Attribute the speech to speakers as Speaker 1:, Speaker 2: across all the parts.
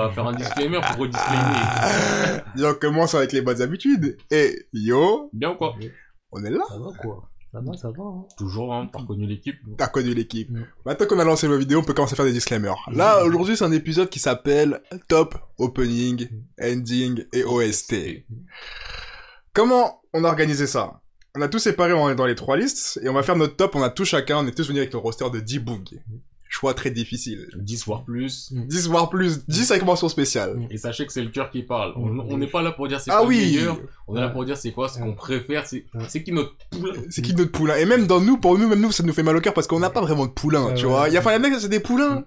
Speaker 1: va faire un disclaimer pour redisclaimer.
Speaker 2: Et on commence avec les bonnes habitudes. Et yo,
Speaker 1: Bien ou quoi
Speaker 2: on est là.
Speaker 3: Ça va quoi Ça va, ça va. hein.
Speaker 1: Toujours, hein, t'as reconnu l'équipe.
Speaker 2: T'as connu l'équipe.
Speaker 3: Mm.
Speaker 2: Maintenant qu'on a lancé ma vidéo, on peut commencer à faire des disclaimers.
Speaker 1: Mm.
Speaker 2: Là, aujourd'hui, c'est un épisode qui s'appelle Top Opening,
Speaker 1: Mm.
Speaker 2: Ending et OST. Comment on a organisé ça On a tout séparé on est dans les trois listes et on va faire notre top. On a tout chacun, on est tous venus avec le roster de 10 bougs.
Speaker 1: Mm.
Speaker 2: Choix très difficile.
Speaker 1: 10 voire plus.
Speaker 2: 10 voire plus, 10 avec mention spéciale.
Speaker 1: Et sachez que c'est le cœur qui parle. On on n'est pas là pour dire Mm. c'est
Speaker 2: Ah
Speaker 1: quoi le
Speaker 2: oui
Speaker 1: meilleur. On est là pour dire c'est quoi ce qu'on préfère. C'est
Speaker 3: Ouais.
Speaker 1: c'est qui notre poulain.
Speaker 2: C'est qui notre poulain Et même dans nous, pour nous, même nous, ça nous fait mal au cœur parce qu'on n'a pas vraiment de poulain,
Speaker 3: Ouais,
Speaker 2: tu
Speaker 3: Ah ouais, Mm.
Speaker 2: vois.
Speaker 3: ouais.
Speaker 2: Il y a enfin, les mecs, c'est des poulains.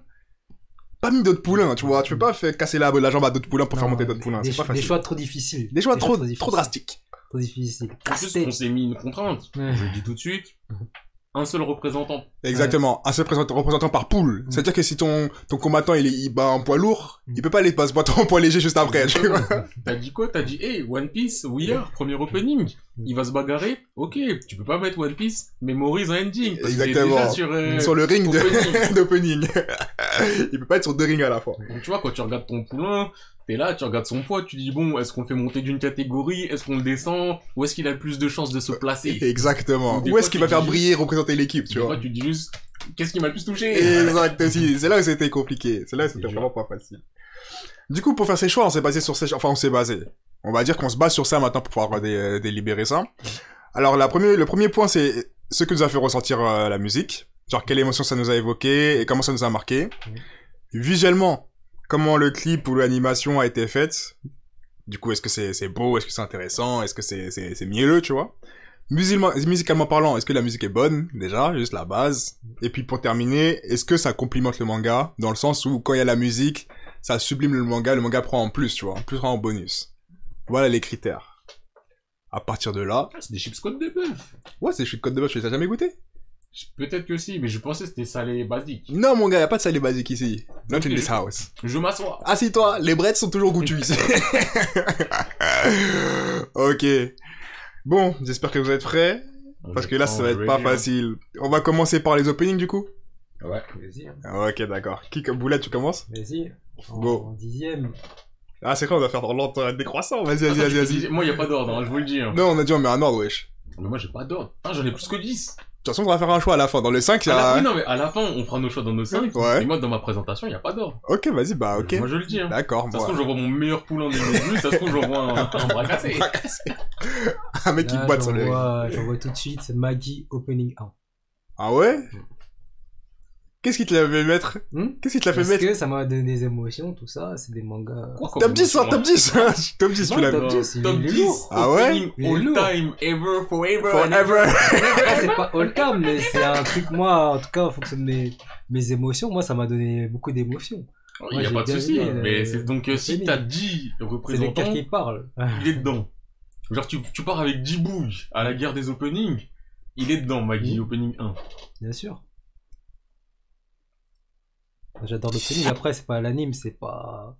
Speaker 2: Pas mis d'autres poulains, tu vois. Tu peux pas faire casser la, la jambe à d'autres poulains pour faire
Speaker 3: Non,
Speaker 2: monter d'autres poulains.
Speaker 3: Des,
Speaker 2: C'est pas
Speaker 3: cho- des
Speaker 2: facile.
Speaker 3: choix trop difficiles.
Speaker 2: Des choix trop,
Speaker 3: difficiles.
Speaker 2: trop drastiques.
Speaker 3: Trop difficiles.
Speaker 1: En plus,
Speaker 3: Casse-tête.
Speaker 1: on s'est mis une contrainte.
Speaker 3: Ouais.
Speaker 1: Je le dis tout de suite. Un seul représentant.
Speaker 2: Exactement. Un seul présentant- représentant par poule.
Speaker 3: Mm.
Speaker 2: C'est-à-dire que si ton, ton combattant, il, est- il bat en poids lourd,
Speaker 3: Mm.
Speaker 2: il peut pas aller pas se battre en poids léger juste après, tu vois.
Speaker 1: T'as dit quoi T'as dit, hey, One Piece, We Are, premier opening. Il va se bagarrer. Ok, tu peux pas mettre One Piece, mémorise un ending. Parce qu'il est
Speaker 2: Exactement.
Speaker 1: déjà sur,
Speaker 3: Mm.
Speaker 1: euh,
Speaker 2: Sur le ring de-
Speaker 1: opening.
Speaker 2: d'opening. il peut pas être sur deux rings à la fois.
Speaker 1: Donc tu vois, quand tu regardes ton poulain, t'es là, tu regardes son poids, tu dis bon, est-ce qu'on le fait monter d'une catégorie, est-ce qu'on le descend, où est-ce qu'il a le plus de chances de se placer
Speaker 2: Exactement.
Speaker 1: Ou des
Speaker 2: Où est-ce
Speaker 1: fois,
Speaker 2: qu'il
Speaker 1: tu
Speaker 2: va faire
Speaker 1: dis-
Speaker 2: briller, représenter l'équipe, tu
Speaker 1: Des
Speaker 2: vois.
Speaker 1: fois, tu dis juste, qu'est-ce qui m'a le plus touché
Speaker 2: Exact, aussi. C'est là où c'était compliqué. C'est là où
Speaker 1: C'est
Speaker 2: c'était
Speaker 1: dur.
Speaker 2: vraiment pas facile. Du coup, pour faire ces choix, on s'est basé sur ces... Enfin, on s'est basé. On va dire qu'on se base sur ça maintenant pour pouvoir dé- euh, délibérer ça. Alors, la première... le premier point, c'est ce que nous a fait ressentir euh, la musique. Genre, quelle émotion ça nous a évoqué et comment ça nous a marqué. Visuellement, comment le clip ou l'animation a été faite. Du coup, est-ce que c'est c'est beau, est-ce que c'est intéressant, est-ce que c'est c'est- c'est mielleux, tu vois Musulman- musicalement parlant, est-ce que la musique est bonne déjà, juste la base Et puis pour terminer, est-ce que ça complimente le manga dans le sens où quand il y a la musique, ça sublime le manga, le manga prend en plus, tu vois, en plus prend en bonus. Voilà les critères. À partir de là,
Speaker 1: Ah, C'est des chips côte de bœuf.
Speaker 2: ouais, c'est je suis de code de bœuf, je les ai jamais goûté.
Speaker 1: Je- Peut-être que si, mais je pensais que c'était salé basique.
Speaker 2: Non mon gars, y a pas de salé basique ici. Not in this house.
Speaker 1: Je m'assois.
Speaker 2: Assis-toi, les brettes sont toujours goûtues ici. ok. Bon, j'espère que vous êtes prêts, parce que là ça va être pas facile. On va commencer par les openings du coup.
Speaker 3: Ouais, vas-y. hein.
Speaker 2: Ok, d'accord. Qui comme Boula, tu commences
Speaker 3: Vas-y. En,
Speaker 2: Go.
Speaker 3: en dixième.
Speaker 2: Ah, c'est quoi On va faire dans l'ordre décroissant. Vas-y, vas-y, vas-y, vas-y.
Speaker 1: Moi, y a pas d'ordre, hein, je vous le dis. hein.
Speaker 2: Non, on a dit on met un ordre, wesh.
Speaker 1: Mais moi, j'ai pas d'ordre. Ah, j'en ai plus que 10.
Speaker 2: De toute façon, on va faire un choix à la fin. Dans le 5,
Speaker 3: Ah,
Speaker 1: À la-
Speaker 2: là.
Speaker 1: oui, non, mais à la fin, on fera nos choix dans nos 5.
Speaker 2: Ouais.
Speaker 1: Et moi, dans ma présentation, y a pas d'ordre.
Speaker 2: Ok, vas-y, bah, ok.
Speaker 1: Moi, je le dis. Hein.
Speaker 2: D'accord,
Speaker 1: Ça se
Speaker 2: moi.
Speaker 1: trouve, j'envoie mon meilleur poulain des débuts, ça se trouve, j'envoie un, un bras cassé.
Speaker 2: Un mec qui
Speaker 3: Là,
Speaker 2: boite sur
Speaker 3: j'en
Speaker 2: le.
Speaker 3: vois- J'en vois tout de suite Maggie Opening 1.
Speaker 2: Ah ouais Qu'est-ce qui te l'a fait mettre
Speaker 3: Hmm
Speaker 2: Qu'est-ce qui te l'a fait
Speaker 3: Parce
Speaker 2: mettre
Speaker 3: que ça m'a donné des émotions, tout ça. C'est des mangas.
Speaker 1: Quoi, comme
Speaker 2: Top 10, hein,
Speaker 1: émotion,
Speaker 2: top 10 Top 10, tu
Speaker 3: Non,
Speaker 2: l'as
Speaker 3: top
Speaker 2: mis.
Speaker 1: Top 10,
Speaker 3: 10, il est lourd.
Speaker 2: Ah ouais
Speaker 1: Opening
Speaker 3: Il est
Speaker 1: All
Speaker 3: lourd.
Speaker 1: time, ever, forever.
Speaker 2: Forever
Speaker 3: Après, c'est pas all time, mais c'est un truc. Moi, en tout cas, en fonction de mes, mes émotions, moi, ça m'a donné beaucoup d'émotions.
Speaker 1: Il
Speaker 3: Moi,
Speaker 1: n'y a
Speaker 3: j'ai
Speaker 1: pas de
Speaker 3: bien
Speaker 1: souci.
Speaker 3: aimé,
Speaker 1: Mais
Speaker 3: euh,
Speaker 1: c'est donc euh, si
Speaker 3: opening.
Speaker 1: t'as 10
Speaker 3: C'est les
Speaker 1: représentants,
Speaker 3: cœurs qui parlent.
Speaker 1: il est dedans. Genre, tu, tu pars avec 10 bouges à la guerre des openings. Il est dedans, Maggie,
Speaker 3: Oui.
Speaker 1: opening 1.
Speaker 3: Bien sûr. J'adore l'opening. Après, c'est pas l'anime, c'est pas.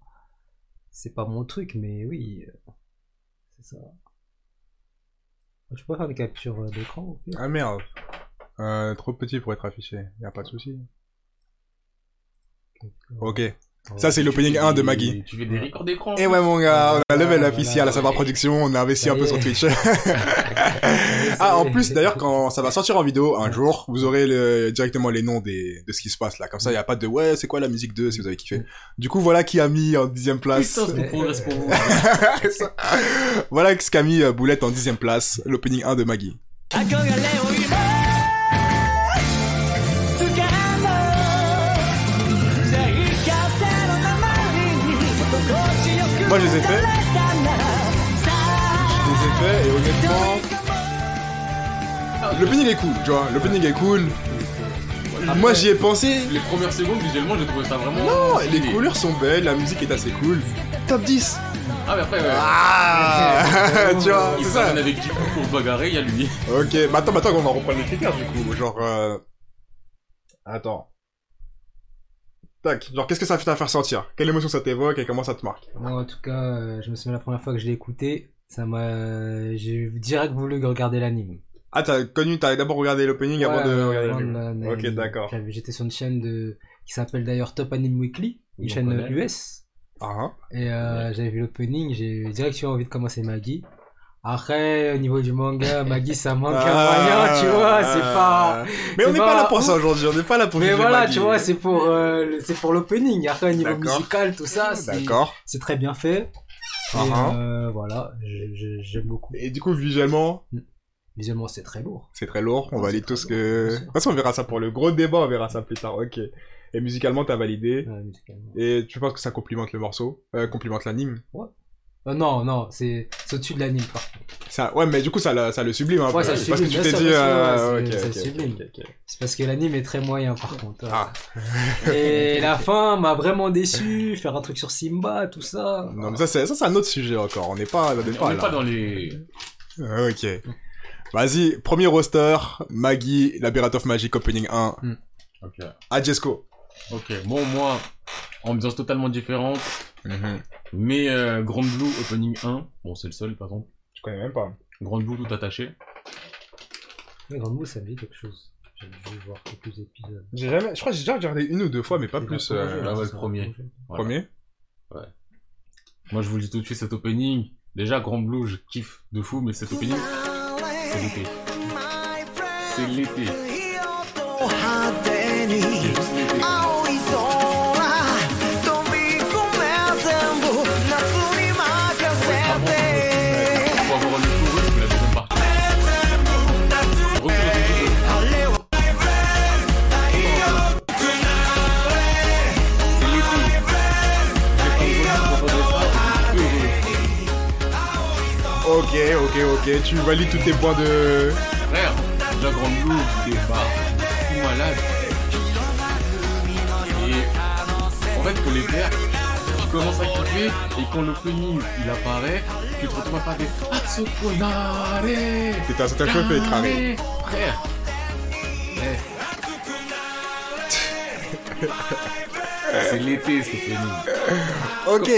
Speaker 3: C'est pas mon truc, mais oui. euh, C'est ça. Tu peux faire des captures euh, d'écran au pire
Speaker 2: Ah merde. Euh, trop petit pour être affiché. Y'a pas de souci. Ok.
Speaker 3: Euh,
Speaker 2: Ça, c'est l'opening 1 de Maggie.
Speaker 1: Tu fais des records d'écran.
Speaker 2: Et ouais, mon gars, on a
Speaker 3: Voilà,
Speaker 2: level
Speaker 3: Ah, voilà,
Speaker 2: officiel à Savoir
Speaker 3: ouais.
Speaker 2: Production, on a investi
Speaker 3: Ça
Speaker 2: un
Speaker 3: y
Speaker 2: peu
Speaker 3: est.
Speaker 2: sur Twitch. Ah, en plus, d'ailleurs, quand ça va sortir en vidéo un jour, vous aurez le- directement les noms des, de ce qui se passe là. Comme ça, il n'y a pas de ouais, c'est quoi la musique 2 si vous avez kiffé. Du coup, voilà qui a mis en dixième place.
Speaker 1: Putain, c'est qu'on progresse pour vous.
Speaker 2: voilà ce qu'a mis euh, Boulette en dixième place, l'opening 1 de Maggie. Moi, je les ai fait. Je les ai fait et honnêtement. L'opening est cool, tu vois. L'opening est cool. Moi, j'y ai pensé.
Speaker 1: Les premières secondes, visuellement, j'ai trouvé ça vraiment.
Speaker 2: Non, les
Speaker 1: stylé.
Speaker 2: couleurs sont belles, la musique est assez cool. Top 10
Speaker 1: Ah, mais après, ouais.
Speaker 2: Ah Tu vois,
Speaker 1: il
Speaker 2: c'est ça
Speaker 1: s'amène avec 10 coups pour se bagarrer, il y a lui.
Speaker 2: Ok, bah attends, bah attends, on va reprendre les critères du coup. Genre. euh, Attends. Tac, genre qu'est-ce que ça fait à faire sentir Quelle émotion ça t'évoque et comment ça te marque
Speaker 3: Moi, en tout cas, euh, je me souviens la première fois que je l'ai écouté, ça m'a. J'ai direct voulu regarder l'anime.
Speaker 2: Ah, t'as connu, t'as d'abord regardé l'opening avant
Speaker 3: Ouais,
Speaker 2: de
Speaker 3: euh,
Speaker 2: regarder
Speaker 3: avant
Speaker 2: l'anime.
Speaker 3: de la-
Speaker 2: Ok,
Speaker 3: l'anime.
Speaker 2: d'accord.
Speaker 3: J'avais- J'étais sur une chaîne de... qui s'appelle d'ailleurs Top Anime Weekly, une
Speaker 1: On
Speaker 3: chaîne
Speaker 1: connaît.
Speaker 3: US.
Speaker 2: Ah,
Speaker 3: Et euh, j'avais vu l'opening, j'ai eu direct eu envie de commencer Maggie. Après, au niveau du manga, Maggie, ça manque un
Speaker 2: Ah,
Speaker 3: moyen, tu vois, c'est pas...
Speaker 2: Mais on
Speaker 3: c'est
Speaker 2: n'est pas
Speaker 3: pas-
Speaker 2: là pour ça aujourd'hui, on n'est pas là ah, pour
Speaker 3: Mais
Speaker 2: juger
Speaker 3: voilà,
Speaker 2: Maggie.
Speaker 3: tu vois, c'est pour, euh, le- c'est pour l'opening. Après, au niveau
Speaker 2: D'accord.
Speaker 3: musical, tout ça, c'est
Speaker 2: D'accord.
Speaker 3: c'est très bien fait. Et,
Speaker 2: Ah, ah.
Speaker 3: euh, voilà, je- je- j'aime beaucoup.
Speaker 2: Et du coup, visuellement,
Speaker 3: Visuellement, c'est très lourd.
Speaker 2: c'est très lourd, on
Speaker 3: Ah,
Speaker 2: valide
Speaker 3: c'est
Speaker 2: tout
Speaker 3: très
Speaker 2: ce que...
Speaker 3: lourd, bien
Speaker 2: De
Speaker 3: sûr.
Speaker 2: toute façon, on verra ça pour le gros débat, on verra ça plus tard, ok. Et musicalement, t'as validé,
Speaker 3: Ouais, Euh, musicalement.
Speaker 2: et tu penses que ça complimente le morceau, euh, complimente l'anime
Speaker 3: Euh, non, non, c'est c'est au-dessus de l'anime, par contre.
Speaker 2: ça... Ouais, mais du coup, ça, le- ça le sublime un
Speaker 3: Ouais,
Speaker 2: peu.
Speaker 3: ça
Speaker 2: parce que
Speaker 3: sublime,
Speaker 2: tu
Speaker 3: bien
Speaker 2: t'es
Speaker 3: sûr,
Speaker 2: dit...
Speaker 3: bien sûr,
Speaker 2: euh,
Speaker 3: ouais, c'est-
Speaker 2: ok,
Speaker 3: ça
Speaker 2: ok,
Speaker 3: sublime.
Speaker 2: ok, ok, ok.
Speaker 3: C'est parce que l'anime est très moyen, par contre.
Speaker 2: Ah.
Speaker 3: Et la fin m'a vraiment déçu. Faire un truc sur Simba, tout ça.
Speaker 2: Non, mais ça, c'est ça, c'est un autre sujet encore, on n'est pas, on n'est
Speaker 1: On
Speaker 2: pas
Speaker 1: n'est
Speaker 2: Oh là.
Speaker 1: pas dans les.
Speaker 2: Euh, Ok. Vas-y, premier roster, Maggie, Labyrinth of Magic Opening 1,
Speaker 1: Ok.
Speaker 2: Adjesco.
Speaker 1: Ok. Bon, moi, ambiance totalement différente, mais euh, Grand Blue Opening 1. Bon, c'est le seul, par exemple.
Speaker 2: Je connais même pas.
Speaker 1: Grand Blue tout attaché.
Speaker 3: Mais Grand Blue, ça me dit quelque chose. J'ai dû voir quelques épisodes.
Speaker 2: J'ai jamais... Je crois que j'ai déjà regardé une ou deux fois, mais pas
Speaker 3: C'est
Speaker 2: plus.
Speaker 3: un
Speaker 2: euh,
Speaker 3: projet,
Speaker 1: ah ouais,
Speaker 3: c'est
Speaker 1: le
Speaker 3: un
Speaker 1: premier.
Speaker 3: projet.
Speaker 1: Voilà.
Speaker 2: Premier
Speaker 1: Moi, je vous le dis tout de suite, cet opening. Déjà, Grand Blue, je kiffe de fou, mais cet opening, c'est l'été. C'est l'été. C'est juste l'été.
Speaker 4: Ah,
Speaker 1: Pour avoir le tour de la deuxième partie. Retour au début. C'est l'été. C'est pour vous, pour votre esprit, heureux.
Speaker 2: Ok, ok, ok, tu valides tous tes points de...
Speaker 1: Frère, la grande louve débat, tout malade. Et en fait, que les pères, tu commences à kiffer et quand le l'opening il apparaît, tu te retrouves à faire Ah, des Atsukunare.
Speaker 2: T'étais à certains cheveux fait écraser.
Speaker 1: Frère. Eh. Eh. C'est l'été, cet opening.
Speaker 2: Ok,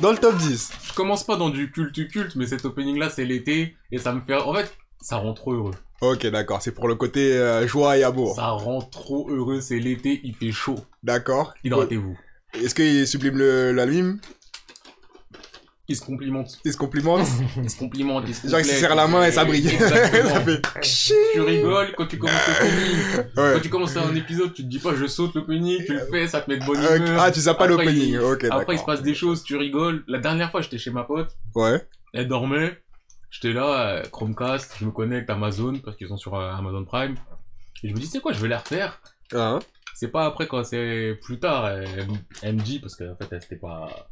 Speaker 2: dans le top 10.
Speaker 1: Je commence pas dans du culte culte, mais cet opening là, c'est l'été et ça me fait. En fait, ça rend trop heureux.
Speaker 2: Ok, d'accord, c'est pour le côté euh, joie et amour.
Speaker 1: Ça rend trop heureux. C'est l'été, il fait chaud.
Speaker 2: D'accord.
Speaker 1: Hydratez-vous.
Speaker 2: Est-ce qu'il sublime le, la mime
Speaker 1: Ils se complimentent.
Speaker 2: Il se complimente
Speaker 1: Ils se complimentent. Ils se
Speaker 2: Genre, il se
Speaker 1: complètent.
Speaker 2: serre la main et ça brille. ça
Speaker 1: Exactement.
Speaker 2: fait...
Speaker 1: tu rigoles quand tu commences le opening.
Speaker 2: Ouais.
Speaker 1: Quand tu commences un épisode, tu te dis pas je saute l'opening, tu le fais, ça te met de bonne
Speaker 2: Ok,
Speaker 1: humeur.
Speaker 2: Ah, tu sais pas
Speaker 1: Après,
Speaker 2: l'opening.
Speaker 1: il-
Speaker 2: Ok,
Speaker 1: Après, il se
Speaker 2: d'accord.
Speaker 1: passe des choses, tu rigoles. La dernière fois, j'étais chez ma pote,
Speaker 2: Ouais.
Speaker 1: elle dormait. J'étais là, euh, Chromecast, je me connecte Amazon parce qu'ils sont sur euh, Amazon Prime. Et je me dis, c'est quoi, je vais la refaire.
Speaker 2: Hein
Speaker 1: C'est pas après quand c'est plus tard, elle, elle me dit, parce qu'en fait elle s'était pas.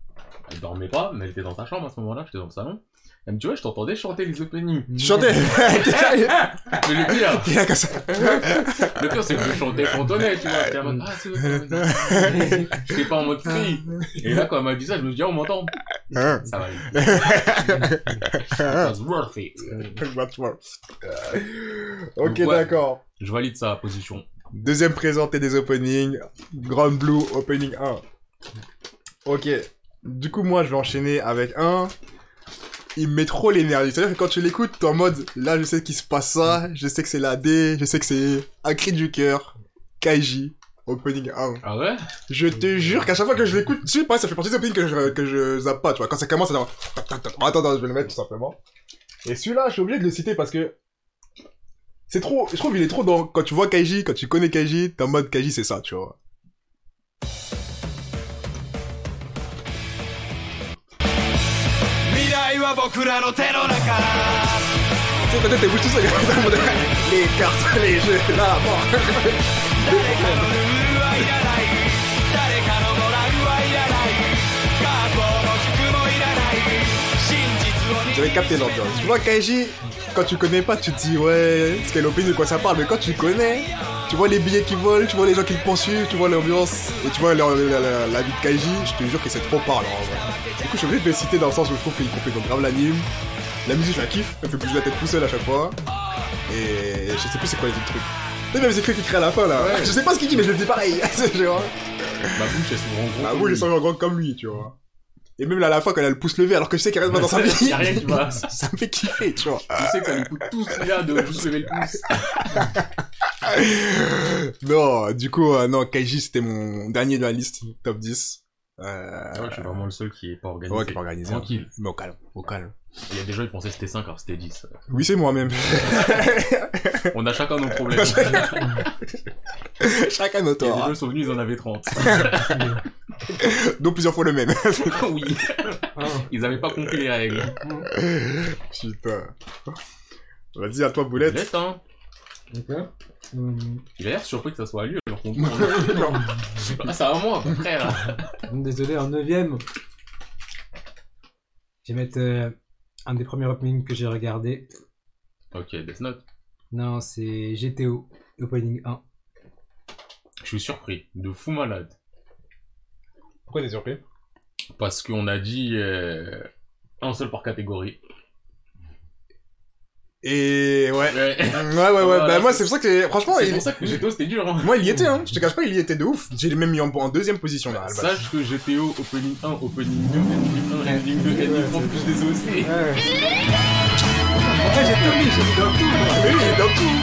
Speaker 1: Elle dormait pas, mais elle était dans sa chambre à ce moment-là, j'étais dans le salon. Elle me dit ouais je t'entendais chanter les openings.
Speaker 2: Tu chantais
Speaker 1: Mais le pire,
Speaker 2: Il y a comme ça.
Speaker 1: le pire c'est que je chantais cantonais, tu vois. J'étais en mode, ah, c'est vrai. J'étais pas en mode cri. Et là quand elle m'a dit ça, je me dis ah, on m'entend.
Speaker 2: Hein
Speaker 1: Ça va aller. That's worth it.
Speaker 2: That's what- Euh, Ok,
Speaker 1: Ouais.
Speaker 2: d'accord.
Speaker 1: Je valide sa position.
Speaker 2: Deuxième présenté des openings. Grand Blue, opening 1. Ok. Du coup, moi, je vais enchaîner avec un. Il met trop l'énergie. C'est-à-dire que quand tu l'écoutes, t'es en mode, là, je sais qu'il se passe ça, je sais que c'est la D, je sais que c'est un cri du cœur. Kaiji, opening 1.
Speaker 1: Ah ouais
Speaker 2: Je te jure qu'à chaque fois que je l'écoute, tu sais pas, ça fait partie des openings que je, que je zappe pas, tu vois. Quand ça commence, ça va- Attends, attends, je vais le mettre tout simplement. Et celui-là, je suis obligé de le citer parce que. C'est trop. Je trouve il est trop dans. Quand tu vois Kaiji, quand tu connais Kaiji, t'es en mode Kaiji, c'est ça, tu vois. Tu sais, peut-être t'es tout seul, t'es en mode, Les cartes, les jeux, là, bon. J'avais capté l'ambiance. Tu vois Kaiji, quand tu connais pas, tu te dis ouais, ce qu'elle opine de quoi ça parle, mais quand tu connais, tu vois les billets qui volent, tu vois les gens qui le poursuivent, tu vois l'ambiance, et tu vois leur- la, la- la vie de Kaiji, je te jure que c'est trop parlant en vrai. Du coup, je suis obligé de le citer dans le sens où je trouve qu'il complète donc grave l'anime. La musique, je la kiffe, elle fait bouger la tête tout seul à chaque fois. Et je sais plus c'est quoi les autres trucs. Tu sais, même ces trucs qu'il crée à la fin là.
Speaker 1: Ouais.
Speaker 2: Je sais pas ce qu'il dit, mais je le dis pareil. C'est genre,
Speaker 1: Ma bouche elle s'ouvre en gros.
Speaker 2: ah oui, je sens en grand comme lui, tu vois. Et même là, à la fin, quand elle a le pouce levé, alors que je sais qu'elle reste pas dans sa vie.
Speaker 1: Y a rien qui va.
Speaker 2: Ça me fait kiffer, tu vois.
Speaker 1: Tu sais que ça nous coûte tout ce qu'il a de juste lever le pouce.
Speaker 2: non, du coup, euh, non, Kaiji, c'était mon dernier de la liste, top 10. Euh,
Speaker 1: Ah Ouais, je suis vraiment le seul qui est pas organisé.
Speaker 2: ouais, qui est pas organisé. hein.
Speaker 1: Tranquille.
Speaker 2: Mais au calme, au calme.
Speaker 1: Il y a des gens qui pensaient que c'était 5 alors que c'était 10.
Speaker 2: Oui, c'est moi-même.
Speaker 1: On a chacun nos problèmes. Il y
Speaker 2: Chacun
Speaker 1: a
Speaker 2: notre
Speaker 1: des
Speaker 2: hein.
Speaker 1: gens
Speaker 2: aura.
Speaker 1: qui sont venus, ils en avaient 30.
Speaker 2: Donc plusieurs fois le même.
Speaker 1: oui,
Speaker 3: Ah,
Speaker 1: ils avaient pas compris les règles.
Speaker 2: Putain. Vas-y, à toi, Boulette.
Speaker 1: Boulette, hein.
Speaker 3: D'accord. Hum,
Speaker 1: Il a l'air surpris que ça soit à lui alors qu'on
Speaker 2: Non.
Speaker 1: Ah, c'est à moi, mon frère.
Speaker 3: Désolé, en neuvième. Je vais mettre euh, un des premiers openings que j'ai regardé.
Speaker 1: ok, Death Note.
Speaker 3: Non, c'est GTO, opening 1.
Speaker 1: Je suis surpris, de fou malade.
Speaker 2: Pourquoi t'es surpris
Speaker 1: Parce qu'on a dit euh, un seul par catégorie.
Speaker 2: Et ouais.
Speaker 1: Ouais.
Speaker 2: Ouais, ouais, ouais.
Speaker 1: Voilà.
Speaker 2: Bah, moi, c'est pour ça que j'ai- Franchement,
Speaker 1: Oh C'est
Speaker 2: il-
Speaker 1: pour ça que GTO c'était dur. Hein.
Speaker 2: moi, il y était, hein. Je te cache pas, il y était de ouf. J'ai même mis en, en deuxième position,
Speaker 1: Bah,
Speaker 2: là, à la base.
Speaker 1: Sache que GTO, opening 1, opening 2, ending 1, ending 2, ending 3, plus des OC.
Speaker 3: Ouais. j'ai tout mis, j'ai tout mis.
Speaker 2: Mais oui, il est dans tout.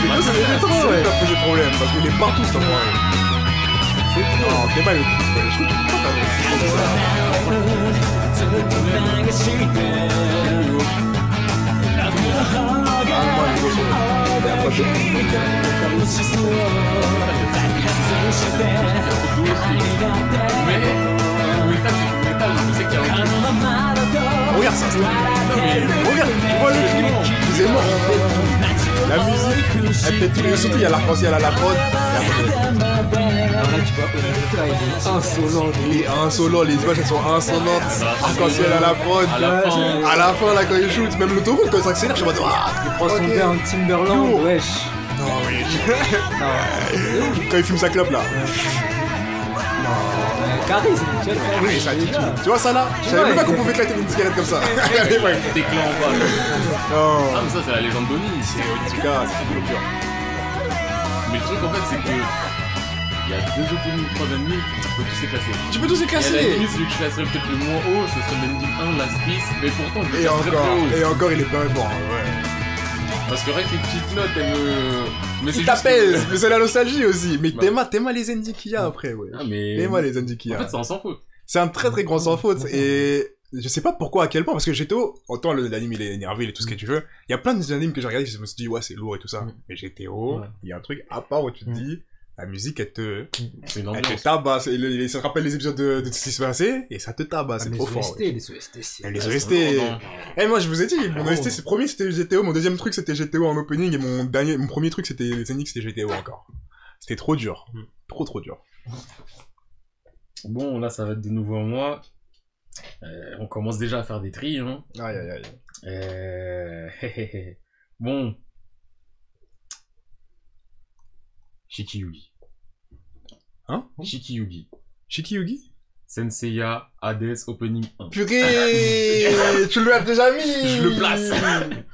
Speaker 2: Mais toi, ça fait longtemps que Ah, c'est lui qui a posé problème, parce qu'il est partout, cet enfoiré. Non, t'es pas le- je trouve que tu peux pas faire ça. Ah, moi, les gosses, on- et après, je-
Speaker 1: Mais métal, c'est du métal, je sais qu'il y a un truc.
Speaker 2: Ah, Regarde ça, c'est- Regarde, tu vois le film, c'est mort. La musique, elle fait tous les surtout il y a l'arc-en-ciel à la prod. Et après,
Speaker 3: Alors là, tu vois, le gars, il est insolent.
Speaker 2: Il est insolent, les images elles sont insolentes. Arc-en-ciel à la prod.
Speaker 1: À la
Speaker 3: Ouais,
Speaker 1: fin,
Speaker 2: À la fin, là, quand il shoot, même l'autoroute, quand ça accélère, je suis en mode. Ah,
Speaker 3: Il prend son
Speaker 2: Ok.
Speaker 3: gars en Timberland,
Speaker 2: Lourd.
Speaker 3: wesh.
Speaker 2: non, mais.
Speaker 3: Non,
Speaker 2: Quand il fume sa clope là.
Speaker 3: euh, charisme, tu vois, charisme.
Speaker 2: Oui, ça dit. Tu vois ça là Je savais même pas qu'on pouvait claquer des cigarettes comme ça. Allez, ouais.
Speaker 1: t'es clan ou pas là.
Speaker 2: Non,
Speaker 1: Ah, mais ça, c'est la légende d'Oni. c'est-
Speaker 2: en tout cas, c'est une coupure.
Speaker 1: Mais le truc en fait, c'est que. Il y a deux openings, trois endings, on peut tous les classer.
Speaker 2: Tu peux tous les
Speaker 1: Et à la
Speaker 2: classer
Speaker 1: limite, celui que je classerais peut-être le moins haut, ce serait l'ending 1, la Spice, mais pourtant, je le
Speaker 2: Et
Speaker 1: classerais
Speaker 2: encore,
Speaker 1: très haut.
Speaker 2: et encore, il est pas bon. ouais.
Speaker 1: Parce que rien que les petites notes, elles me. Mais
Speaker 2: Il
Speaker 1: juste que-
Speaker 2: t'appelle, mais c'est la nostalgie aussi. Mais
Speaker 1: Bah.
Speaker 2: t'aimes t'aimes les indies qu'il y a après, ouais.
Speaker 1: Ah, mais.
Speaker 2: T'aimes les indies qu'il y
Speaker 1: En
Speaker 2: a.
Speaker 1: fait, c'est un sans faute.
Speaker 2: C'est un très très grand sans faute et je sais pas pourquoi à quel point parce que GTO autant le- l'anime il est énervé et tout ce que tu veux il y a plein de animes que j'ai regardé je me suis dit ouais c'est lourd et tout ça
Speaker 3: Mm.
Speaker 2: mais GTO
Speaker 3: Ouais.
Speaker 2: il y a un truc à part où tu te
Speaker 3: Mm.
Speaker 2: dis la musique elle te
Speaker 1: C'est une
Speaker 2: elle te
Speaker 1: ambiance.
Speaker 2: tabasse et le- et ça te rappelle les épisodes de, de ce qui se passait et ça te tabasse Ah, c'est
Speaker 3: Ah, Les
Speaker 2: trop fort
Speaker 3: OST,
Speaker 2: ouais.
Speaker 3: les OST, c'est.
Speaker 2: Et les
Speaker 1: Ouais,
Speaker 2: OST
Speaker 1: c'est vraiment-
Speaker 2: et Eh, moi je vous ai dit mon
Speaker 3: Ah,
Speaker 2: OST
Speaker 3: ouais.
Speaker 2: c'est premier c'était GTO mon deuxième truc c'était GTO en opening et mon dernier mon premier truc c'était les énigmes c'était GTO encore c'était trop dur
Speaker 3: Mm.
Speaker 2: trop trop dur
Speaker 1: Bon, là, ça va être de nouveau à moi. Euh, on commence déjà à faire des tris. Hein.
Speaker 2: aïe aïe aïe
Speaker 1: Euh... bon. Shikiyugi.
Speaker 2: hein
Speaker 1: Shikiyugi.
Speaker 2: Shiki Yugi
Speaker 1: Senseiya Hades Opening 1.
Speaker 2: Purée Tu l'as déjà mis
Speaker 1: Je le place.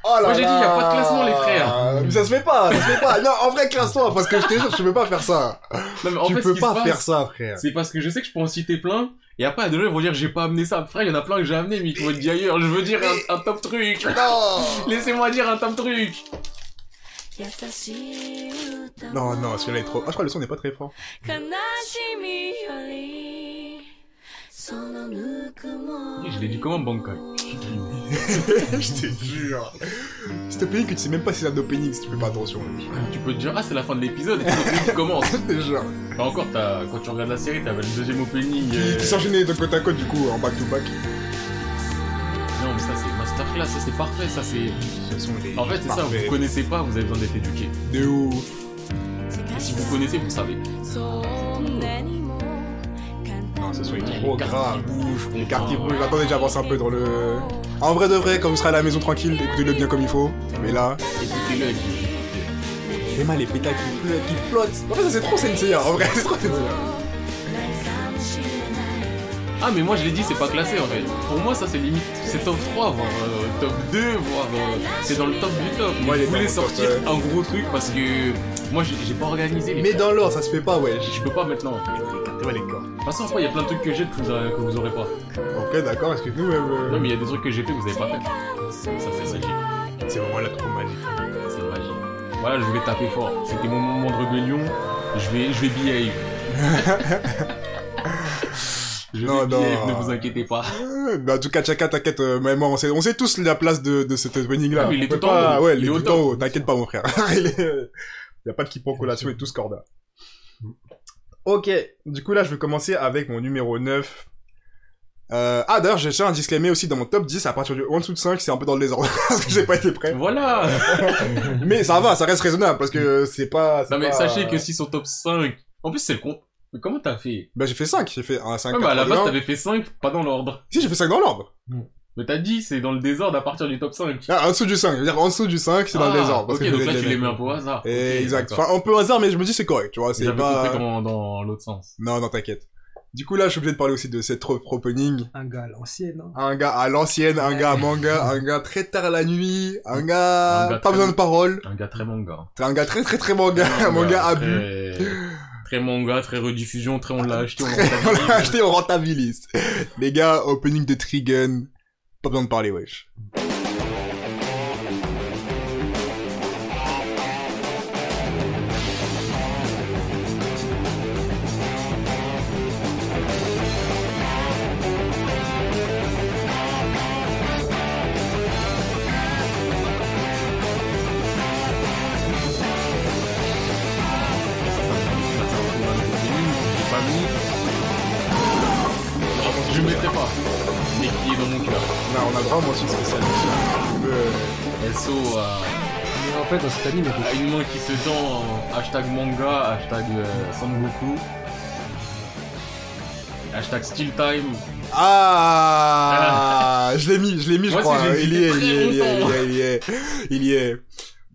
Speaker 2: Oh là
Speaker 1: Moi, j'ai dit,
Speaker 2: là.
Speaker 1: y a pas de classement, les frères.
Speaker 2: Mais ça se fait pas, ça se fait pas Non, en vrai, classe-toi, parce que je te jure, je peux pas faire ça
Speaker 1: Non, mais en
Speaker 2: Tu
Speaker 1: fait, ce
Speaker 2: peux
Speaker 1: qui se
Speaker 2: pas
Speaker 1: passe,
Speaker 2: faire ça, frère
Speaker 1: C'est parce que je sais que je peux en citer plein. Et après, à deux gens, ils vont dire j'ai pas amené ça. Frère, il y en a plein que j'ai amené, mais ils vont être dit ailleurs. Je veux dire un, un top truc.
Speaker 2: Non
Speaker 1: Laissez-moi dire un top truc.
Speaker 2: Non, non, celui-là est trop... Ah, je crois que le son n'est pas très fort.
Speaker 5: 悲しみよりそのぬくもり
Speaker 1: Je l'ai dit comment, Bangkok
Speaker 2: je te jure C'est un pays que tu sais même pas si c'est un opening, si tu fais pas attention.
Speaker 1: Tu peux te dire ah, c'est la fin de l'épisode. Et puis, le truc commence.
Speaker 2: Je te jure
Speaker 1: Bah encore, t'as- quand tu regardes la série, t'avais le deuxième opening.
Speaker 2: Qui,
Speaker 1: euh,
Speaker 2: qui s'enchaînait de côte à côte, du coup, en back-to-back.
Speaker 1: Non, mais ça c'est masterclass, ça c'est parfait, ça c'est. En fait, c'est ça, vous connaissez pas, vous avez besoin d'être éduqué.
Speaker 2: De ouf
Speaker 1: Et si vous connaissez, vous savez.
Speaker 5: そんなにも簡単
Speaker 2: Non, ce son est trop
Speaker 1: Les cartes
Speaker 2: grave
Speaker 1: qui bougent,
Speaker 2: Les
Speaker 1: putain.
Speaker 2: cartes qui bougent, attendez, j'avance un peu dans le... En vrai de vrai, quand vous serez à la maison tranquille, écoutez-le bien comme il faut. Mais là,
Speaker 1: Écoutez-le avec vous.
Speaker 2: les mal les pétales qui, qui flottent. En fait, ça c'est trop Sensei, en vrai, c'est trop Sensei.
Speaker 5: ないかもしれない
Speaker 1: Ah, mais moi je l'ai dit, c'est pas classé en fait. Pour moi, ça c'est limite, c'est top 3, voire euh, top 2, voire. euh, c'est dans le top du top.
Speaker 2: Ouais, il
Speaker 1: je
Speaker 2: est
Speaker 1: voulais
Speaker 2: dans le top,
Speaker 1: sortir
Speaker 2: euh.
Speaker 1: un gros truc parce que. Moi j'ai j'ai pas organisé. les
Speaker 2: Mais
Speaker 1: gars.
Speaker 2: dans l'or, ça se fait pas, ouais.
Speaker 1: Je peux pas maintenant.
Speaker 2: Ouais, les corps.
Speaker 1: De toute façon, après, il y a plein de trucs que j'ai que, vous aurez- que vous aurez pas.
Speaker 2: Ok, d'accord, excuse-nous, mais...
Speaker 1: Non,
Speaker 2: euh,
Speaker 1: mais il y a des trucs que j'ai fait que vous avez pas fait. Ça c'est magique.
Speaker 2: C'est vraiment là trop magique.
Speaker 1: C'est magique. Voilà, je voulais taper fort. C'était mon moment de rébellion. Je vais, je vais BA. Je
Speaker 2: Non,
Speaker 1: sais
Speaker 2: non.
Speaker 1: qui est, ne vous inquiétez pas.
Speaker 2: Euh, bah, en tout cas, Chaka, t'inquiète, euh, mais moi, on sait, on sait tous la place de, de cette opening là.
Speaker 1: Ah, mais il est tout en haut.
Speaker 2: Ouais,
Speaker 1: Il
Speaker 2: il est
Speaker 1: est
Speaker 2: tout
Speaker 1: au top.
Speaker 2: en haut, t'inquiète pas, mon frère. il est, euh, y a pas de quiproquo là-dessus, il est tous corda. Ok, du coup, là, je vais commencer avec mon numéro 9. Euh, ah, d'ailleurs, j'ai déjà un disclaimer aussi dans mon top 10, à partir du en dessous de 5, c'est un peu dans le désordre, parce que j'ai pas été prêt.
Speaker 1: Voilà
Speaker 2: Mais ça va, ça reste raisonnable, parce que c'est pas, c'est
Speaker 1: Non mais
Speaker 2: pas- euh,
Speaker 1: sachez que si son top 5... En plus c'est le con... Mais comment t'as fait
Speaker 2: Bah, j'ai fait 5, j'ai fait un 5.
Speaker 1: Ouais, bah, à la base t'avais fait 5, pas dans l'ordre.
Speaker 2: Si, j'ai fait 5 dans l'ordre.
Speaker 1: Mais t'as dit c'est dans le désordre à partir du top 5.
Speaker 2: Ah, en dessous du 5, je veux dire, en dessous du 5, c'est dans le
Speaker 1: Ah,
Speaker 2: désordre. parce
Speaker 1: Ok,
Speaker 2: que
Speaker 1: donc
Speaker 2: je
Speaker 1: là
Speaker 2: l'ai
Speaker 1: tu
Speaker 2: aimé.
Speaker 1: les mets un peu au hasard.
Speaker 2: Et
Speaker 1: Ok,
Speaker 2: exact.
Speaker 1: d'accord.
Speaker 2: Enfin, un peu hasard, mais je me dis c'est correct, tu vois. C'est
Speaker 1: J'avais
Speaker 2: pas.
Speaker 1: compris dans, dans l'autre sens.
Speaker 2: Non, non, t'inquiète. Du coup, là, je suis obligé de parler aussi de cette trop opening.
Speaker 3: Un gars à l'ancienne, hein.
Speaker 2: Un gars à l'ancienne, un
Speaker 3: Ouais.
Speaker 2: gars à manga, un gars très tard la nuit, un gars.
Speaker 1: Un gars
Speaker 2: pas
Speaker 1: très-
Speaker 2: besoin de parole.
Speaker 1: Un gars très manga.
Speaker 2: C'est un gars très très très manga, un manga abus.
Speaker 1: très... très manga, très rediffusion, très on l'a acheté, on
Speaker 2: On l'a
Speaker 1: l'a
Speaker 2: acheté, on rentabilise. Les gars, opening de Trigun. Pas besoin de parler, wesh.
Speaker 1: J'ai pas mis. Non, je ne mettrai pas. Mais qui est dans mon cœur.
Speaker 2: Là, on a droit à une mention spéciale. Euh,
Speaker 1: SO à,
Speaker 3: Ah, Mais en fait, dans cet anime, il y a
Speaker 1: à une main qui se tend en hashtag manga, hashtag euh, Sangoku. Hashtag Steel Time.
Speaker 2: Ah, je l'ai mis, je l'ai mis, je
Speaker 1: Moi
Speaker 2: crois.
Speaker 1: aussi, j'ai
Speaker 2: Il y
Speaker 1: hésité
Speaker 2: est,
Speaker 1: très
Speaker 2: il y est, il y est,
Speaker 1: longtemps.
Speaker 2: il y est, il y est.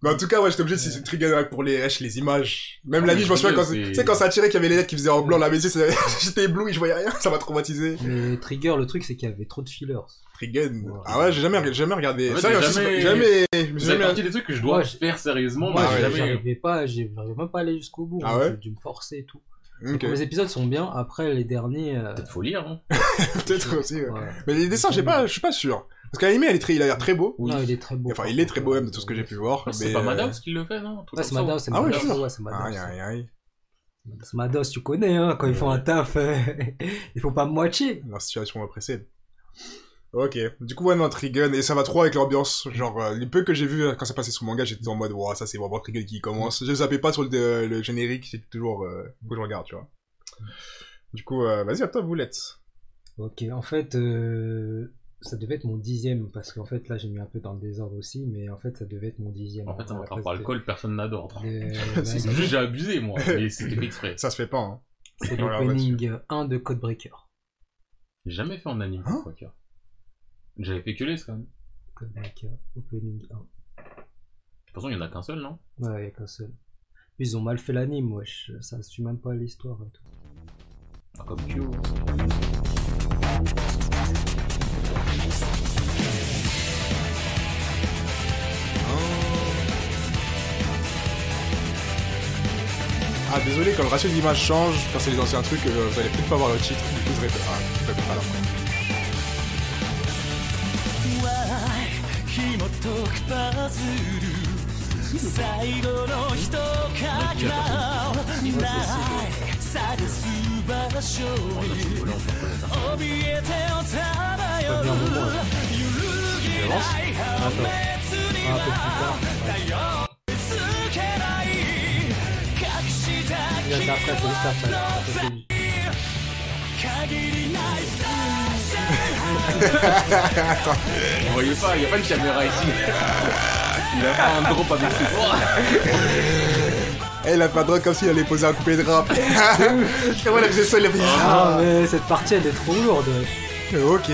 Speaker 2: Mais en tout cas, ouais, j'étais obligé de citer Trigun ouais, pour les wesh, les images. Même
Speaker 1: Ah,
Speaker 2: la
Speaker 1: mais
Speaker 2: vie, je me souviens
Speaker 1: Trigun,
Speaker 2: quand,
Speaker 1: c'est-
Speaker 2: tu sais, quand ça tirait qu'il y avait les lettres qui faisaient en blanc, la mais j'étais ébloui, je voyais rien, ça m'a traumatisé.
Speaker 3: des- Mais Trigger, le truc, c'est qu'il y avait trop de fillers.
Speaker 2: Trigun.
Speaker 3: Ouais.
Speaker 2: Ah ouais, j'ai jamais, j'ai jamais regardé.
Speaker 1: En fait,
Speaker 2: Sérieux,
Speaker 1: j'ai
Speaker 2: je sais
Speaker 1: jamais-
Speaker 2: pas- jamais, je me suis
Speaker 1: C'est
Speaker 2: jamais.
Speaker 1: partie des trucs que je dois
Speaker 3: Moi, je-
Speaker 1: faire sérieusement.
Speaker 3: Moi,
Speaker 1: mais
Speaker 2: Ah ouais,
Speaker 1: j'ai bah, jamais.
Speaker 3: j'arrivais pas, j'ai- j'arrivais même pas à aller jusqu'au bout.
Speaker 2: Ah
Speaker 3: hein,
Speaker 2: ouais
Speaker 3: J'ai dû me forcer et tout.
Speaker 2: Ok,
Speaker 3: Les épisodes sont bien, après les derniers. euh,
Speaker 1: Peut-être faut lire. Hein.
Speaker 2: peut-être aussi. ouais.
Speaker 3: ouais.
Speaker 2: Mais les dessins, j'ai pas, je suis pas sûr. Parce qu'à l'anime, elle est très- il a l'air très beau.
Speaker 3: Non, il est très beau.
Speaker 2: Enfin, il est très beau même de tout ce que j'ai pu voir.
Speaker 1: C'est
Speaker 2: mais,
Speaker 1: pas
Speaker 2: euh,
Speaker 1: Madhouse qui le fait, non Un truc
Speaker 3: Ouais, c'est
Speaker 1: comme ça,
Speaker 3: Madhouse, c'est
Speaker 2: Ah ouais,
Speaker 3: Madhouse.
Speaker 2: je
Speaker 3: ouais, c'est Madhouse.
Speaker 2: Aïe, aïe, aïe.
Speaker 3: C'est Madhouse, tu connais, hein, quand ils font un taf, euh, ils font pas moitié.
Speaker 2: la situation précédente. Ok, du coup, ouais, non, Trigun, et ça va trop avec l'ambiance. Genre, euh, les peu que j'ai vu euh, quand ça passait sous manga, j'étais en mode, ouah, ça c'est vraiment Trigun qui commence. Je zappais pas sur le, euh, le générique, j'étais toujours, euh, faut que je regarde, tu vois. Du coup, euh, vas-y, à toi, boulette.
Speaker 3: Ok, en fait, euh, ça devait être mon dixième, parce qu'en fait, là, j'ai mis un peu dans le désordre aussi, mais en fait, ça devait être mon dixième.
Speaker 1: En fait, ça
Speaker 3: Après,
Speaker 1: m'attrape par le col, personne n'a d'ordre.
Speaker 3: c'était- Euh,
Speaker 2: Si,
Speaker 3: bah,
Speaker 1: Juste, j'ai abusé, moi. Mais c'était fait exprès.
Speaker 2: Ça se fait pas, hein.
Speaker 3: C'est
Speaker 2: Voilà, ouais,
Speaker 3: l'opening 1 de Codebreaker.
Speaker 1: J'ai jamais fait en anime,
Speaker 2: Hein
Speaker 1: Quaker. J'avais fait que les, quand même. De
Speaker 3: Codebreaker, opening 1.
Speaker 1: toute façon, il y en a qu'un seul, non
Speaker 3: Ouais, y a qu'un seul. Ils ont mal fait l'anime, wesh. Ça suit même pas l'histoire et tout.
Speaker 1: Pas comme Kyo.
Speaker 2: Ah, désolé, quand le ratio d'image change, quand c'est les anciens trucs, euh, vous allez peut-être pas voir le titre, du coup, je répète. Ah, je répète pas là.
Speaker 4: ひもとくパズル最後の一かけらない探す場所に怯えて漂う揺るぎない破滅には頼りつけない隠した
Speaker 3: Il y a
Speaker 4: 記
Speaker 3: d'après,
Speaker 4: 憶
Speaker 3: Ah, c'est juste après. Ça, c'est-
Speaker 4: 限りない
Speaker 1: Vous voyez pas, il y a pas une caméra ici. Il a pas un drop avec ses doigts.
Speaker 2: Eh, il a fait un drôle comme s'il allait poser un coupé de rap. Je vois, il faisait ça, il a fait.
Speaker 3: Ah, mais cette partie, elle est trop lourde, wesh.
Speaker 2: Ok.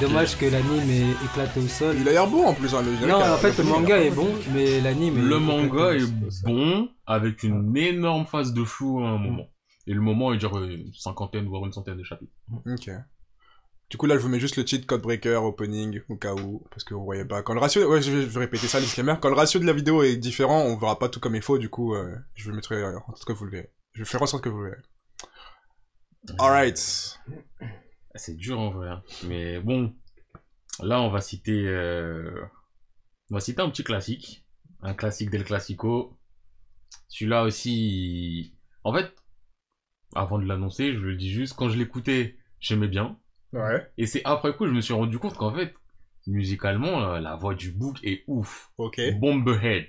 Speaker 3: Dommage que l'anime est éclaté au sol.
Speaker 2: Il a l'air beau en plus, hein, le générique
Speaker 3: Non,
Speaker 2: a-
Speaker 3: en fait, le manga est bon, mais l'anime est.
Speaker 1: Le manga est
Speaker 3: complètement-
Speaker 1: bon, avec une énorme phase de fou à un moment. Et le moment, il dure une cinquantaine, voire une centaine de chapitres.
Speaker 2: Ok. Du coup, là, je vous mets juste le cheat codebreaker opening au cas où, parce que vous voyez pas. Quand le ratio, ouais, je vais, je vais répéter ça, le disclaimer. Quand le ratio de la vidéo est différent, on verra pas tout comme il faut. Du coup, euh, je vais mettre en sorte que vous le verrez. Je vais faire en sorte que vous le verrez. Alright.
Speaker 1: C'est dur en vrai. hein. Mais bon, là, on va citer. euh, On va citer un petit classique. Un classique del Classico. Celui-là aussi. il- En fait, avant de l'annoncer, je le dis juste, quand je l'écoutais, j'aimais bien.
Speaker 2: Ouais.
Speaker 1: Et c'est après coup, je me suis rendu compte qu'en fait, musicalement, euh, la voix du bouc est ouf.
Speaker 2: Ok.
Speaker 1: Bomberhead.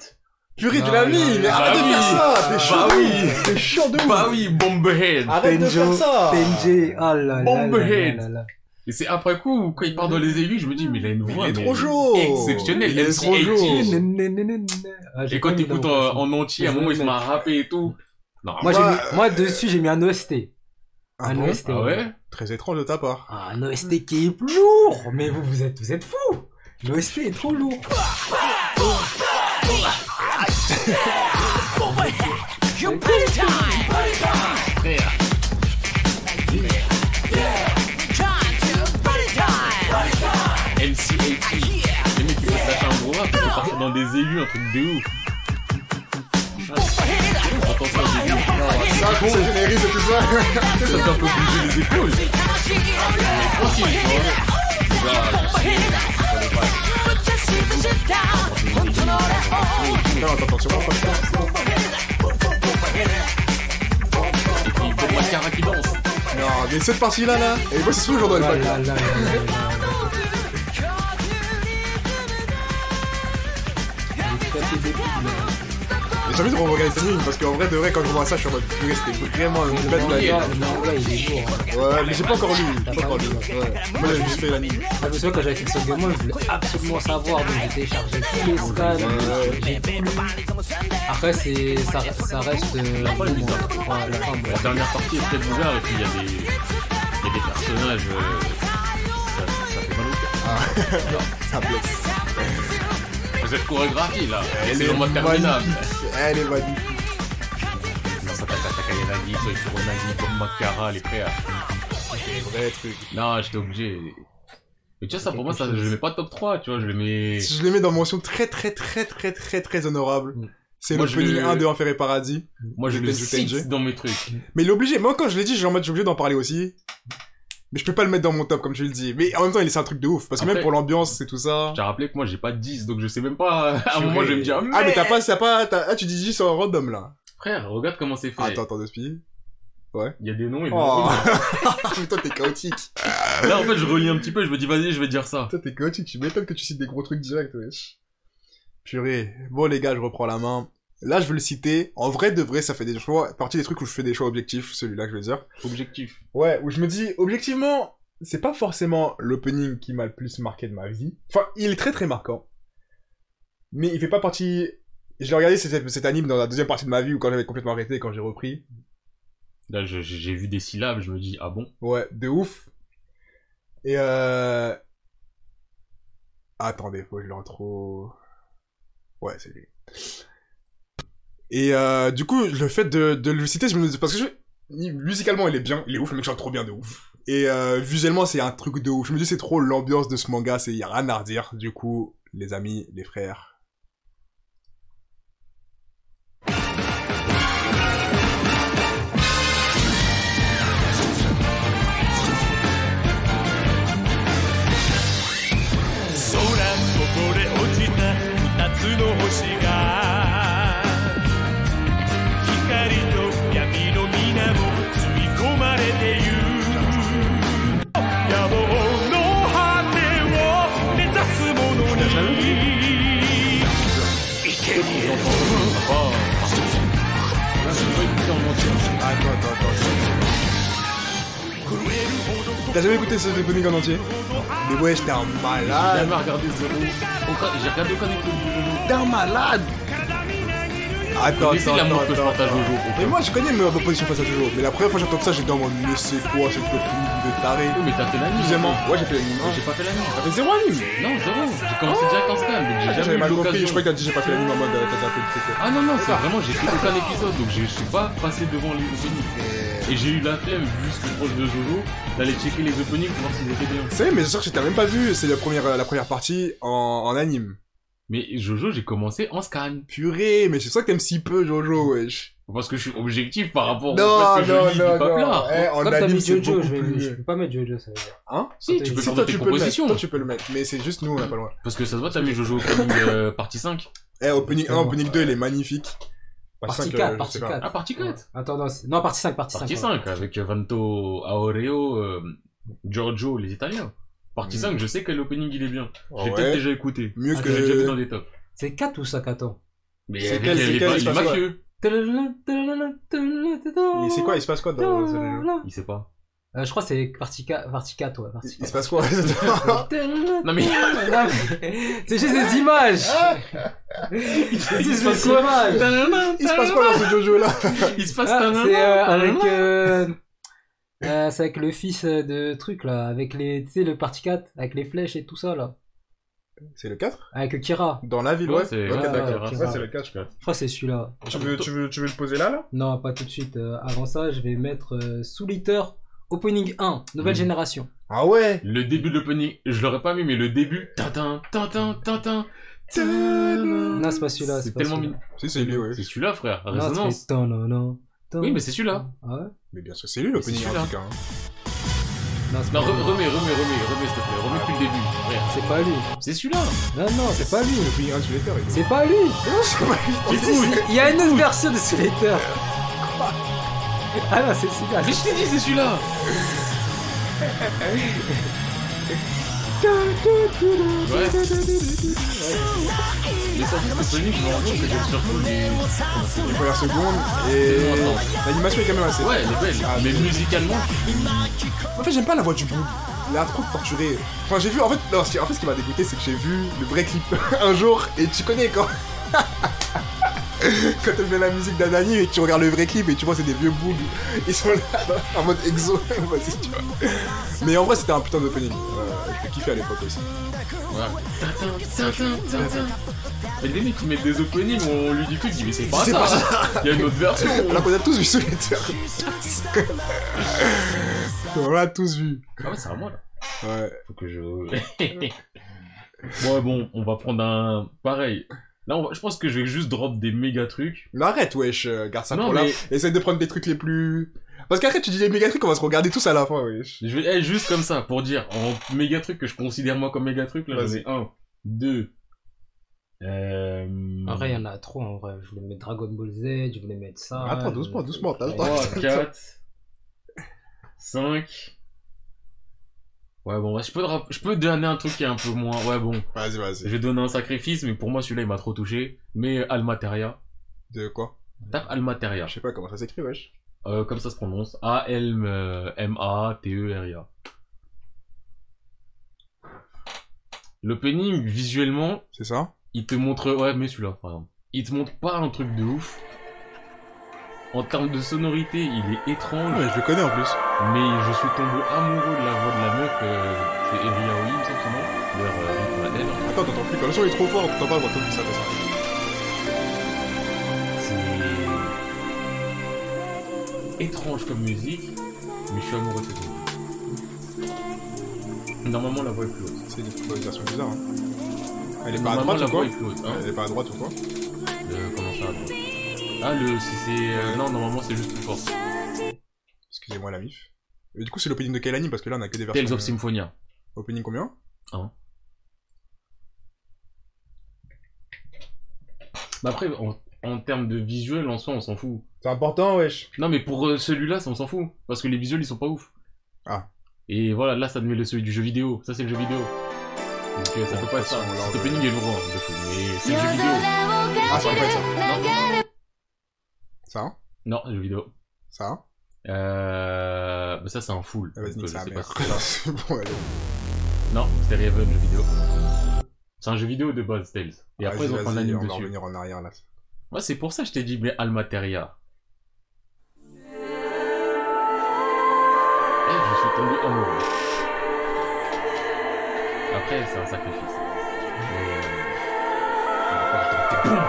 Speaker 2: Purée,
Speaker 3: Non,
Speaker 2: tu l'as
Speaker 3: non,
Speaker 2: mis,
Speaker 3: non,
Speaker 2: mais
Speaker 1: non,
Speaker 2: arrête de
Speaker 1: non,
Speaker 2: faire ça, t'es
Speaker 1: Bah
Speaker 2: chaud.
Speaker 1: oui
Speaker 2: T'es chiant de
Speaker 1: Bah
Speaker 2: ouf.
Speaker 1: oui, Bomberhead
Speaker 2: Arrête de faire
Speaker 3: Tenjo,
Speaker 2: ça.
Speaker 3: Tenji, ah là là là là
Speaker 1: Bomberhead.
Speaker 3: là là.
Speaker 1: Et c'est après coup, où, quand il part dans les aiguilles, je me dis, mais il a une
Speaker 2: Mais
Speaker 1: voix
Speaker 2: il est
Speaker 1: mais
Speaker 2: trop chaud.
Speaker 1: exceptionnelle.
Speaker 2: Il est
Speaker 1: MC
Speaker 2: trop
Speaker 1: 80.
Speaker 2: chaud.
Speaker 3: Né, né, né, né, né. Ah, j'ai
Speaker 1: Et
Speaker 3: pas
Speaker 1: quand
Speaker 3: mis
Speaker 1: t'écoutes
Speaker 3: d'avocat,
Speaker 1: euh,
Speaker 3: ça.
Speaker 1: en entier, à un
Speaker 3: Je
Speaker 1: moment, il
Speaker 3: vais
Speaker 1: se
Speaker 3: le
Speaker 1: m'a rappé et tout. Non,
Speaker 3: Moi, j'ai
Speaker 2: Moi,
Speaker 3: mis- moi, dessus, j'ai mis un E OST.
Speaker 2: Ah
Speaker 3: un
Speaker 2: bon
Speaker 3: OST.
Speaker 1: ah ouais
Speaker 2: Très étrange de ta part.
Speaker 3: Ah, un OST qui est lourd Mais vous, vous êtes, vous êtes fous L'OST est trop lourd
Speaker 1: MC80. Les mecs, ils passent la faire un gros rap, ils vont partir dans des aigus, un truc de ouf. Attention, j'ai dit,
Speaker 2: Ça, gros, Ah, c'est générique et tout ça.
Speaker 1: ça fait un peu bouger les épaules. Tranquille, tu vois. Là, je suis- je connais pas.
Speaker 5: 本当の俺を
Speaker 2: Attends, attends, attends, tu vois, franchement.
Speaker 1: Et puis, Bob Mascara qui danse.
Speaker 2: Non, mais cette partie-là, là. Et moi, c'est ce que j'en dois
Speaker 3: Ah
Speaker 2: pas.
Speaker 3: là là là là là.
Speaker 2: J'ai envie de re-regarder cette ligne parce qu'en vrai, de vrai, quand je vois ça, je suis en mode purée, c'était vraiment une bête
Speaker 3: Le
Speaker 2: blague.
Speaker 3: manga- le manga, il est lourd.
Speaker 2: Ouais, mais j'ai pas encore lu. J'ai pas encore lu. Ouais. Moi, j'ai juste fait l'anime.
Speaker 3: Je me souviens quand j'avais fait ce Game Boy, je voulais absolument savoir, donc j'ai téléchargé tous les scans, j'ai tout lu. Après, c'est, ça, ça reste euh, un peu moins. Enfin, la fin, moi.
Speaker 1: La dernière partie est très bizarre et puis il y a des, il y a des personnages. euh, ça, ça fait mal au cœur.
Speaker 2: Ça blesse.
Speaker 1: Vous êtes chorégraphie là.
Speaker 2: Elle
Speaker 1: C'est
Speaker 2: est
Speaker 1: le mode terminable.
Speaker 2: magnifique. Elle est magnifique.
Speaker 1: Non, ça t'a attaqué à Yanagi, toi, et Kuronagi, comme Makara, les frères.
Speaker 2: C'est vrai truc.
Speaker 1: Non, j'étais obligé. Mais tu vois, ça pour moi, ça, je le mets pas top 3, tu vois, je le mets.
Speaker 2: Je les mets dans mention très très très très très très honorable.
Speaker 3: Mm.
Speaker 2: C'est
Speaker 1: Moi, je
Speaker 2: l'opening
Speaker 1: le-
Speaker 2: 1 de Enfer et Paradis.
Speaker 1: Moi, je
Speaker 2: je
Speaker 1: le
Speaker 2: l'ai ajouté,
Speaker 1: cite
Speaker 2: NG.
Speaker 1: dans mes trucs.
Speaker 2: Mais il est obligé, moi quand je l'ai dit, j'ai en mode j'ai obligé d'en parler aussi. Mais je peux pas le mettre dans mon top comme je le dis. Mais en même temps, il est c'est un truc de ouf. Parce que
Speaker 1: Après-
Speaker 2: même pour l'ambiance, c'est tout ça.
Speaker 1: J'ai rappelé que moi, j'ai pas 10, donc je sais même pas. À un
Speaker 3: Purée.
Speaker 1: moment, je vais me dire,
Speaker 2: Ah, mais
Speaker 1: merde,
Speaker 2: t'as pas, t'as pas, t'as- ah, tu dis juste en random là.
Speaker 1: Frère, regarde comment c'est fait.
Speaker 2: Attends, attends, deux spies.
Speaker 1: Il y a des noms et des
Speaker 2: Ah, Oh.
Speaker 1: noms.
Speaker 2: Mais toi, t'es chaotique.
Speaker 1: Là, en fait, je relis un petit peu et je me dis, vas-y, je vais dire ça.
Speaker 2: Toi, t'es chaotique. Tu m'étonnes que tu cites des gros trucs direct, wesh. Purée. Bon, les gars, je reprends la main. Là, je veux le citer. En vrai, de vrai, ça fait des choix. Partie des trucs où je fais des choix objectifs, celui-là que je veux dire.
Speaker 1: Objectif.
Speaker 2: Ouais, où je me dis, objectivement, c'est pas forcément l'opening qui m'a le plus marqué de ma vie. Enfin, il est très très marquant. Mais il fait pas partie. Je l'ai regardé cet, cet anime dans la deuxième partie de ma vie ou quand j'avais complètement arrêté, quand j'ai repris.
Speaker 1: Là, je- j'ai vu des syllabes, je me dis, ah bon
Speaker 2: Ouais, de ouf. Et euh. Attendez, faut que je le retrouve. Ouais, c'est lui. Et euh, du coup, le fait de, de le citer, je me dis. Parce que je- musicalement, il est bien, il est ouf, le mec chante trop bien de ouf. Et euh, visuellement, c'est un truc de ouf. Je me dis, c'est trop l'ambiance de ce manga, c'est y a rien à redire. Du coup, les amis, les frères.
Speaker 4: 空ここで落ちた二つの星が光と闇の皆も吸い込まれてゆく野望の果てを目指す者に生贄を
Speaker 2: Attends, attends, attends.
Speaker 4: 震えるほど
Speaker 2: T'as jamais écouté ce opening en entier Mais ouais, j'étais un
Speaker 1: J'ai
Speaker 2: malade.
Speaker 1: jamais regardé Zoro. Aucun- J'ai regardé aucun des trucs du Jojo.
Speaker 2: T'es un malade Attends,
Speaker 1: Mais c'est
Speaker 2: attends,
Speaker 1: l'amour
Speaker 2: attends,
Speaker 1: que je
Speaker 2: attends,
Speaker 1: porte à
Speaker 2: attends.
Speaker 1: Jojo, pour
Speaker 2: Mais
Speaker 1: toi.
Speaker 2: moi je connais ma position face à Jojo, mais la première fois que j'entends ça, j'étais en mode mais c'est quoi cette copine de taré
Speaker 1: Oui, mais t'as fait l'anime.
Speaker 2: Deuxièmement, ouais j'ai fait l'anime. hein.
Speaker 1: J'ai pas fait l'anime.
Speaker 2: T'as fait zéro anime
Speaker 1: Non, zéro. J'ai commencé direct en scan, donc j'ai
Speaker 2: Ah, J'avais
Speaker 1: jamais eu
Speaker 2: mal compris, je
Speaker 1: l'occasion.
Speaker 2: crois que t'as dit j'ai pas fait l'anime en mode euh, t'as fait le truc.
Speaker 1: Ah non, non, c'est vraiment, j'ai fait aucun épisode, donc je suis pas passé devant les openings. Et j'ai eu la flemme, vu ce que je pense de Jojo, d'aller checker les openings pour voir s'ils étaient bien.
Speaker 2: Tu sais, mais c'est sûr que je t'ai même pas vu, c'est la première, euh, la première partie en, en anime.
Speaker 1: Mais Jojo, j'ai commencé en scan.
Speaker 2: Purée, mais c'est ça que t'aimes si peu Jojo, wesh.
Speaker 1: Parce que je suis objectif par rapport au
Speaker 2: Non,
Speaker 1: fait que
Speaker 2: non,
Speaker 1: je lis
Speaker 2: non,
Speaker 1: du peuple
Speaker 2: non.
Speaker 1: là.
Speaker 2: Eh,
Speaker 3: Comme
Speaker 2: en
Speaker 3: t'as
Speaker 2: anime,
Speaker 3: mis
Speaker 2: c'est
Speaker 3: Jojo,
Speaker 2: beaucoup
Speaker 3: je, vais, je
Speaker 2: plus.
Speaker 3: peux pas mettre Jojo, ça veut dire.
Speaker 2: Hein
Speaker 1: Si, tu peux
Speaker 2: Si,
Speaker 1: faire
Speaker 2: toi
Speaker 1: tes
Speaker 2: tu peux le mettre,
Speaker 1: propositions.
Speaker 2: toi tu peux le mettre, mais c'est juste nous, on n'a pas le droit.
Speaker 1: Parce que ça se voit, t'as mis Jojo au opening euh, partie 5.
Speaker 2: Eh, opening 1,
Speaker 3: Justement,
Speaker 2: opening 2, il est magnifique.
Speaker 3: Partie
Speaker 2: cinq,
Speaker 3: 4,
Speaker 2: euh, je
Speaker 3: partie
Speaker 2: sais pas.
Speaker 3: 4.
Speaker 1: Ah, partie 4
Speaker 3: Attends, non, c'est- non, partie 5, partie 5.
Speaker 1: Partie 5, avec Vanto, Aureo, euh, Giorgio, les Italiens. Partie
Speaker 2: Mm.
Speaker 1: 5, je sais que l'opening il est bien. J'ai
Speaker 2: Ah Ouais.
Speaker 1: peut-être déjà écouté.
Speaker 2: Mieux
Speaker 1: Parce
Speaker 2: que-
Speaker 1: j'ai Ah, déjà vu dans des tops.
Speaker 3: C'est 4 ou 5, attends
Speaker 1: Mais
Speaker 2: C'est
Speaker 1: avec
Speaker 2: quel- c'est
Speaker 1: les,
Speaker 2: quel
Speaker 1: les- les
Speaker 2: espace,
Speaker 1: mafieux.
Speaker 2: Et c'est quoi Il se passe quoi dans ce-
Speaker 1: Il sait pas.
Speaker 3: Euh, Je crois que c'est partie 4, partie 4, ouais. Partie
Speaker 2: Il se passe quoi dedans
Speaker 1: Non mais
Speaker 3: Non, mais- c'est juste des images C'est juste des images
Speaker 2: Il se passe quoi dans ce Jojo là
Speaker 1: Il se passe
Speaker 3: Ah,
Speaker 1: un
Speaker 3: C'est euh, avec... euh, euh, c'est avec le fils de truc là, avec les, tu sais, le partie 4, avec les flèches et tout ça là,
Speaker 2: C'est le 4
Speaker 3: avec Kira.
Speaker 2: Dans la ville,
Speaker 1: Ouais,
Speaker 2: ouais.
Speaker 1: c'est-
Speaker 2: Ok,
Speaker 3: ouais,
Speaker 2: d'accord.
Speaker 3: ok,
Speaker 2: Ouais,
Speaker 3: ça.
Speaker 2: c'est le 4, je crois.
Speaker 3: Je crois que c'est celui-là.
Speaker 2: Tu veux, tu, veux, tu veux le poser là, là
Speaker 3: Non, pas tout de suite. Euh, avant ça, je vais mettre euh, Soul Eater Opening 1, nouvelle
Speaker 1: Mm.
Speaker 3: génération.
Speaker 2: Ah ouais
Speaker 1: Le début de l'opening, je l'aurais pas mis, mais le début. Tintin, tintin, tintin.
Speaker 3: Non, c'est pas celui-là.
Speaker 1: C'est
Speaker 3: pas
Speaker 1: tellement
Speaker 3: celui-là.
Speaker 1: mignon.
Speaker 2: Si, c'est lui, ouais.
Speaker 1: C'est celui-là, frère.
Speaker 3: Non,
Speaker 1: Résonance.
Speaker 3: c'est ton, non, non. ton.
Speaker 1: Oui, mais c'est celui-là.
Speaker 3: Ah ouais
Speaker 2: Mais bien sûr, c'est lui l'opening
Speaker 1: C'est
Speaker 2: en tout cas. hein.
Speaker 3: Non, c'est
Speaker 1: Non,
Speaker 3: pas
Speaker 1: re-
Speaker 3: lui.
Speaker 1: remets, remets, remets, remets, s'il te plaît. Remets depuis le début, frère.
Speaker 3: C'est pas lui.
Speaker 1: C'est celui-là.
Speaker 3: Non, non, c'est pas lui.
Speaker 2: L'opening 1 de Twitter, il est.
Speaker 3: C'est pas lui.
Speaker 2: Non, c'est pas lui.
Speaker 1: Mais
Speaker 3: Si, si, Il y a une autre version de Soul Eater. Ah non, c'est celui-là.
Speaker 1: Mais je t'ai dit, c'est celui-là. Ouais. Mais ça, c'est Sonic, je me rends compte que j'ai surtout des.
Speaker 2: Les premières secondes, et. L'animation est quand même assez.
Speaker 1: Ouais, elle est belle.
Speaker 2: Ah,
Speaker 1: mais musicalement,
Speaker 2: En fait, j'aime pas la voix du bout. Il a trop torturé. Enfin, j'ai vu, en fait, non, ce qui- en fait, ce qui m'a dégoûté, c'est que j'ai vu le vrai clip un jour, et tu connais quand. quand tu mets la musique d'un anime et que tu regardes le vrai clip et tu vois, c'est des vieux boobs. Ils sont là, en mode exo. Vas-y, tu vois. Mais en vrai, c'était un putain d'opening. Euh, je l'ai kiffé à l'époque aussi.
Speaker 1: Voilà. Tintin, tintin, tintin. Mais les mecs qui mettent des openings, on lui dit plus, il dit mais c'est pas
Speaker 2: C'est
Speaker 1: ça.
Speaker 2: pas
Speaker 1: Il y a une autre version. Ah
Speaker 2: Alors qu'on a tous vu Solitaire. On l'a tous vu.
Speaker 1: Ah ouais, c'est à moi là.
Speaker 2: Ouais.
Speaker 1: Faut que je. ouais, bon, on va prendre un. Pareil. Là, on va- je pense que je vais juste drop des méga trucs.
Speaker 2: Mais arrête, wesh, euh, garde ça
Speaker 1: non,
Speaker 2: pour là.
Speaker 1: mais
Speaker 2: Essaye de prendre des trucs les plus. Parce qu'après, tu dis des méga trucs, on va se regarder tous à la fin, wesh.
Speaker 1: je vais. eh, juste comme ça, pour dire, en méga trucs que je considère moi comme méga trucs, là, j'en ai un, deux. Euh.
Speaker 3: En vrai, il y en a trop en vrai. Je voulais mettre Dragon Ball Z, je voulais mettre ça.
Speaker 2: Attends, doucement,
Speaker 3: je-
Speaker 2: doucement, t'as le temps.
Speaker 1: 3, 4, 5. Ouais, bon, ouais, je peux, dra- je peux donner un truc qui est un peu moins. Ouais, bon,
Speaker 2: Vas-y,
Speaker 1: je
Speaker 2: vas-y.
Speaker 1: vais donner un sacrifice, mais pour moi, celui-là, il m'a trop touché. Mais euh, Almateria.
Speaker 2: De quoi
Speaker 1: Tape Almateria.
Speaker 2: Je sais pas comment ça s'écrit, wesh.
Speaker 1: Euh, comme ça se prononce. A-L-M-A-T-E-R-I-A. L'opening, visuellement,
Speaker 2: C'est ça
Speaker 1: il te montre. Ouais, mais celui-là, par exemple. Il te montre pas un truc de ouf. En termes de sonorité, il est étrange.
Speaker 2: Ouais, Ah, je le connais en plus.
Speaker 1: Mais je suis tombé amoureux de la voix de la meuf, euh, c'est Evie Aoi, il me semble son nom, d'ailleurs, euh, Rick Madden.
Speaker 2: Attends, t'entends plus, quand le son est trop fort, on t'entend pas, on voit tout ça, fait ça.
Speaker 1: C'est hein. étrange comme musique, mais je suis amoureux de cette musique. Normalement, la voix est plus haute.
Speaker 2: C'est une version bizarre, hein. Elle est pas à
Speaker 1: Normalement, la
Speaker 2: droite ou quoi
Speaker 1: voix est plus haute. Hein
Speaker 2: Elle est pas à droite ou quoi
Speaker 1: Euh, comment ça, à droite Ah, le, si c'est... euh, non, normalement, c'est juste plus fort.
Speaker 2: Excusez-moi la mif. Et du coup, c'est l'opening de quel anime Parce que là, on a que des versions.
Speaker 1: Tales of
Speaker 2: euh,
Speaker 1: Symphonia.
Speaker 2: Opening combien
Speaker 1: Bah après, en, en termes de visuel, en soi, on s'en fout.
Speaker 2: C'est important, wesh.
Speaker 1: Non, mais pour euh, celui-là, ça, on s'en fout. Parce que les visuels, ils sont pas ouf.
Speaker 2: Ah.
Speaker 1: Et voilà, là, ça te met le celui du jeu vidéo. Ça, c'est le jeu vidéo. Donc, euh, ça
Speaker 2: Bon,
Speaker 1: peut pas être ça.
Speaker 2: de toute façon, là,
Speaker 1: Cet
Speaker 2: on-
Speaker 1: opening est lourd, hein, de fou. Mais c'est le jeu vidéo.
Speaker 2: Ah, ça peut être ça. Ça, hein
Speaker 1: Non, c'est le jeu vidéo.
Speaker 2: Ça, hein
Speaker 1: Euh. Bah, ça, c'est un full.
Speaker 2: Ah, Vas-y,
Speaker 1: Donc,
Speaker 2: nique
Speaker 1: je
Speaker 2: sa
Speaker 1: sais
Speaker 2: mère.
Speaker 1: pas si c'est ça.
Speaker 2: C'est bon, allez.
Speaker 1: Non, c'était Raven, jeu vidéo. C'est un jeu vidéo de base, Tales. Et après,
Speaker 2: Ah, Vas-y,
Speaker 1: ils ont fait un
Speaker 2: vas-y,
Speaker 1: anime
Speaker 2: On va
Speaker 1: dessus.
Speaker 2: revenir en arrière, là.
Speaker 1: Ouais, c'est pour ça que je t'ai dit, mais Almateria. Eh, je suis tombé amoureux. Après, c'est un sacrifice. Mais... on va pas le tenter. Boum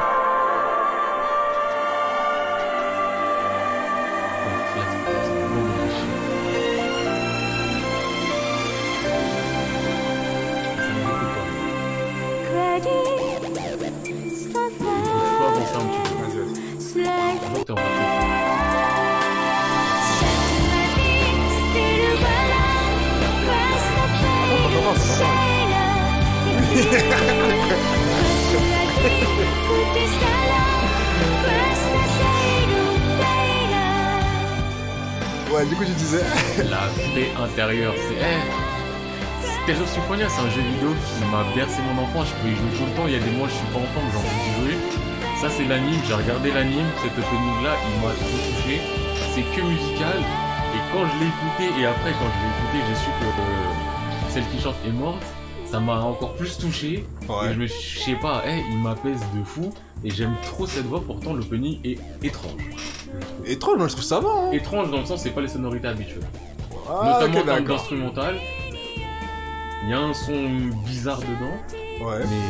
Speaker 1: Donc, là, c'est comme ça. Boum, on chie. Ça me dégoûte, hein. Je peux avancer un petit peu.
Speaker 2: Vas-y, vas-y.
Speaker 1: Je vois que t'es en train de-
Speaker 2: Attends, t'entends pas, t'entends pas.
Speaker 5: Stella, questa sera
Speaker 2: Ouais, du coup, tu disais.
Speaker 1: La paix intérieure, c'est. Hey, Stereo Symphonia, c'est un jeu vidéo qui m'a bercé mon enfance. Je peux y jouer tout le temps. Il y a des mois, je suis pas enfant, mais j'ai envie d'y jouer. Ça, c'est l'anime. J'ai regardé l'anime. Cet opening-là, il m'a trop touché. C'est que musical. Et quand je l'ai écouté, et après, quand je l'ai écouté, j'ai su que euh, celle qui chante est morte. Ça m'a encore plus touché. Et je me suis- je sais pas, hey, il m'apaise de fou. Et j'aime trop cette voix. Pourtant, l'opening est étrange.
Speaker 2: Étrange, moi je trouve ça va. Hein.
Speaker 1: Étrange dans le sens, c'est pas les sonorités habituelles
Speaker 2: Ah,
Speaker 1: notamment
Speaker 2: ok,
Speaker 1: en termes
Speaker 2: d'accord.
Speaker 1: d'instrumental. Il y a un son bizarre dedans,
Speaker 2: Ouais.
Speaker 1: mais.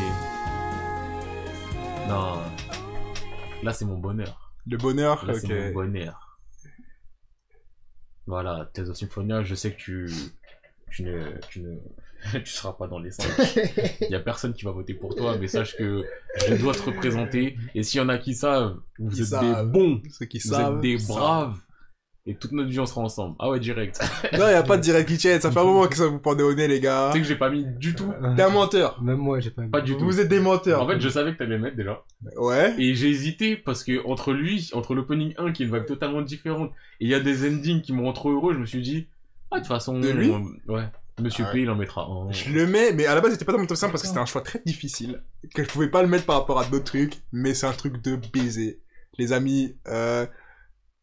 Speaker 1: Non. Là, c'est mon bonheur.
Speaker 2: Le bonheur,
Speaker 1: Là,
Speaker 2: ok.
Speaker 1: c'est mon bonheur. Voilà, Thèse Symphonia, je sais que tu. Tu ne. Tu ne. tu seras pas dans les cinq. Il y a personne qui va voter pour toi, mais sache que je dois te représenter. Et s'il y en a qui savent, vous
Speaker 2: Qui
Speaker 1: êtes
Speaker 2: savent.
Speaker 1: des bons,
Speaker 2: Ceux qui
Speaker 1: vous
Speaker 2: savent.
Speaker 1: êtes des
Speaker 2: savent.
Speaker 1: braves. Et toute notre vie, on sera ensemble. Ah ouais, direct. tu
Speaker 2: Non, y a pas de direct kitchen, ça fait un moment que ça vous pendait au nez, les gars.
Speaker 1: sais que j'ai pas mis du tout.
Speaker 2: T'es un menteur.
Speaker 3: Même moi, j'ai pas aimé.
Speaker 1: Pas du tout.
Speaker 2: Vous êtes des menteurs.
Speaker 1: En fait, je savais que t'allais le mettre déjà.
Speaker 2: Ouais.
Speaker 1: Et j'ai hésité parce que entre lui, entre l'opening 1 qui est une vague totalement différente, et il y a des endings qui me rendent trop heureux, je me suis dit, ah, de toute façon,
Speaker 2: De lui
Speaker 1: on- ouais, Monsieur
Speaker 2: Ah ouais.
Speaker 1: P, il en mettra un.
Speaker 2: Je le mets, mais à la base, c'était pas dans mon top 5 parce que c'était un choix très difficile. Que je pouvais pas le mettre par rapport à d'autres trucs, mais c'est un truc de baiser. Les amis, euh...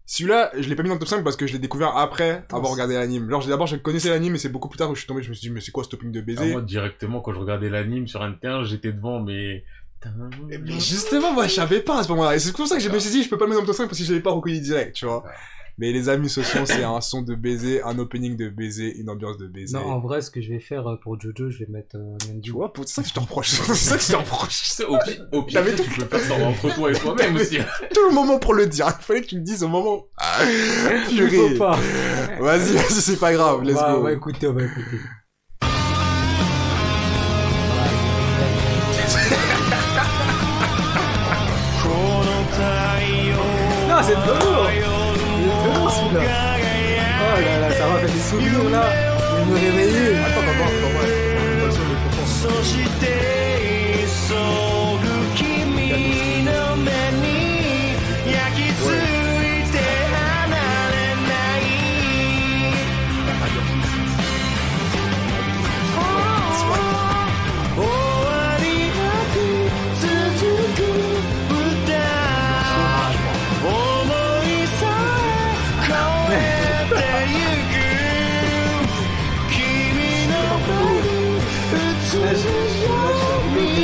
Speaker 2: Celui-là, je l'ai pas mis dans le top 5 parce que je l'ai découvert après avoir regardé l'anime. Genre, j'ai- d'abord, je connaissais l'anime, mais c'est beaucoup plus tard où je suis tombé, je me suis dit, mais c'est quoi ce topping de
Speaker 1: Ah,
Speaker 2: baiser
Speaker 1: moi, directement, quand je regardais l'anime sur N1, j'étais devant, mais.
Speaker 2: Mais justement, moi, je savais pas à ce moment-là. Et c'est pour ça que je me suis dit, je peux pas le mettre dans le top 5 parce que je l'avais pas reconnu direct, tu vois.
Speaker 1: Ouais.
Speaker 2: Mais les amis, ce son, c'est un son de baiser, un opening de baiser, une ambiance de baiser.
Speaker 3: Non, en vrai, ce que je vais faire euh, pour Jojo, je vais mettre euh, Mendy.
Speaker 2: Tu vois, pour c'est ça que je te reproche. C'est ça que je te reproche.
Speaker 1: Tu sais, au pire, au pire,
Speaker 2: T'avais
Speaker 1: tu peux faire ça entre toi et toi-même aussi.
Speaker 2: Tout le moment pour le dire. Il fallait que tu me dises au moment. Ah,
Speaker 3: Il faut
Speaker 2: purée.
Speaker 3: pas.
Speaker 2: Vas-y, vas-y, c'est pas grave. Let's
Speaker 3: on va,
Speaker 2: go.
Speaker 3: on va écouter, on va écouter. Non, c'est trop lourd Il est trop lourd celui-là Oh là là, ça m'a fait des souvenirs là Je vais me réveiller Attends, attends, attends,
Speaker 4: そして急ぐ君の目に焼き付いて離れない終わりなく続く歌思いさえ超えてゆく君の声に映るように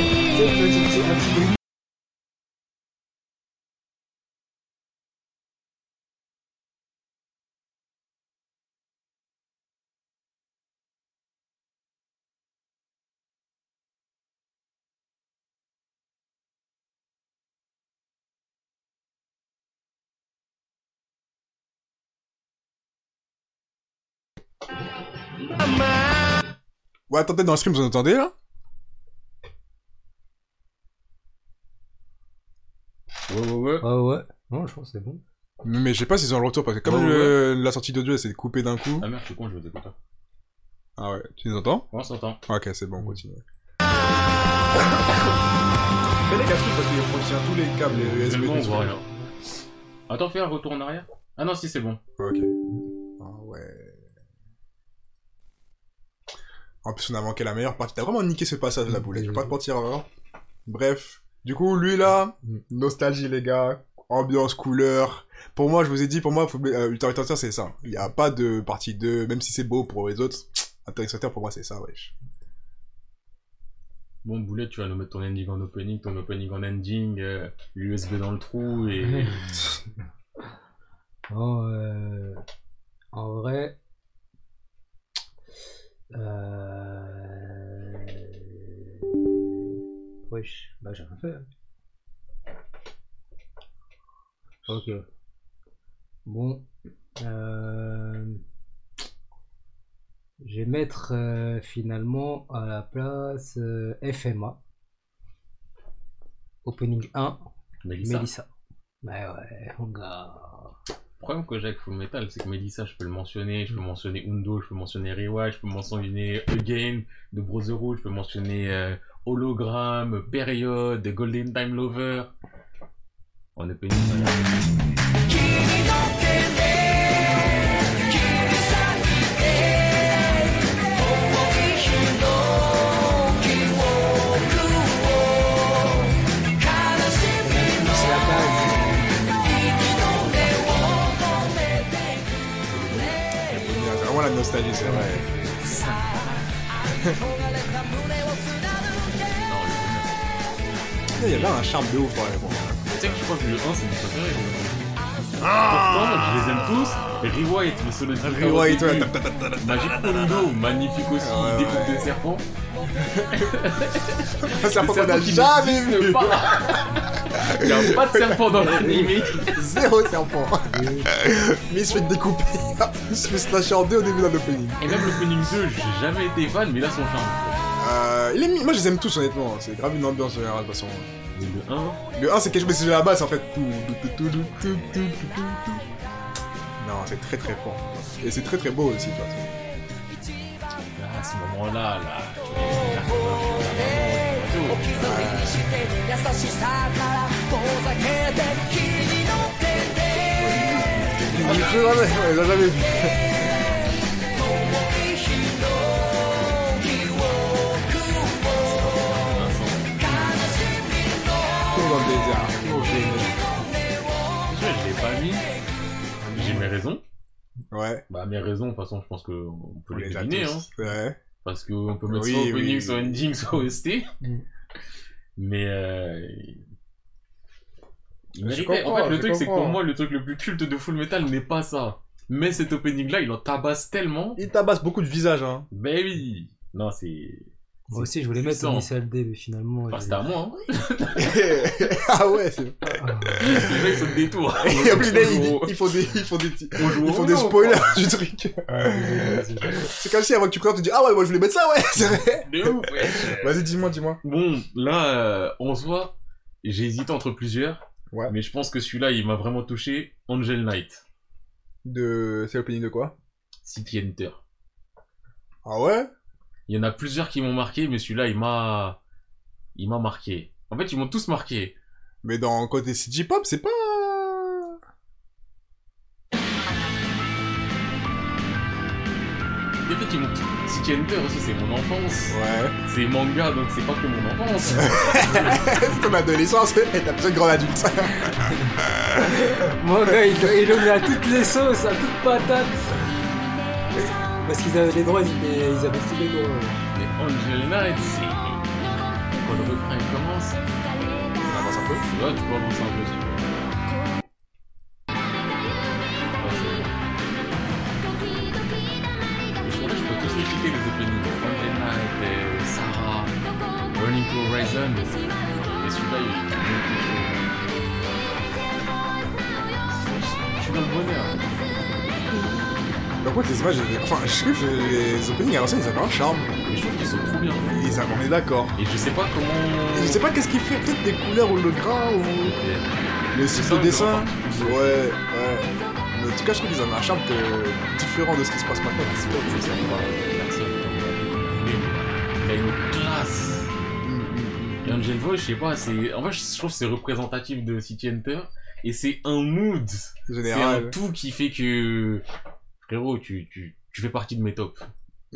Speaker 2: Ouais, attendez, dans le stream, vous en entendez là
Speaker 1: Ouais, ouais, ouais.
Speaker 3: Ah ouais Non, je pense que c'est bon.
Speaker 2: Mais je sais pas s'ils ont le retour parce que comme
Speaker 1: Ouais, ouais,
Speaker 2: le- la sortie d'audio, elle s'est coupée d'un coup.
Speaker 1: Ah merde, je suis con, je vais écouter.
Speaker 2: Ah ouais, tu les entends
Speaker 1: On s'entend.
Speaker 2: Ok, c'est bon, on continue. Mais les gars, parce qu'il tient tous les câbles, les USB.
Speaker 1: Seulement, on voit rien. Attends, fais un retour en arrière. Ah non, si, c'est bon.
Speaker 2: Ok. Ah ouais. En plus, on a manqué la meilleure partie. T'as vraiment niqué ce passage de la boulette. Je vais pas te mentir, vraiment. Bref. Du coup, lui là,
Speaker 3: Mm.
Speaker 2: nostalgie, les gars. Ambiance, couleur. Pour moi, je vous ai dit, pour moi, faut- euh, Ultra Interceptor, c'est ça. Il n'y a pas de partie 2, même si c'est beau pour les autres. Ultra Interceptor, pour moi, c'est ça, wesh.
Speaker 1: Bon, Boulet, tu vas nous mettre ton ending en opening, ton opening en ending, euh, l'USB dans le trou et.
Speaker 3: Non, euh, en vrai, euh... wesh, bah j'ai rien fait. hein. Ok. Bon, euh... je vais mettre euh, finalement à la place euh, FMA. Opening 1,
Speaker 1: Mélissa.
Speaker 3: Melissa. Ouais Bah ouais, mon gars.
Speaker 1: Le problème que j'ai avec Full Metal, c'est que Melissa, je peux le mentionner, je peux mentionner Undo, je peux mentionner Rewind, je peux mentionner Again de Brotherhood, je peux mentionner euh, Hologram, Période, Golden Time Lover. On est pénible.
Speaker 4: 君の手で君の手で
Speaker 2: nostalgie, c'est vrai. Il y avait un charme de ouf, ouais, bon.
Speaker 1: Tu sais que je crois que le 1 c'est mon préféré.
Speaker 2: Ah
Speaker 1: Pourtant, je les aime tous. Rewrite, le solo de guitare au
Speaker 2: Rewrite, ouais,
Speaker 1: début.
Speaker 2: ta- ta- ta- ta- ta-
Speaker 1: Magic Polino, magnifique aussi,
Speaker 2: Ouais,
Speaker 1: il découpe
Speaker 2: ouais.
Speaker 1: des serpents.
Speaker 2: ta- serpent qu'on a
Speaker 1: qui
Speaker 2: jamais
Speaker 1: n'existe
Speaker 2: vu.
Speaker 1: pas. Il n'y a pas de serpent dans l'anime.
Speaker 2: Zéro serpent. Mais il se fait découper. Il se fait slasher en deux au début d'un opening.
Speaker 1: Et même l'opening 2, j'ai jamais été fan, mais là, son charme.
Speaker 2: Euh, il est mi- Moi, je les aime tous, honnêtement. C'est grave une ambiance générale, de toute façon.
Speaker 1: Mais le 1,
Speaker 2: Le 1, c'est quelque chose, mais c'est la base, en fait. Tout, tout, tout, tout, tout, tout, tout, tout. Non, c'est très très fort. Et c'est très très beau aussi, de toute façon.
Speaker 1: à ce moment-là, là, tu vois, il y a des cartes, tu vois,
Speaker 2: 你知道那我在这里。这个别讲，又是一
Speaker 1: tu vois, je l'ai pas mis. J'ai mes raisons.
Speaker 2: 个。喂，
Speaker 1: Bah, mes raisons, de toute façon, je pense qu'on peut
Speaker 2: 我
Speaker 1: les
Speaker 2: 给
Speaker 1: deviner, hein.
Speaker 2: 对。
Speaker 1: Parce qu'on peut mettre
Speaker 2: Oui,
Speaker 1: soit
Speaker 2: oui,
Speaker 1: opening,
Speaker 2: oui.
Speaker 1: soit ending, soit OST.
Speaker 3: Mm.
Speaker 1: Mais euh... il
Speaker 2: Je
Speaker 1: méritait. En
Speaker 2: comprends,
Speaker 1: fait, le
Speaker 2: je
Speaker 1: truc, c'est que pour
Speaker 2: comprends.
Speaker 1: moi, le truc le plus culte de Full Metal n'est pas ça. Mais cet opening-là, il en tabasse tellement.
Speaker 2: Il tabasse beaucoup de visages, hein.
Speaker 1: Ben oui Non, c'est.
Speaker 3: Moi aussi, je voulais mettre
Speaker 1: puissant.
Speaker 3: Initial D, mais finalement.
Speaker 1: Enfin,
Speaker 2: Bah,
Speaker 3: j'ai-
Speaker 1: c'était à moi, hein.
Speaker 2: ah ouais, c'est.
Speaker 3: Ah,
Speaker 1: Les mecs sont de détour.
Speaker 2: Et en plus, là, ils,
Speaker 1: Bonjour.
Speaker 2: ils font des, ils font des, petits-
Speaker 1: Bonjour.
Speaker 2: ils font des
Speaker 1: Non,
Speaker 2: spoilers du truc.
Speaker 3: désolé, désolé.
Speaker 2: C'est comme si avant que tu présentes, tu dis ah ouais, moi je voulais mettre ça, ouais, c'est vrai.
Speaker 1: De ouf, ouais.
Speaker 2: Vas-y, dis-moi, dis-moi.
Speaker 1: Bon, là, euh, en soi, j'ai hésité entre plusieurs.
Speaker 2: Ouais.
Speaker 1: Mais je pense que celui-là, il m'a vraiment touché. Angel Knight,
Speaker 2: De, c'est l'opening de quoi
Speaker 1: City Hunter.
Speaker 2: Ah ouais.
Speaker 1: Il y en a plusieurs qui m'ont marqué, mais celui-là, il m'a. Il m'a marqué. En fait, ils m'ont tous marqué.
Speaker 2: Mais dans côté CG pop, c'est pas.
Speaker 1: Et fait, ils m'ont. City Hunter aussi, c'est mon enfance.
Speaker 2: Ouais.
Speaker 1: C'est manga, donc c'est pas que mon enfance.
Speaker 2: C'est ton adolescence, et t'as besoin de grand adulte.
Speaker 3: Mon gars, il, il le met à toutes les sauces, à toutes patates. Parce qu'ils avaient les droits, ils, étaient- ils avaient tous les droits. ouais.
Speaker 1: mais Angel Knight, c'est. Quand le refrain commence,
Speaker 2: On avance un peu.
Speaker 1: là, tu peux avancer un peu. si tu veux. Ouais, c'est- Et je crois que je peux tous les quitter, les openings. Angel Knight, euh, Sarah, Burning Horizon. Et celui-là, il est. Je suis dans le bonheur.
Speaker 2: Par contre, les images, elles- enfin, je trouve que les openings à l'ancienne, ils avaient un charme.
Speaker 1: Mais je trouve qu'ils sont trop bien.
Speaker 2: Ils avaient, on est d'accord.
Speaker 1: Et je sais pas comment.
Speaker 2: Je sais pas qu'est-ce qu'il fait, peut-être des couleurs ou le grain ou. Le cycle
Speaker 1: ça,
Speaker 2: de dessin.
Speaker 1: je
Speaker 2: Ouais, ouais. Mais en tout cas, je trouve qu'ils avaient un charme que... différent de ce qui se passe maintenant.
Speaker 1: C'est pas que ça parle de personne. Mais Il a une classe.
Speaker 2: Hmm,
Speaker 1: Et Angel Boy, je sais pas, c'est. En fait, je trouve que c'est représentatif de City Hunter. Et c'est un mood. C'est un
Speaker 2: Général.
Speaker 1: tout qui fait que. Frérot, tu, tu, tu fais partie de mes tops.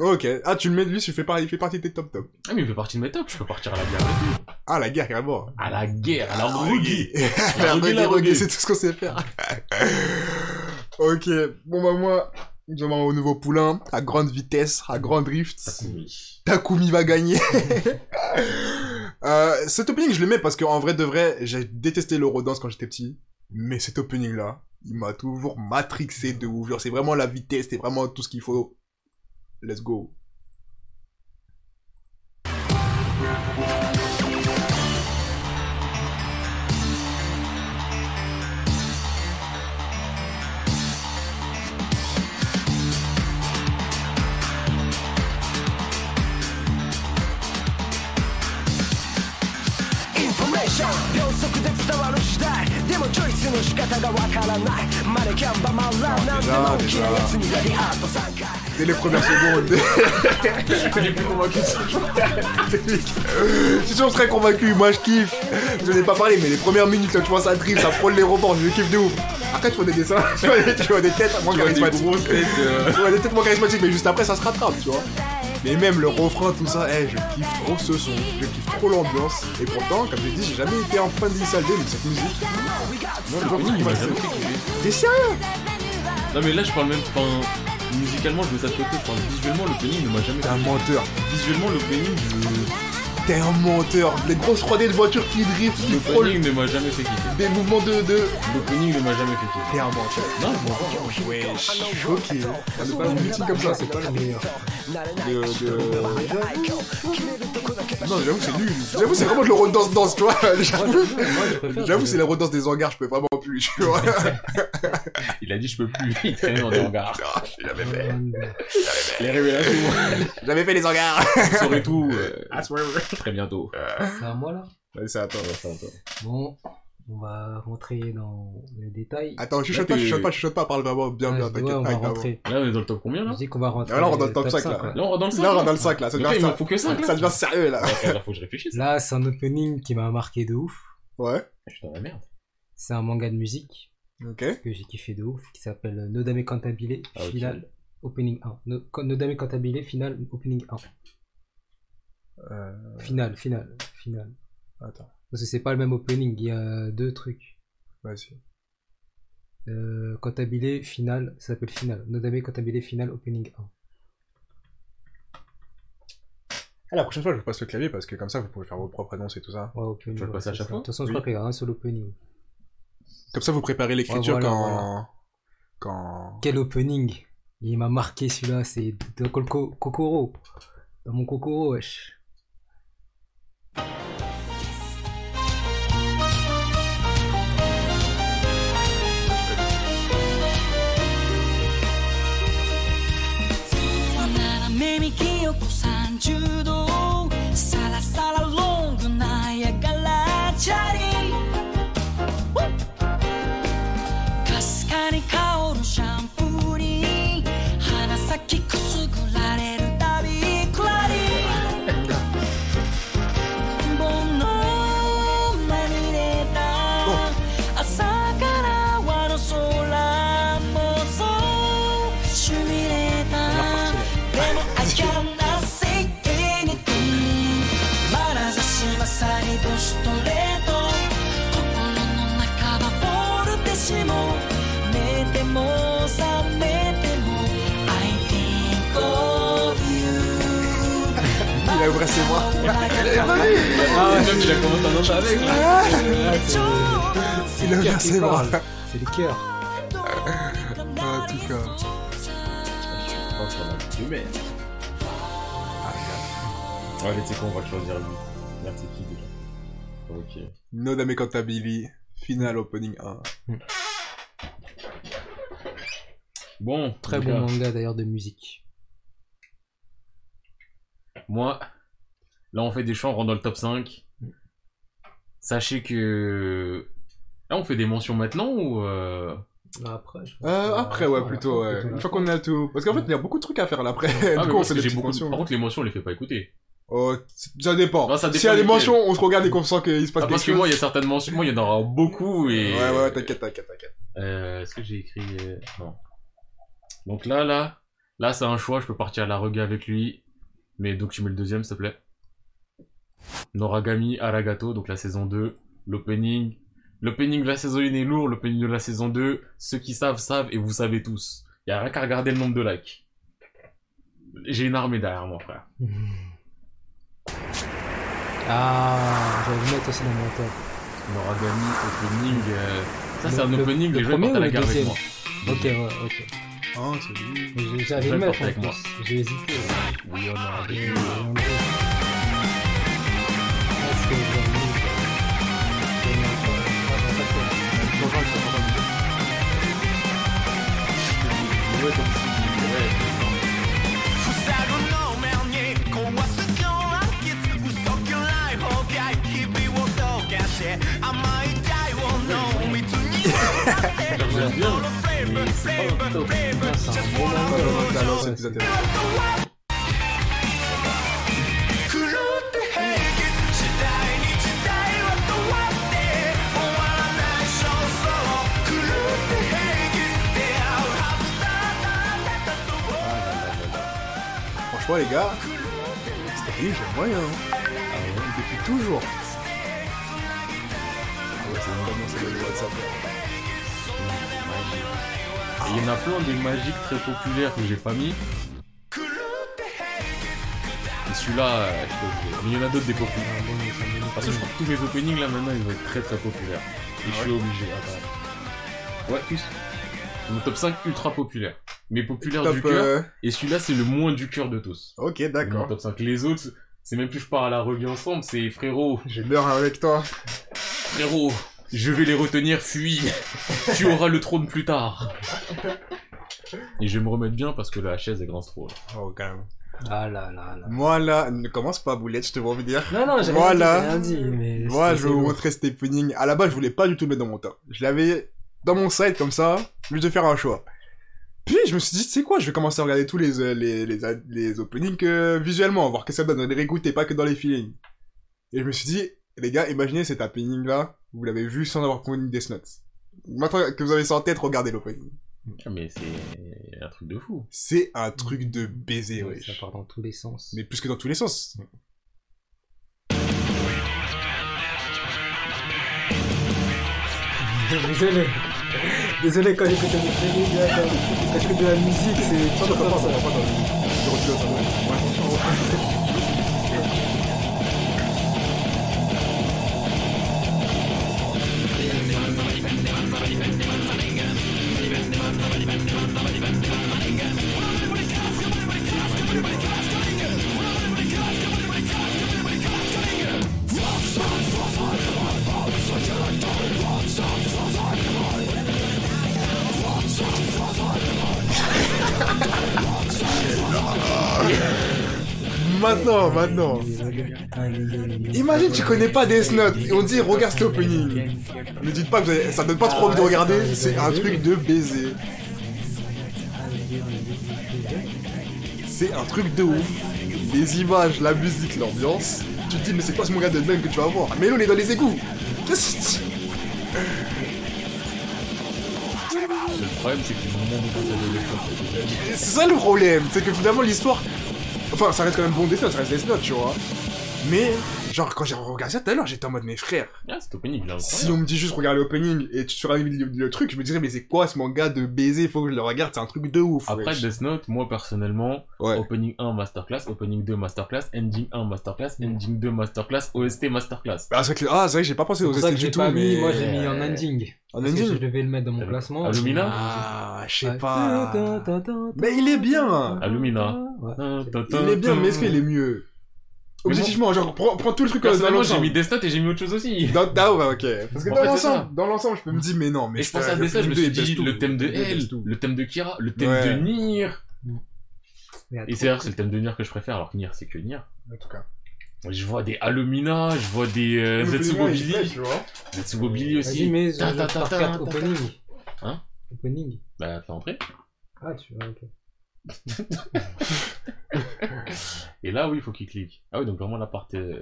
Speaker 2: Ok. Ah, tu le mets, lui, tu fais par- il fait partie de tes top top.
Speaker 1: Ah, mais il fait partie de mes tops, je peux partir à la guerre et tout.
Speaker 2: Ah, la guerre, carrément.
Speaker 1: À la guerre,
Speaker 2: Ah,
Speaker 1: à la reggae.
Speaker 2: La
Speaker 1: La reggae,
Speaker 2: reggae,
Speaker 1: la reggae.
Speaker 2: c'est tout ce qu'on sait faire. ok, bon bah moi, je m'en vais au nouveau poulain, à grande vitesse, à grande drift.
Speaker 1: Oui.
Speaker 2: Takumi va gagner. euh, cet opening, je le mets parce qu'en vrai de vrai, j'ai détesté l'eurodance quand j'étais petit. Mais cet opening là, il m'a toujours matrixé de ouf. Genre, C'est vraiment la vitesse, c'est vraiment tout ce qu'il faut. Let's go.
Speaker 4: インフォメーション秒速で伝わる時代でもチョイスの仕方がわからないマネキャンバマランなんでも起きるやつにレディアート3回
Speaker 2: Dès les premières secondes.
Speaker 1: Je connais plus comment que ça.
Speaker 2: Je suis toujours très convaincu, moi je kiffe. Je n'ai pas parlé, mais les premières minutes, là, tu vois, ça drift, ça frôle les remords, je kiffe de ouf. Après, tu vois des dessins, tu vois des, tu vois des têtes moins
Speaker 1: Tu vois, des
Speaker 2: charismatiques.
Speaker 1: grosses têtes. euh,
Speaker 2: Tu vois des têtes moins charismatiques, mais juste après, ça se rattrape, tu vois. Mais même le refrain, tout ça, eh, je kiffe trop ce son, je kiffe trop l'ambiance. Et pourtant, comme je l'ai dit, j'ai jamais été un fan d'Initial D, mais cette musique. Moi, le genre de truc qui m'a-
Speaker 1: j'ai jamais fait kiffer.
Speaker 2: T'es sérieux
Speaker 1: Non mais là je parle même pas musique musicalement, je mets ça de côté. Enfin, visuellement, l'opening ne m'a jamais
Speaker 2: T'es un
Speaker 1: plu.
Speaker 2: menteur.
Speaker 1: Visuellement, l'opening, je-
Speaker 2: T'es un menteur. Les grosses 3D de voiture qui drift, qui frôlent,
Speaker 1: l'opening ne m'a jamais fait kiffer.
Speaker 2: des mouvements de... de...
Speaker 1: L'opening ne m'a jamais fait kiffer.
Speaker 2: T'es un menteur.
Speaker 1: Non, je m'en fous.
Speaker 2: Ok. On est pas multi comme ça, c'est pas le meilleur. De... de... Non, j'avoue, c'est nul. J'avoue, c'est vraiment de l'eurodance-dance, tu vois. J'avoue, j'avoue, c'est l'eurodance des hangars, je peux vraiment plus, tu vois.
Speaker 1: Il a dit je peux plus, il traîne dans des hangars.
Speaker 2: J'avais fait.
Speaker 3: Moi,
Speaker 1: Les révélations,
Speaker 2: J'avais fait les hangars.
Speaker 1: vous saurez tout euh,
Speaker 2: I swear.
Speaker 1: très bientôt.
Speaker 3: c'est à moi là.
Speaker 2: Vas-y, c'est à toi.
Speaker 3: Bon, on va rentrer dans les détails.
Speaker 2: Attends, chuchote pas, chuchote pas, chuchote pas, parle vraiment bien,
Speaker 3: Ouais,
Speaker 2: bien,
Speaker 3: ouais,
Speaker 2: t'inquiète
Speaker 3: on
Speaker 2: pas.
Speaker 3: va
Speaker 2: avec la voix.
Speaker 3: rentrer.
Speaker 1: Là, on est dans le top combien
Speaker 3: Je
Speaker 1: là
Speaker 3: dis qu'on va rentrer.
Speaker 2: Ah, là, on est dans
Speaker 3: dans
Speaker 2: le top 5, là.
Speaker 1: Là, on rentre dans le 5.
Speaker 2: Là, on est dans le sac, là, ça
Speaker 1: Donc là,
Speaker 2: devient
Speaker 1: il m'en
Speaker 2: ça.
Speaker 1: faut que 5.
Speaker 2: Ça devient sérieux, là.
Speaker 1: Il faut que je réfléchisse.
Speaker 3: Là, c'est un opening qui m'a marqué de ouf.
Speaker 2: Ouais,
Speaker 1: Je suis dans la merde.
Speaker 3: C'est un manga de musique
Speaker 2: ok.
Speaker 3: que j'ai kiffé de ouf qui s'appelle Nodame Cantabile
Speaker 1: Ah, ok.
Speaker 3: Final Opening 1. No- Nodame Cantabile Final Opening 1.
Speaker 2: Euh,
Speaker 3: Final, final, final.
Speaker 2: Attends,
Speaker 3: Parce que c'est pas le même opening, il y a deux trucs.
Speaker 2: vas-y.
Speaker 3: Euh, Cantabile Final, ça s'appelle Final. Nodame Cantabile Final Opening 1.
Speaker 2: Ah, la prochaine fois, je vous passe le clavier parce que comme ça, vous pouvez faire vos propres annonces et tout ça.
Speaker 3: Ouais, opening.
Speaker 1: Tu veux le
Speaker 3: ouais,
Speaker 1: passer à
Speaker 3: c'est
Speaker 1: chaque
Speaker 3: ça.
Speaker 1: fois
Speaker 3: De toute façon, je
Speaker 2: Oui.
Speaker 3: crois qu'il y a un seul opening.
Speaker 2: Comme ça, vous préparez l'écriture
Speaker 3: Ouais, voilà,
Speaker 2: quand.
Speaker 3: voilà.
Speaker 2: Quand.
Speaker 3: Quel opening Il m'a marqué celui-là, c'est de Coco- Kokoro. Dans mon Kokoro, wesh.
Speaker 4: 斜め右横30度サラサラロングナイアガラチャリかすかに香るシャンプーに鼻先くすぐられるたびくらり煩悩まみれた朝からはの空もそうしびれたでも I cannot say anything 眼差しはサイドストレート心の中はボルテージも寝ても覚めても I think of you
Speaker 2: Il a ouvert ses bras.
Speaker 1: Ah, même il a commencé un autre avec là.
Speaker 2: Il a ouvert
Speaker 3: qui
Speaker 2: ses bras.
Speaker 3: parle. C'est le cœur.
Speaker 2: En tout cas.
Speaker 1: Je pense qu'on a plus de merde. Ouais, mais tu sais quoi, on va le choisir lui. Merde, c'est qui déjà Ok.
Speaker 2: No Dame Cantabili, final opening 1.
Speaker 1: Bon,
Speaker 3: Très
Speaker 1: les
Speaker 3: bon
Speaker 1: gars,
Speaker 3: manga d'ailleurs de musique.
Speaker 1: Moi, là, on fait des choix, on rentre dans le top 5. Sachez que. Là, on fait des mentions maintenant ou. euh,
Speaker 3: Bah, Après, je pense
Speaker 2: Euh,
Speaker 3: que-
Speaker 2: après, ouais, plutôt, ouais. Une fois qu'on a tout. Parce qu'en fait, il y a beaucoup de trucs à faire là après.
Speaker 1: Ah,
Speaker 2: du
Speaker 1: mais
Speaker 2: coup, on
Speaker 1: parce
Speaker 2: fait
Speaker 1: que
Speaker 2: des
Speaker 1: j'ai
Speaker 2: petites
Speaker 1: beaucoup. Par
Speaker 2: mentions.
Speaker 1: contre, les mentions, on les fait pas écouter.
Speaker 2: Oh, c- ça dépend.
Speaker 1: Non, ça dépend
Speaker 2: S'il y a des
Speaker 1: lesquels.
Speaker 2: mentions, on se regarde et qu'on sent qu'il se passe
Speaker 1: Ah,
Speaker 2: quelque
Speaker 1: parce que
Speaker 2: chose.
Speaker 1: moi, il y a certaines mentions, moi, il y en aura beaucoup et.
Speaker 2: Ouais, ouais, ouais, t'inquiète, t'inquiète, t'inquiète.
Speaker 1: Euh, Est-ce que j'ai écrit. euh, Non. Donc là, là, là, c'est un choix. Je peux partir à la reggae avec lui. Mais donc, tu mets le deuxième, s'il te plaît. Noragami Aragato, donc la saison 2. L'opening. L'opening de la saison 1 est lourd. L'opening de la saison 2. Ceux qui savent, savent. Et vous savez tous. Il a rien qu'à regarder le nombre de likes. J'ai une armée derrière moi, frère.
Speaker 3: Ah, j'allais le mettre aussi dans mon top.
Speaker 1: Noragami, opening. euh, Ça, c'est
Speaker 3: Le-
Speaker 1: un
Speaker 3: le-
Speaker 1: opening.
Speaker 3: le
Speaker 1: les gens ils partent
Speaker 3: premier
Speaker 1: à
Speaker 3: ou
Speaker 1: la
Speaker 3: le
Speaker 1: guerre avec
Speaker 3: deuxième
Speaker 1: moi.
Speaker 3: Ok, ouais, ok.
Speaker 1: Ah,
Speaker 2: Oh, c'est nul.
Speaker 3: Mais je- J'allais
Speaker 1: Je
Speaker 3: le
Speaker 1: vais
Speaker 3: mettre
Speaker 1: porter
Speaker 3: en
Speaker 1: avec
Speaker 3: plus. J'ai hésité. ouais.
Speaker 1: Oui, on a-
Speaker 3: Ouais, c'est que j'aime mieux.
Speaker 1: Ah,
Speaker 3: Ouais, c'est un bon
Speaker 2: Ah, non,
Speaker 3: manga.
Speaker 2: non, non, c'est plus intéressant. Franchement, les gars, c'était riche, j'aime moyen. hein. Depuis toujours. Ah ouais, c'est vraiment, c'est le WhatsApp.
Speaker 1: Et Il y en a plein des magiques très populaires que j'ai pas mis. Et celui-là, euh, je peux vous- mais il y en a d'autres des populaires. Parce que je crois que tous mes openings là maintenant ils vont être très très populaires. Et je suis obligé, attends. Ouais, plus. Mon top 5 ultra populaire. Mais populaire
Speaker 2: Top,
Speaker 1: du cœur.
Speaker 2: euh,
Speaker 1: Et celui-là c'est le moins du cœur de tous.
Speaker 2: Ok,
Speaker 1: Mon
Speaker 2: d'accord.
Speaker 1: top 5. Les autres, c'est même plus je pars à la revue ensemble, c'est frérot,
Speaker 2: J'ai peur avec toi.
Speaker 1: frérot, je vais les retenir, fuis. tu auras le trône plus tard. Et je vais me remettre bien parce que la chaise est grince trop. là.
Speaker 2: Oh, quand même.
Speaker 3: Ah là là là.
Speaker 2: Moi, là, ne commence pas, Boulette, je te vois vous dire.
Speaker 3: Non, non, j'ai
Speaker 2: Voilà.
Speaker 3: rien dit, j'ai rien dit, mais.
Speaker 2: Moi, je
Speaker 3: c'est- c'est
Speaker 2: vais vous
Speaker 3: lourd.
Speaker 2: montrer cet opening. À la base, je voulais pas du tout le mettre dans mon top. Je l'avais dans mon site comme ça, juste de faire un choix. Puis je me suis dit, tu sais quoi, je vais commencer à regarder tous les, euh, les, les, les openings euh, visuellement, voir que ça donne, les réécouter, pas que dans les feelings. Et je me suis dit, les gars, imaginez cet opening là, vous l'avez vu sans avoir connu Death Note. Maintenant que vous avez ça en tête, regardez l'opening.
Speaker 1: Ah, Mais c'est un truc de fou.
Speaker 2: C'est un truc de baiser,
Speaker 3: Ouais, Ça
Speaker 2: wesh.
Speaker 3: part dans tous les sens.
Speaker 2: Mais plus que dans tous les sens.
Speaker 3: Désolé. Désolé quand j'écoute des séries, là, quand- quand j'écoute de la musique, c'est toujours comme ça.
Speaker 2: Maintenant, maintenant. Imagine, tu connais pas Death Note et on dit regarde cet opening. Ne dites pas que vous avez- ça donne pas trop envie de regarder, c'est un truc de baiser. C'est un truc de ouf. Les images, la musique, l'ambiance. Tu te dis, mais c'est quoi ce manga de dingue que tu vas voir Mais là, on est dans les égouts Qu'est-ce que tu-
Speaker 1: Le seul problème c'est que du moment où vous avez le choix, c'est que-
Speaker 2: C'est ça le problème, c'est que finalement l'histoire. Enfin, ça reste quand même bon Death Note, ça reste Death Note, tu vois. Mais, genre, quand j'ai regardé ça tout à l'heure, j'étais en mode, mes frères.
Speaker 1: Ah, cet opening, il est
Speaker 2: Si
Speaker 1: incroyable.
Speaker 2: on me dit juste regarde l'opening et tu feras le, le truc, je me dirais mais c'est quoi ce manga de baiser Faut que je le regarde, c'est un truc de ouf.
Speaker 1: Après
Speaker 2: wesh.
Speaker 1: Death Note, moi personnellement,
Speaker 2: ouais.
Speaker 1: opening 1 masterclass, opening 2 masterclass, ending 1 masterclass, ending 2 masterclass, OST masterclass.
Speaker 2: Bah, c'est vrai que, ah, c'est vrai que j'ai pas pensé
Speaker 3: C'est
Speaker 2: aux
Speaker 3: pour ça
Speaker 2: essais
Speaker 3: que
Speaker 2: du
Speaker 3: j'ai
Speaker 2: tout,
Speaker 3: pas mis,
Speaker 2: mais.
Speaker 3: moi j'ai mis en ending.
Speaker 2: En
Speaker 3: Parce que
Speaker 2: ending
Speaker 3: Je devais le mettre dans mon
Speaker 1: Allum-
Speaker 3: classement.
Speaker 1: Allumina
Speaker 2: Ah, je sais
Speaker 3: Ouais.
Speaker 2: pas. Mais il est bien.
Speaker 1: Allumina.
Speaker 3: Ouais.
Speaker 2: Il est bien, mais est-ce qu'il est mieux Objectivement, genre, prends, prends tout le truc euh, dans
Speaker 1: Personnellement, j'ai
Speaker 2: l'ensemble.
Speaker 1: mis Death Note et j'ai mis autre chose aussi.
Speaker 2: Dans, ah ouais, ok. Parce que
Speaker 1: En fait, c'est
Speaker 2: dans
Speaker 1: ça.
Speaker 2: l'ensemble, dans l'ensemble, je peux me dire, mais non, mais
Speaker 1: Et je pense à Death Note, je me suis dit le thème de L, le thème de Kira, le thème
Speaker 2: Ouais.
Speaker 1: de Nier.
Speaker 3: Mais
Speaker 1: Et
Speaker 3: attends,
Speaker 1: c'est d'ailleurs, c'est le thème de Nier que je préfère, alors que Nier, c'est que Nier.
Speaker 2: En tout cas.
Speaker 1: Je vois des Alumina, je vois des euh, Zetsubo Billy. Zetsubo Billy
Speaker 3: Vas-y,
Speaker 1: aussi.
Speaker 3: mais
Speaker 1: Ta, ta, ta,
Speaker 3: par
Speaker 1: ta,
Speaker 3: quatre
Speaker 1: ta, ta.
Speaker 3: opening.
Speaker 1: Hein
Speaker 3: Opening.
Speaker 1: Bah, fais entrer.
Speaker 3: Ah, tu vois, ok.
Speaker 1: Et là, oui, il faut qu'il clique. Ah oui, donc vraiment la partie. euh,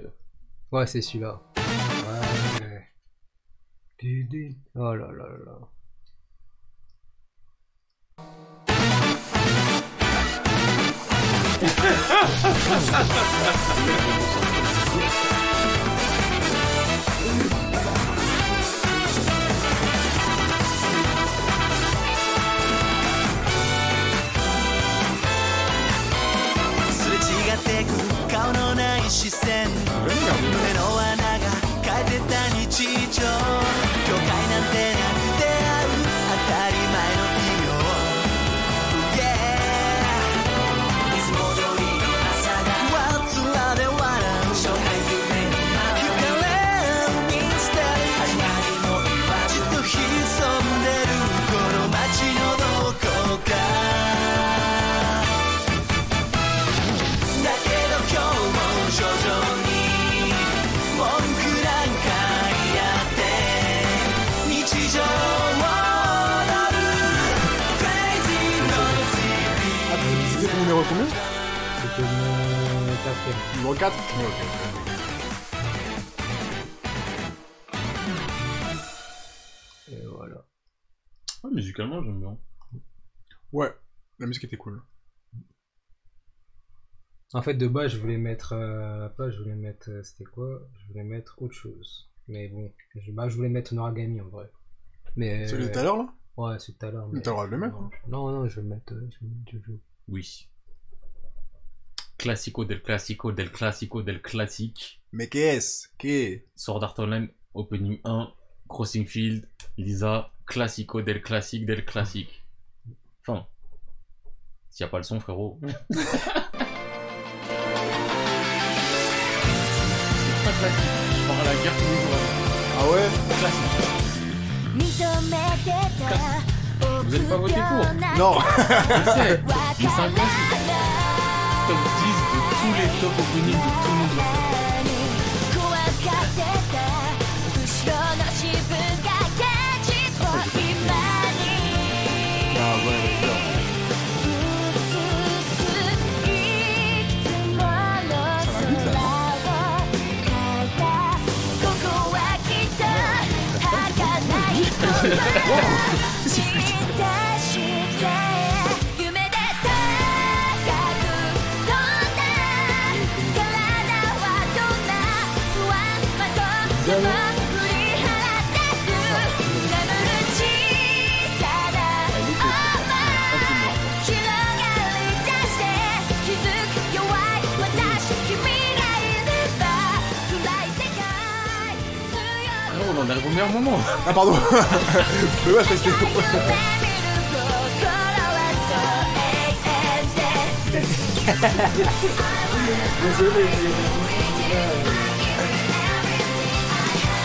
Speaker 3: Ouais, c'est celui-là. Ouais. Du, du. Oh là là là là.
Speaker 4: すれ違ってく顔のない視線目の穴が変えてた日常境界なんてなく出会う当たり前の日々を Yeah いつも通りの朝がわつらで笑う So happy man You can let me stay 始まりの今ちょっと潜んでるこの街のどこかだけど今日も徐々に文句なんか言って日常を踊る Crazy Noisy
Speaker 2: C'était numéro combien
Speaker 3: C'était le quatrième.
Speaker 2: Numéro 4
Speaker 3: Et voilà.
Speaker 1: Ouais, musicalement, j'aime bien.
Speaker 2: Ouais, la musique était cool.
Speaker 3: En fait, de base, je voulais mettre. Euh, à la place, je voulais mettre. euh, C'était quoi Je voulais mettre autre chose. Mais bon, je, bah, je voulais mettre Noragami en vrai. Mais.
Speaker 2: Celui de
Speaker 3: euh,
Speaker 2: tout à l'heure là
Speaker 3: Ouais, c'est tout à l'heure. mais-
Speaker 2: T'as le droit de le mettre,
Speaker 3: Non, non, non, je vais le mettre. euh, Je vais le mettre Jojo.
Speaker 1: Oui. Classico del classico del classico del classique.
Speaker 2: Mais qu'est-ce Qu'est
Speaker 1: Sword Art Online, Opening 1, Crossing Field, Lisa, Classico del classique del classique. Enfin. S'il n'y a pas le son, frérot. C'est pas classique. Je pars à la guerre tous les jours.
Speaker 2: Ah ouais
Speaker 1: Classique. Vous n'allez pas voter pour
Speaker 2: Non
Speaker 1: Je le sais. Mais c'est un classique. Top 10 de tous les top openings de tout le monde.
Speaker 2: Ah ouais, ouais,
Speaker 1: Ah, Absolument.
Speaker 5: 広がり出して気づく弱い私君がいれば暗い世界強
Speaker 1: Frérot,
Speaker 5: い
Speaker 1: on en arrive au meilleur moment.
Speaker 2: Ah pardon Mais ouais, je restais...
Speaker 5: 夢見る心はそう永遠で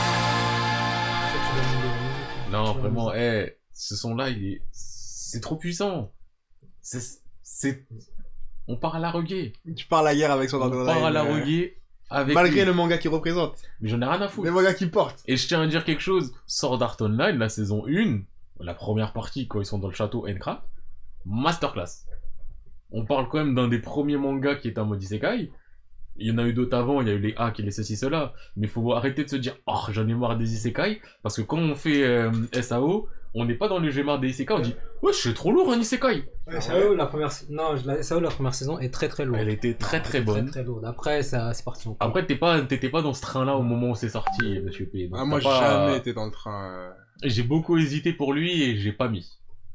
Speaker 3: Ça, tu vas me le donner.
Speaker 1: Non, vraiment, eh, ce son-là, il est, c'est trop puissant. C'est, c'est, on part à la reggae.
Speaker 2: Tu parles la guerre avec son
Speaker 1: On part à la reggae avec.
Speaker 2: Malgré
Speaker 1: lui.
Speaker 2: le manga qu'il représente.
Speaker 1: Mais j'en ai rien à foutre.
Speaker 2: Le manga qu'il porte.
Speaker 1: Et je tiens à dire quelque chose. Sword Art Online, la saison 1, la première partie, quand ils sont dans le château Endcraft, masterclass. On parle quand même d'un des premiers mangas qui est un mode isekai. Il y en a eu d'autres avant, il y a eu les hacks et les ceci, cela. Mais faut arrêter de se dire, oh, j'en ai marre des isekai. Parce que quand on fait euh, SAO, on n'est pas dans le j'ai marre des isekai, on dit, ouais, je suis trop lourd en isekai.
Speaker 3: Ah, Sao, la première, sa- non, je la... Sao, la première saison est très très lourde.
Speaker 1: Elle était très très bonne.
Speaker 3: Très très lourde. Après, ça, c'est parti en couille.
Speaker 1: Après, t'es pas, t'étais pas dans ce train-là au moment où c'est sorti, monsieur P. Donc
Speaker 2: Ah, moi,
Speaker 1: t'as
Speaker 2: j'ai
Speaker 1: pas-
Speaker 2: jamais été dans le train. euh,
Speaker 1: J'ai beaucoup hésité pour lui et j'ai pas mis.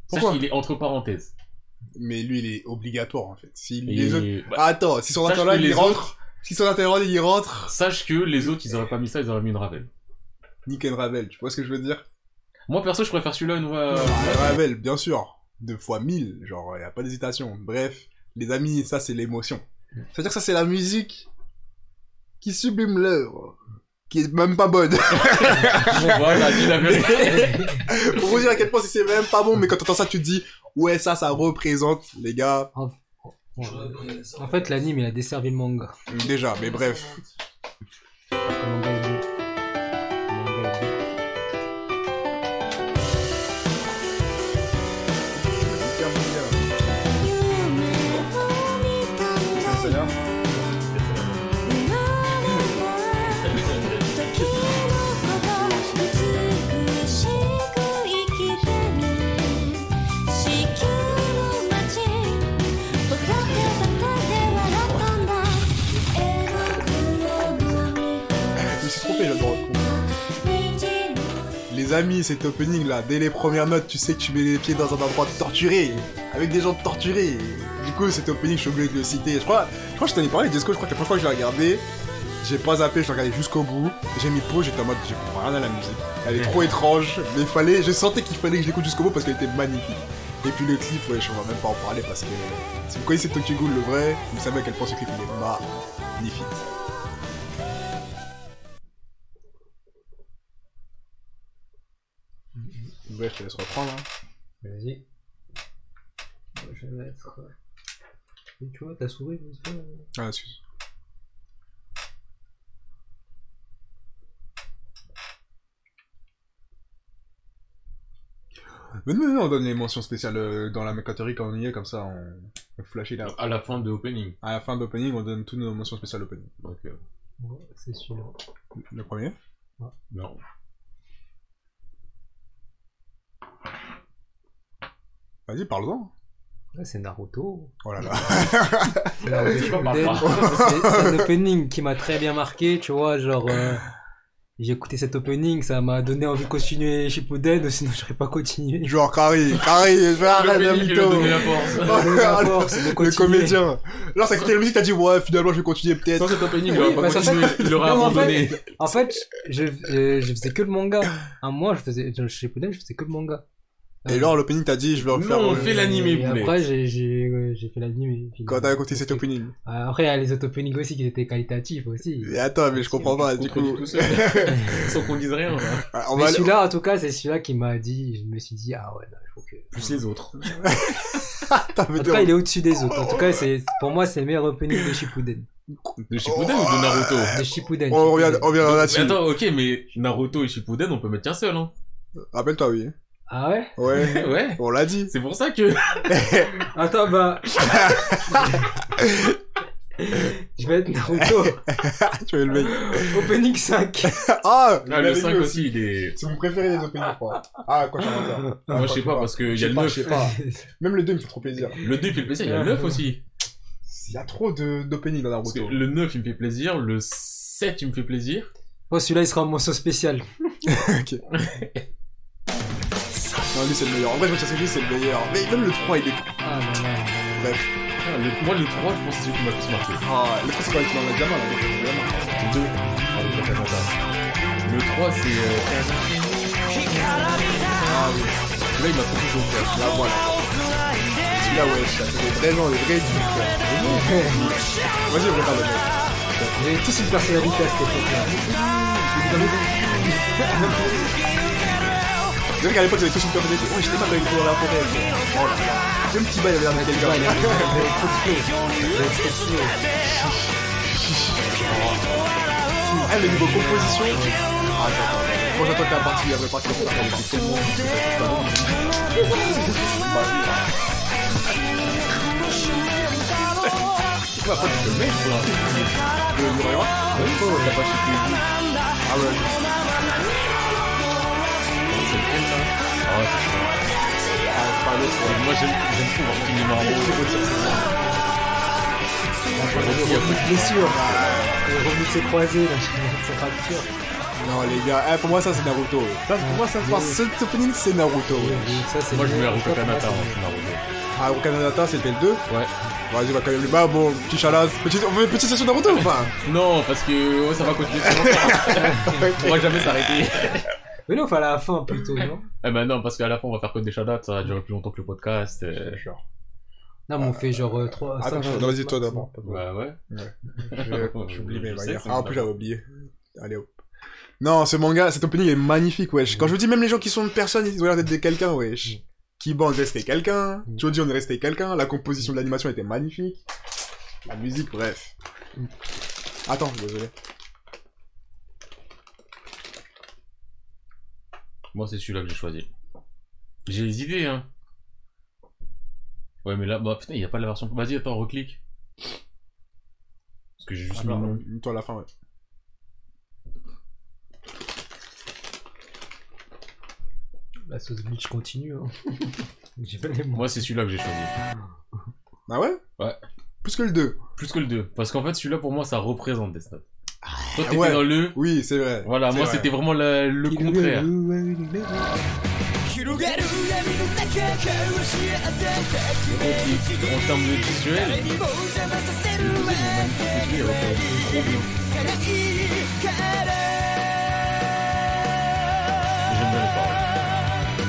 Speaker 2: Pourquoi
Speaker 1: Sache qu'il est entre parenthèses.
Speaker 2: Mais lui, il est obligatoire, en fait. Si
Speaker 1: Et-
Speaker 2: les autres...
Speaker 1: bah,
Speaker 2: Ah, attends, si son
Speaker 1: Sache
Speaker 2: interlocuteur,
Speaker 1: que
Speaker 2: il
Speaker 1: les
Speaker 2: rentre... Si son interlocuteur, il rentre...
Speaker 1: Sache que les autres, ils auraient pas mis ça, ils auraient mis une Ravel.
Speaker 2: Nick and Ravel, tu vois ce que je veux dire
Speaker 1: Moi, perso, je préfère celui-là. une voix-
Speaker 2: Ravel, bien sûr. Deux fois mille, genre, y a pas d'hésitation. Bref, les amis, ça, c'est l'émotion. C'est-à-dire que ça, c'est la musique qui sublime l'œuvre. Qui est même pas bonne.
Speaker 1: Bon, voilà, dis la vérité.
Speaker 2: Pour vous dire à quel point c'est même pas bon, mais quand t'entends ça, tu te dis, ouais, ça, ça représente, les gars.
Speaker 3: Ouais. En fait, l'anime, il a desservi le manga.
Speaker 2: Déjà, mais bref.
Speaker 3: Le manga est bon. Le manga est bon.
Speaker 2: Je me suis trompé, je le retrouve. Les amis, cet opening là, dès les premières notes, tu sais que tu mets les pieds dans un endroit torturé, avec des gens torturés. Du coup, cet opening, je suis obligé de le citer. Je crois, je crois que je t'en ai parlé, Jesco, je crois que la première fois que je l'ai regardé, j'ai pas zappé, je l'ai regardé jusqu'au bout. J'ai mis pause, j'étais en mode, j'ai compris rien à la musique. Elle est trop étrange, mais il fallait, je sentais qu'il fallait que je l'écoute jusqu'au bout parce qu'elle était magnifique. Et puis le clip, ouais, je vais même pas en parler parce que si vous connaissez Tokyo Ghoul le vrai, vous savez à quel point ce clip il est magnifique. Bref, je te laisse reprendre. hein.
Speaker 3: Vas-y. Je vais mettre. euh, Mais tu vois, ta souris, euh, mais c'est pas-
Speaker 2: Ah, excuse. Mais non, non, on donne les mentions spéciales euh, dans la mercaterie quand on y est, comme ça on, on flash it out.
Speaker 1: à la fin de opening.
Speaker 2: À la fin d'opening, on donne toutes nos mentions spéciales opening.
Speaker 1: Donc, euh,
Speaker 3: Ouais, c'est celui-là.
Speaker 2: Le premier
Speaker 1: non.
Speaker 2: Vas-y, parle-en.
Speaker 3: Ouais, c'est Naruto.
Speaker 2: Oh là là.
Speaker 3: C'est Naruto
Speaker 1: c'est pas
Speaker 3: Shippuden.
Speaker 1: Barbara.
Speaker 3: C'est- c'est un opening qui m'a très bien marqué, tu vois, genre. euh, J'ai écouté cet opening, ça m'a donné envie de continuer Shippuden, sinon j'aurais pas continué.
Speaker 2: Genre, Carrie, Carrie, je vais arrêter la
Speaker 1: L'opening qui lui a donné la
Speaker 2: mytho.
Speaker 1: force.
Speaker 3: Donner la force de
Speaker 2: Le
Speaker 3: continuer.
Speaker 2: comédien. Genre, t'as écouté la musique, t'as dit, ouais, finalement, je vais continuer
Speaker 1: Sans
Speaker 2: peut-être.
Speaker 1: cet opening, il
Speaker 3: Oui,
Speaker 1: aurait pas
Speaker 3: parce qu'en
Speaker 1: continué, il aurait
Speaker 3: Non, mais en fait-
Speaker 1: abandonné.
Speaker 3: En fait, je, euh, je faisais que le manga. Un mois, je faisais, dans Shippuden, je faisais que le manga.
Speaker 2: Et
Speaker 3: Euh,
Speaker 2: genre, l'opening, t'as dit, je vais en
Speaker 1: Non,
Speaker 2: faire.
Speaker 1: on
Speaker 2: euh,
Speaker 1: fait l'animé,
Speaker 3: et
Speaker 1: poulet.
Speaker 3: Après, j'ai, j'ai, ouais, j'ai fait l'animé. finalement.
Speaker 2: Quand t'as écouté cet opening.
Speaker 3: Euh, Après, il y a les autres openings aussi qui étaient qualitatifs aussi.
Speaker 2: Et attends, mais je comprends pas, du coup.
Speaker 1: tout seul. Sans qu'on dise rien. hein. là.
Speaker 2: Ah, On
Speaker 3: Mais
Speaker 2: va aller-
Speaker 3: celui-là, en tout cas, c'est celui-là qui m'a dit, je me suis dit, ah ouais, non, il faut que...
Speaker 1: Plus les autres.
Speaker 2: Attends, mais
Speaker 3: En tout cas, il est au-dessus des autres. En tout cas, c'est, pour moi, c'est le meilleur opening de Shippuden.
Speaker 1: De Shippuden ou de Naruto
Speaker 3: De Shippuden.
Speaker 2: on revient,
Speaker 3: Shippuden.
Speaker 2: on reviendra
Speaker 1: Mais
Speaker 2: là-dessus.
Speaker 1: Attends, ok, mais Naruto et Shippuden, on peut mettre qu'un seul, hein.
Speaker 2: Rappelle-toi, oui.
Speaker 3: Ah ouais
Speaker 2: Ouais.
Speaker 1: Ouais.
Speaker 2: On l'a dit.
Speaker 1: C'est pour ça que.
Speaker 3: Attends, bah... je vais être Naruto.
Speaker 2: tu es le mec.
Speaker 3: opening 5.
Speaker 2: Ah,
Speaker 1: Ah,
Speaker 2: je l'avais
Speaker 1: le
Speaker 2: vu
Speaker 1: 5 aussi, il est.
Speaker 2: C'est mon préféré des openings, je crois. Ah, quoi, je suis en retard. Ah,
Speaker 1: Moi, je sais pas, parce qu'il y a le
Speaker 2: pas,
Speaker 1: 9.
Speaker 2: je sais pas. Même le 2 me fait trop plaisir.
Speaker 1: Le 2, il fait plaisir, il y a le 9 aussi.
Speaker 2: Il y a trop de- d'openings dans
Speaker 1: Parce que
Speaker 2: Naruto.
Speaker 1: le 9, il me fait plaisir. Le 7, il me fait plaisir.
Speaker 3: Bon, Oh, celui-là, il sera en mention spéciale.
Speaker 2: Non, lui, c'est le meilleur. En vrai, je me tiens lui, c'est le meilleur. Mais même le 3, il est.
Speaker 3: Ah non, non.
Speaker 1: Ah, le- Moi, le 3, je pense que c'est celui qui m'a le plus marqué.
Speaker 2: Ah, le 3, c'est quand il est dans l'examen, là. dans l'examen.
Speaker 1: Le 2. Ah, le 3, c'est fantastique. Le 3, c'est.
Speaker 2: Ah, oui.
Speaker 1: euh, Là, il m'a trop touché au cœur.
Speaker 2: Là, voilà. Celui-là, ouais, ça fait des vrais gens, des vrais geeks. quoi. Vas-y, on regarde le mec.
Speaker 3: J'avais tous une personnalité à cette époque-là.
Speaker 2: Vous savez qu'à l'époque, j'avais tous une personnalité. Oh, j'étais pas dans les cours dans la forêt. mais- Oh là là. Même petit bas, il avait l'air de
Speaker 3: Tu vois, il
Speaker 2: quelqu'un.
Speaker 3: avait- il avait trop de flow. Il avait trop de flow.
Speaker 2: Ah, le niveau composition. Ah, attends, attends. Moi, j'attends que la partie, la vraie partie, on va voir.
Speaker 1: Pourquoi pas le mec, là
Speaker 2: Le Muriel.
Speaker 1: Oh, t'as pas chez lui.
Speaker 2: hein Ah, ouais.
Speaker 1: C'est le même, ça. Ah, ouais, c'est chiant.
Speaker 2: Ah, pas l'autre, ouais.
Speaker 1: Et Moi, j'aime j'aime trop voir qu'il est marrant.
Speaker 2: C'est beau de dire, c'est ça.
Speaker 1: Il y a
Speaker 3: Beaucoup de blessures. Le remous s'est croisé, là, sa
Speaker 2: Oh,
Speaker 3: fracture.
Speaker 2: Non, les gars, eh, pour moi, ça, c'est Naruto. Ça, pour moi, ça, enfin, cet opening, c'est Naruto. ouais.
Speaker 3: Ça, c'est
Speaker 1: Moi, je
Speaker 3: le-
Speaker 1: mets Haruka Kanata hein, c'est Naruto.
Speaker 2: Ah, au Canada, c'était le 2.
Speaker 1: Ouais.
Speaker 2: Vas-y, on va quand même le bas. Bon, petit chalas. Petite, on fait une petite session Naruto ou pas
Speaker 1: Non, parce que ouais, ça va continuer trop longtemps. On va jamais s'arrêter.
Speaker 3: Mais non, enfin, à la fin, plutôt, non
Speaker 1: Eh ben non, parce qu'à la fin, on va faire que des shoutouts, ça va durer plus longtemps que le podcast. euh.
Speaker 3: Non, mais on fait genre euh, 3,
Speaker 2: Attends, vas-y, toi d'abord.
Speaker 1: Bah ouais.
Speaker 2: Je- J'oublie mes
Speaker 1: Je sais
Speaker 2: manières.
Speaker 1: que c'est
Speaker 2: Ah, en plus,
Speaker 1: une
Speaker 2: j'avais oublié. Allez, hop. Non, ce manga, cet opening est magnifique, wesh. Quand je vous dis, même les gens qui sont personne, ils ont l'air d'être des quelqu'un,
Speaker 1: Mm.
Speaker 2: wesh. Kiban, c'était quelqu'un.
Speaker 3: Mm.
Speaker 2: Jody, on est resté quelqu'un. La composition de l'animation était magnifique. La musique, bref.
Speaker 3: Mm.
Speaker 2: Attends, désolé.
Speaker 1: Ah, Moi, c'est celui-là que j'ai choisi. J'ai les idées, hein. Ouais, mais là, bah putain, il n'y a pas la version. Vas-y, attends, reclique. Parce que j'ai
Speaker 2: Ah,
Speaker 1: juste mis le nom.
Speaker 2: Toi, à la fin, ouais.
Speaker 3: La sauce glitch continue. hein. J'ai pas les mots.
Speaker 1: Moi, c'est celui-là que j'ai choisi.
Speaker 2: Ah ouais
Speaker 1: Ouais.
Speaker 2: Plus que le 2.
Speaker 1: Plus que le 2. Parce qu'en fait, celui-là, pour moi, ça représente Death Note. Toi, t'étais
Speaker 2: Ah ouais.
Speaker 1: dans le.
Speaker 2: Oui, c'est vrai.
Speaker 1: Voilà,
Speaker 2: C'est
Speaker 1: moi,
Speaker 2: vrai.
Speaker 1: c'était vraiment la- le contraire. En termes de visuel, J'aime bien les paroles.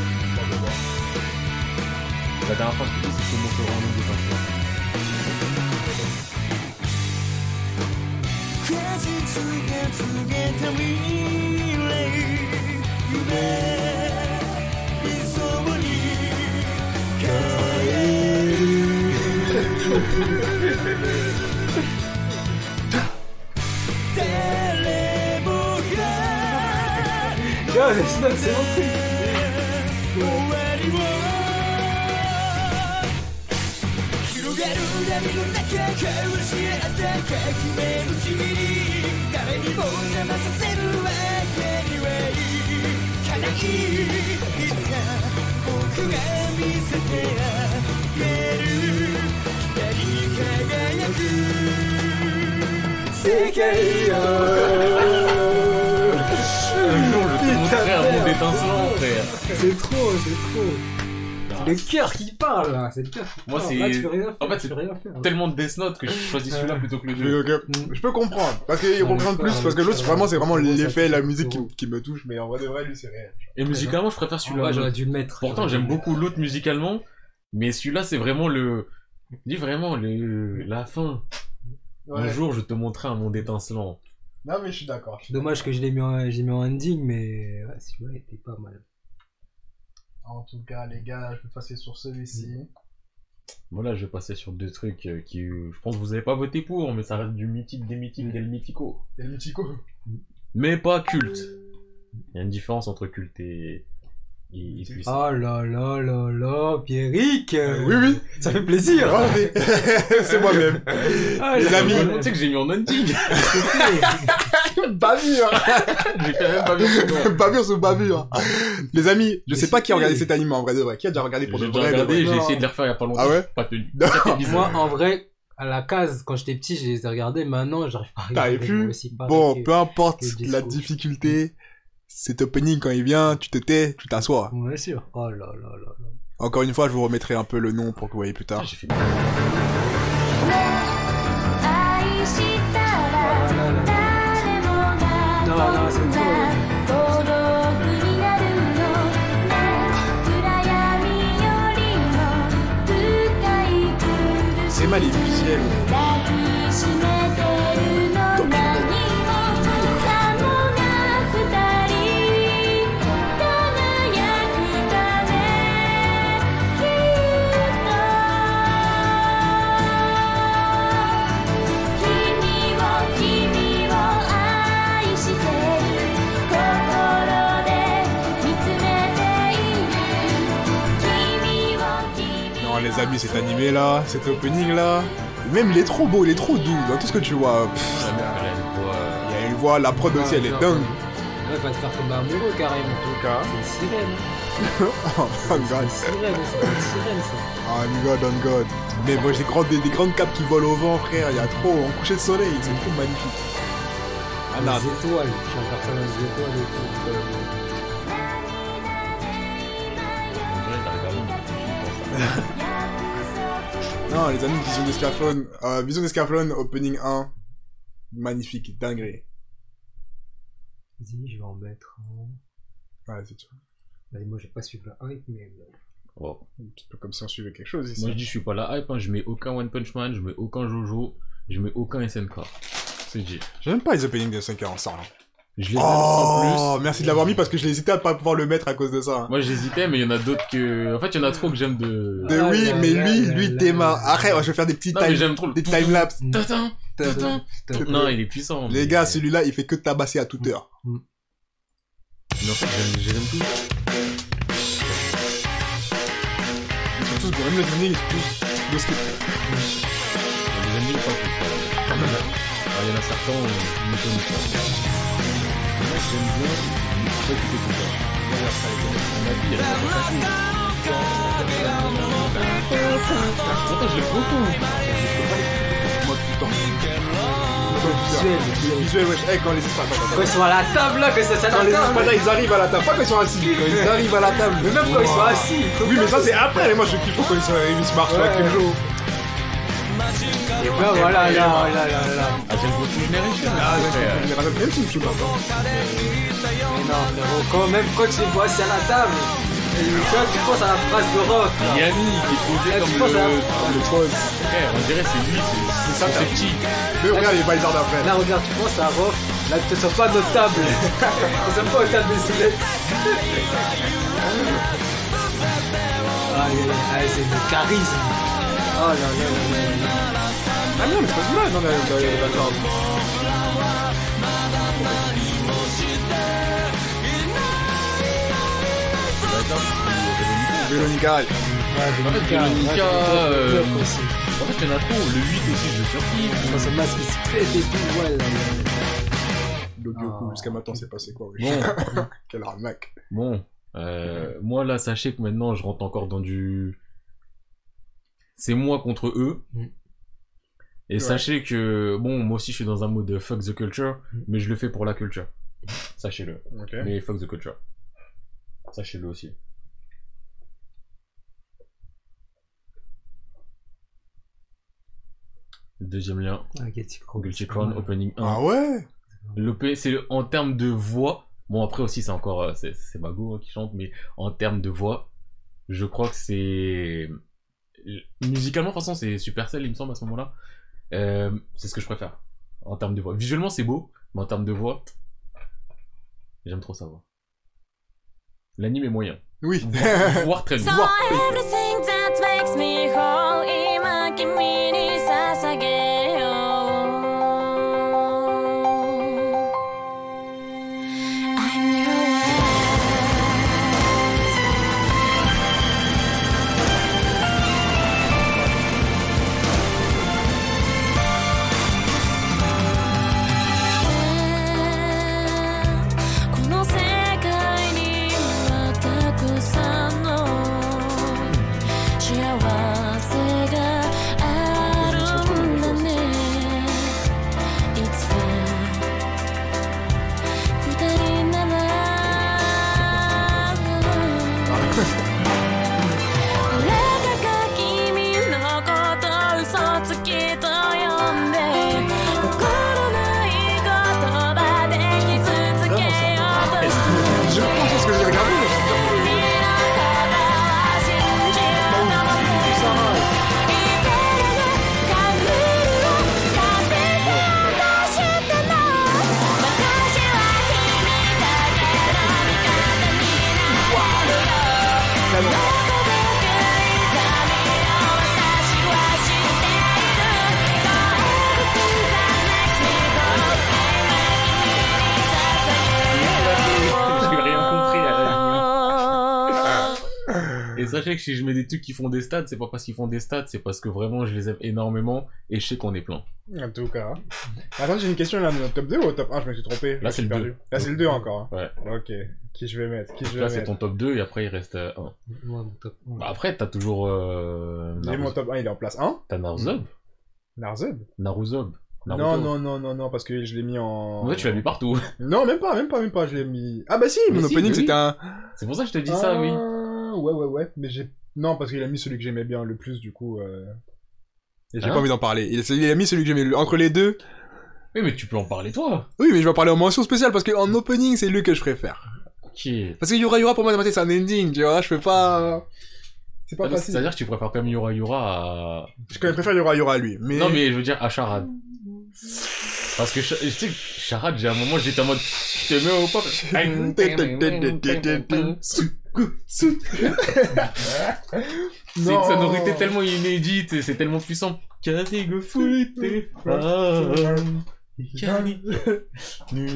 Speaker 1: La dernière phrase que je dis, c'est comment faire un homme de vaincre.
Speaker 3: Tiens, mais c'est c'est bon. euh.
Speaker 1: étincelant, frère.
Speaker 3: C'est trop, c'est trop. Le cœur qui parle là, c'est le cœur qui
Speaker 1: Moi,
Speaker 3: parle.
Speaker 1: c'est-
Speaker 3: Là, tu peux rien faire.
Speaker 1: en fait,
Speaker 3: tu peux rien faire.
Speaker 1: Tellement de Death Note que je choisis celui-là plutôt que le
Speaker 2: Mais
Speaker 1: 2.
Speaker 2: ok.
Speaker 3: Mm.
Speaker 2: Je peux comprendre, parce qu'ils
Speaker 3: Ouais,
Speaker 2: comprennent
Speaker 3: mais
Speaker 2: plus,
Speaker 3: pas,
Speaker 2: parce que l'autre,
Speaker 3: mais
Speaker 2: vraiment, c'est vraiment
Speaker 3: pas, ça
Speaker 2: l'effet,
Speaker 3: touche
Speaker 2: la
Speaker 3: pas
Speaker 2: musique qui,
Speaker 3: trop.
Speaker 2: qui me touche, mais en vrai de vrai, lui, c'est réel.
Speaker 1: Et musicalement, je préfère
Speaker 3: Ouais,
Speaker 1: celui-là.
Speaker 3: j'aurais dû le mettre.
Speaker 1: Pourtant,
Speaker 3: J'aurais
Speaker 1: j'aime
Speaker 3: dû le
Speaker 1: beaucoup l'autre musicalement, mais celui-là, c'est vraiment le. je Dis vraiment le... la fin. Un jour, je te montrerai un monde étincelant.
Speaker 2: Non, mais je suis d'accord.
Speaker 3: mettre. Dommage que je l'ai mis, en... j'ai mis en ending, mais ouais, celui-là était pas mal.
Speaker 2: En tout cas, les gars, je vais passer sur celui-ci.
Speaker 1: Voilà, je vais passer sur deux trucs euh, qui, euh, je pense, que vous avez pas voté pour, mais ça reste du mythique, des mythiques, des mythico.
Speaker 2: Et le Tico.
Speaker 1: Mais pas culte. Il y a une différence entre culte et. et- et puissant.
Speaker 3: Oh là là là là, Pierrick euh,
Speaker 2: Oui, oui.
Speaker 3: Ça fait plaisir hein.
Speaker 2: Ah, oui. c'est moi-même.
Speaker 3: Ah,
Speaker 2: les
Speaker 3: j'ai-
Speaker 2: amis.
Speaker 1: Vraiment, Tu sais que j'ai mis en hunting
Speaker 2: Bavure
Speaker 1: J'ai fait même pas bien souvent.
Speaker 2: Bavure sous bavure Les amis, je
Speaker 3: Mais
Speaker 2: sais pas
Speaker 3: c'est
Speaker 2: qui a regardé
Speaker 3: qui
Speaker 2: cet anime en vrai de vrai. Qui a déjà regardé pour de
Speaker 1: J'ai déjà
Speaker 2: vrai de vrai
Speaker 1: regardé, j'ai
Speaker 3: Non.
Speaker 1: essayé de les refaire il y a pas longtemps.
Speaker 2: Ah ouais
Speaker 1: j'ai pas tenu.
Speaker 2: Non.
Speaker 1: C'était bizarre.
Speaker 3: Moi, en vrai, à la case, quand j'étais petit, je les ai regardés, maintenant, j'arrive pas à regarder.
Speaker 2: T'arrives plus
Speaker 3: moi aussi, pas
Speaker 2: Bon,
Speaker 3: avec-
Speaker 2: peu importe
Speaker 3: que des
Speaker 2: la
Speaker 3: discours.
Speaker 2: difficulté, cet opening, quand il vient, tu te tais, tu t'assois.
Speaker 3: Bien sûr. Oh là là là là.
Speaker 2: Encore une fois, je vous remettrai un peu le nom pour que vous voyez plus
Speaker 1: Putain,
Speaker 2: tard.
Speaker 1: j'ai fait
Speaker 3: Ah là là là. Non, non, c'est trop.
Speaker 5: 孤独になるの暗闇よりも深い苦し
Speaker 2: C'est
Speaker 5: み
Speaker 2: mal les visuels.
Speaker 5: 抱きしめてるの何も差もなく二人輝くためきっと君を君を愛してる心で見つめている君を君を
Speaker 2: Non, les amis, cet animé là, cet opening là. Même il est trop beau, il est trop doux. Dans tout ce que tu vois, pff,
Speaker 1: la meuf, elle a une voix, euh,
Speaker 2: il y a une voix, la prod aussi, elle est
Speaker 3: Ah,
Speaker 2: dingue.
Speaker 3: Ouais, va te faire tomber amoureux carrément. En tout
Speaker 2: cas.
Speaker 3: C'est une sirène.
Speaker 2: Oh my god.
Speaker 3: C'est une sirène, c'est une sirène ça.
Speaker 2: Oh my god, oh my god. Mais moi, j'ai des grandes, des grandes capes qui volent au vent, frère. Il y a trop, en coucher de soleil, c'est trop magnifique. Ah non,
Speaker 3: Les étoiles, tu vas faire ça dans les étoiles et
Speaker 1: on dirait que t'as regardé une petite fille,
Speaker 2: non, les amis, Vision d'Escaflone. Euh, Vision d'Escaflone, opening 1. Magnifique, dinguerie.
Speaker 3: tout. Vas-y, je vais en mettre. un.
Speaker 2: Ouais, c'est tout.
Speaker 3: Bah, moi, je vais pas suivre la hype, mais. euh,
Speaker 1: quoi. Oh.
Speaker 2: Un petit peu comme si on suivait quelque chose ici.
Speaker 1: Moi, je dis, je suis pas la hype, hein. je mets aucun One Punch Man, je mets aucun Jojo, je mets aucun SNK. C'est dit.
Speaker 2: J'aime pas les openings de 5 heures ensemble.
Speaker 1: Je les aime sans
Speaker 2: Oh,
Speaker 1: plus.
Speaker 2: merci de l'avoir mis parce que je l'hésitais à pas pouvoir le mettre à cause de ça. hein.
Speaker 1: Moi, j'hésitais, mais il y en a d'autres que. En fait, il y en a trop que j'aime de.
Speaker 2: De
Speaker 3: Ah
Speaker 2: oui,
Speaker 3: là
Speaker 2: mais
Speaker 3: là
Speaker 2: lui,
Speaker 3: là
Speaker 2: lui
Speaker 3: là
Speaker 2: démarre.
Speaker 3: là.
Speaker 2: Arrête, je vais faire des petits
Speaker 1: Non, mais
Speaker 2: time,
Speaker 1: j'aime trop le.
Speaker 2: des time lapse.
Speaker 1: Tintin, tintin. Non, il est puissant.
Speaker 2: Les
Speaker 1: mais-
Speaker 2: gars, celui-là, il fait que tabasser à toute heure.
Speaker 1: Mais en fait, j'aime- j'aime tout.
Speaker 2: Ils sont tous bons, même le dernier, ils sont tous de skip.
Speaker 1: J'aime bien pas tout. Alors, Ah, Il y en a certains, euh, on ne connaît pas. Moi, j'aime bien, mais je peux pas écouter tout ça. Moi, j'ai appris à les connaître. À ma vie, il y a des gens qui passent. Pourtant, je l'aime beaucoup.
Speaker 2: Moi, tout le temps. Le
Speaker 3: Visuel, visuel.
Speaker 2: Visuel, wesh. Eh, quand les attends, attends, attends.
Speaker 3: Quand ils sont à la table là, que ça
Speaker 2: Quand
Speaker 3: s'attend
Speaker 2: les Espada, ils arrivent à la table. Pas quand ils sont assis, quand ils arrivent à la table.
Speaker 3: Mais même quand ils sont
Speaker 2: Ouah.
Speaker 3: assis, ils
Speaker 2: Oui, mais ça, c'est après. Moi, je kiffe quand ils sont- ils se marchent
Speaker 3: Ouais.
Speaker 2: tranquillement.
Speaker 3: Et bah voilà, là, là, là, là.
Speaker 1: Ah, j'aime beaucoup le générique.
Speaker 2: Ah,
Speaker 1: Ah,
Speaker 2: ouais,
Speaker 1: ouais.
Speaker 2: je comprends. Même si je suis pas.
Speaker 3: Mais non, frérot, quand même quand tu les vois assis à la table, et tu vois, tu penses à la phrase de rock. là.
Speaker 1: Yanni, qui est posé
Speaker 3: Ah, tu
Speaker 1: comme
Speaker 3: penses à-
Speaker 1: le
Speaker 2: Le troll.
Speaker 1: frère. On dirait c'est lui, c'est
Speaker 2: C'est ça,
Speaker 1: c'est
Speaker 2: t'as-
Speaker 1: petit.
Speaker 2: Mais regarde, les bails d'après.
Speaker 3: Ah, Là, regarde, tu penses à rock, là, tu te sens pas à notre table. Tu te sens pas aux tables des soulettes. Ah, il y a- ah, c'est le charisme. Oh là là là là là.
Speaker 2: Ah non, mais c'est pas celui-là, non, d'accord. Véronica,
Speaker 1: En fait,
Speaker 3: Ouais,
Speaker 1: Véronica,
Speaker 3: ouais,
Speaker 1: euh,
Speaker 3: top aussi.
Speaker 1: En fait, il y en a trop. Le 8 aussi, je surkiffe.
Speaker 3: Quand ce masque il se pète et tout, ouais, là, là, là.
Speaker 2: le Goku,
Speaker 3: Ah.
Speaker 2: jusqu'à maintenant, c'est passé quoi, wesh.
Speaker 1: Bon.
Speaker 2: Quelle arnaque.
Speaker 1: Bon, euh, moi là, sachez que maintenant, je rentre encore dans du. C'est moi contre eux.
Speaker 3: Mm.
Speaker 1: Et
Speaker 2: Ouais.
Speaker 1: sachez que, bon, moi aussi, je suis dans un mode fuck the culture,
Speaker 3: Mm.
Speaker 1: mais je le fais pour la culture. Sachez-le.
Speaker 2: Ok.
Speaker 1: Mais fuck the culture.
Speaker 6: Ça chez lui aussi.
Speaker 1: Deuxième lien,
Speaker 3: Ah, Guilty Crown.
Speaker 1: Guilty Crown, opening 1.
Speaker 2: Ah ouais
Speaker 1: L'OP, c'est le- en termes de voix. Bon, après aussi, c'est encore. euh, C'est c'est Mago hein, qui chante, mais en termes de voix, je crois que c'est. euh, Musicalement, de toute façon, c'est Supercell, il me semble, à ce moment-là. Euh, c'est ce que je préfère. En termes de voix. Visuellement, c'est beau, mais en termes de voix, j'aime trop sa voix. L'anime est moyen.
Speaker 2: Oui.
Speaker 1: Voire très
Speaker 5: So
Speaker 1: bien.
Speaker 5: everything that makes me whole 今君に捧げよう I'm your world「この世界にはたくさんの幸せがあるんだね」「いつか二人なら」「誰かが君のこと嘘つきと呼んで」「心ない言葉で傷つけようとして」
Speaker 2: Je pense que c'est ce que j'ai regardé.
Speaker 1: J'ai rien compris à l'anime. Et sachez que si je mets des trucs qui font des stats, c'est pas parce qu'ils font des stats, c'est parce que vraiment je les aime énormément et je sais qu'on est plein.
Speaker 2: En tout cas. Attends, j'ai une question là, dans le top 2 ou au top 1 Je me suis trompé.
Speaker 1: Là, c'est
Speaker 2: j'ai
Speaker 1: le
Speaker 2: perdu.
Speaker 1: deux.
Speaker 2: Là, c'est le 2 encore. hein.
Speaker 1: Ouais.
Speaker 2: Ok. Qui je vais mettre Qui je
Speaker 1: Là
Speaker 2: vais
Speaker 1: c'est
Speaker 2: mettre
Speaker 1: ton top 2 et après il reste 1.
Speaker 3: Moi, mon top un.
Speaker 1: Bah après t'as toujours euh,
Speaker 2: J'ai mon
Speaker 1: Naruzo-
Speaker 2: top 1, il est en place 1.
Speaker 1: t'as Naruzob.
Speaker 2: Narzeb
Speaker 1: Naruzob.
Speaker 2: Non, non, non, non, non, parce que je l'ai mis en.
Speaker 1: En fait tu l'as mis partout.
Speaker 2: Non, même pas, même pas, même pas, je l'ai mis. Ah bah si,
Speaker 1: Mais
Speaker 2: mon
Speaker 1: si,
Speaker 2: opening
Speaker 1: mais
Speaker 2: c'était
Speaker 1: oui.
Speaker 2: un.
Speaker 1: C'est pour ça que je te dis ça oui.
Speaker 2: Ah, Ouais, ouais, ouais, mais j'ai. Non, parce qu'il a mis celui que j'aimais bien le plus, du coup. euh, Et j'ai
Speaker 1: Hein
Speaker 2: pas envie d'en parler. Il, il a mis celui que j'aimais. le- Entre les deux.
Speaker 1: Oui mais tu peux en parler toi.
Speaker 2: Oui, mais je vais en parler en mention spéciale parce qu'en opening, c'est lui que je préfère.
Speaker 1: Ok.
Speaker 2: Parce que Yura Yura pour moi, dans ma tête, c'est un ending, tu vois. Je peux pas. C'est pas
Speaker 1: Ah, donc,
Speaker 2: facile.
Speaker 1: C'est-à-dire que tu préfères quand même Yura Yura à...
Speaker 2: Je quand même préfère Yura Yura à lui. Mais...
Speaker 1: Non mais je veux dire à Charade. Parce que Cha- tu sais que Charade j'ai un moment j'étais en mode je te mets au pop. C'est une
Speaker 2: Non.
Speaker 1: sonorité tellement inédite et c'est tellement puissant. Ah. Karigo fouté. Kari- Nino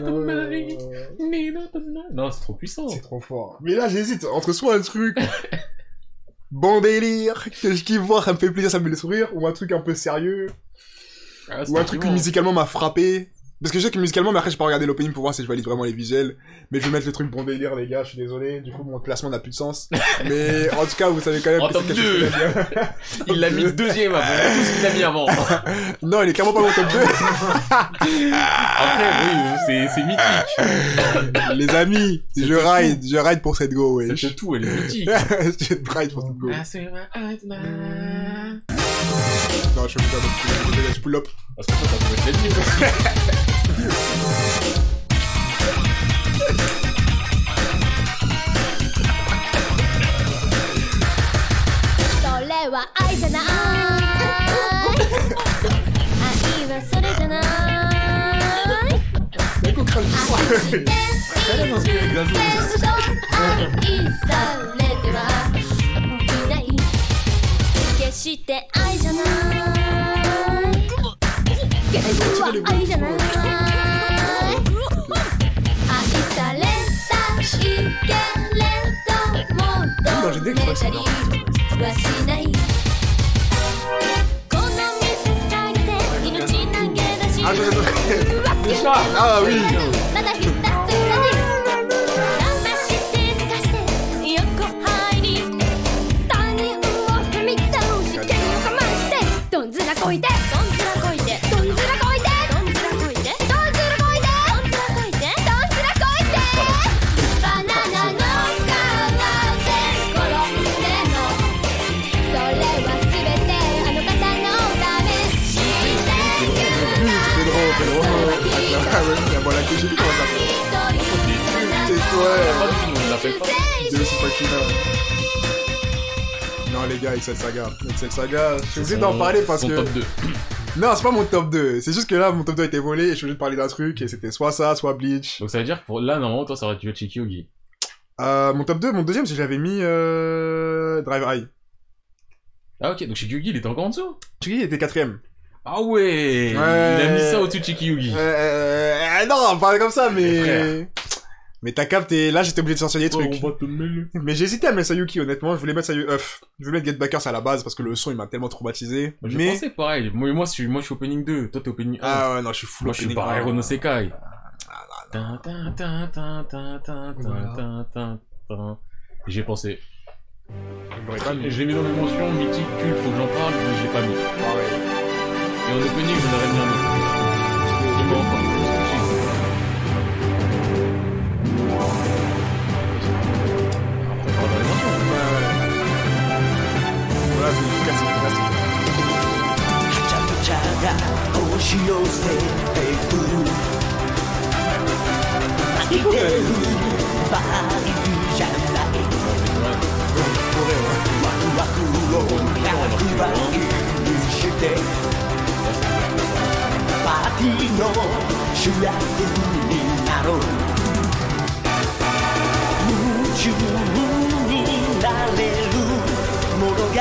Speaker 1: de Marie, Nino de Marie. Non, c'est trop puissant.
Speaker 2: C'est trop fort. Mais là, j'hésite entre soit un truc. Bon délire, que je kiffe voir, ça me fait plaisir, ça me fait le sourire, ou un truc un peu sérieux,
Speaker 1: Ah, c'est
Speaker 2: ou un truc qui
Speaker 1: vraiment-
Speaker 2: musicalement m'a frappé. Parce que je sais que musicalement, mais après, je peux regarder l'opening pour voir si je valide vraiment les visuels. Mais je vais mettre le truc bon délire, les gars, je suis désolé, du coup, mon classement n'a plus de sens. mais en tout cas, vous savez quand même
Speaker 1: En
Speaker 2: que
Speaker 1: top
Speaker 2: c'est quelque chose que j'aime bien.
Speaker 1: Il l'a mis deuxième avant tout ce qu'il a mis avant.
Speaker 2: Non, il est clairement pas mon top 2.
Speaker 1: Après, oui, c'est- c'est mythique.
Speaker 2: Les amis,
Speaker 1: C'est
Speaker 2: je
Speaker 1: tout.
Speaker 2: ride, je ride pour cette go, wesh.
Speaker 1: Cette tout, elle est mythique.
Speaker 2: je ride pour cette go.
Speaker 1: Ah, c'est ma hot night.
Speaker 2: Non, je suis pas dans le je pull up.
Speaker 1: Parce que ça, ça pourrait être l'ennemi aussi.
Speaker 2: Mais qu'on crache du sang.
Speaker 5: 「決して愛じゃない」「決しては愛じゃない」「愛されたいけれども
Speaker 2: 今
Speaker 5: 求
Speaker 2: 自
Speaker 5: め
Speaker 2: 転車
Speaker 5: たりはしない」「こんなに下げて命投げ出し」
Speaker 2: Ah, je- je- je-
Speaker 5: わけ
Speaker 2: Ah oui
Speaker 5: まだひたすらに騙して透かして横入り他人を踏み倒し剣をかましてどんずらこいてどんずらこいてどんずらこいてどんずらこいてどんずらこいてどんずらこいてどんずら
Speaker 2: Ah ouais, la voilà que j'ai dit comment ça fait. C'est ouais.
Speaker 1: Pas de film, on l'appelle pas.
Speaker 2: Dieu, c'est pas qui là. Non les gars, Excel Saga. Excel Saga, je suis obligé d'en
Speaker 1: Son-
Speaker 2: parler parce
Speaker 1: son
Speaker 2: que...
Speaker 1: top 2.
Speaker 2: Non, c'est pas mon top 2. C'est juste que là, mon top 2 a été volé et je suis obligé de parler d'un truc et c'était soit ça, soit Bleach.
Speaker 1: Donc ça veut dire que pour là normalement toi ça aurait dû être chez Kyogi.
Speaker 2: Euh, mon top 2, mon deuxième, c'est que j'avais mis euh, Drive High.
Speaker 1: Ah ok donc chez Kyogi il était encore en dessous.
Speaker 2: Tu dis, il était quatrième.
Speaker 1: Ah ouais, Il a mis ça au-dessus de chez Kyogi.
Speaker 2: Euh, euh, euh, non, pas comme ça,
Speaker 1: Mais
Speaker 2: mais...
Speaker 1: frère.
Speaker 2: Mais t'as capté, là j'étais obligé de sortir des
Speaker 1: Ouais,
Speaker 2: trucs.
Speaker 1: on va te mêler.
Speaker 2: Mais j'hésitais à mettre Sayuki, honnêtement. Je voulais mettre Sayuki. Uf. Je voulais mettre Get Backers à la base parce que le son il m'a tellement traumatisé.
Speaker 1: Je
Speaker 2: mais.
Speaker 1: pensais pareil. Moi, moi, je suis, moi, je suis opening 2. Toi, t'es opening 1.
Speaker 2: Ah ouais, non, je suis fou.
Speaker 1: moi, je suis pareil, Rono Sekai. Tin, tin, tin, tin, tin, tin,
Speaker 3: Voilà.
Speaker 1: tin, tin, tin. J'ai pensé.
Speaker 2: J'aurais pas mis.
Speaker 1: Je l'ai mis dans mes mentions, mythique, culte, faut que j'en parle, mais j'ai pas mis.
Speaker 2: Pareil.
Speaker 1: Et en opening, je n'aurais mis un autre. Je l'ai mis encore. Jeez. Après, on va dans les mentions.
Speaker 2: Ouais, ouais, ouais. Voilà, c'est efficace, c'est efficace.
Speaker 6: ちゃくちゃな
Speaker 4: oh,
Speaker 6: 押し寄せてくる泣いてる場合じゃないワクワクを100倍にしてパーティーの主役になろう夢中になれるものが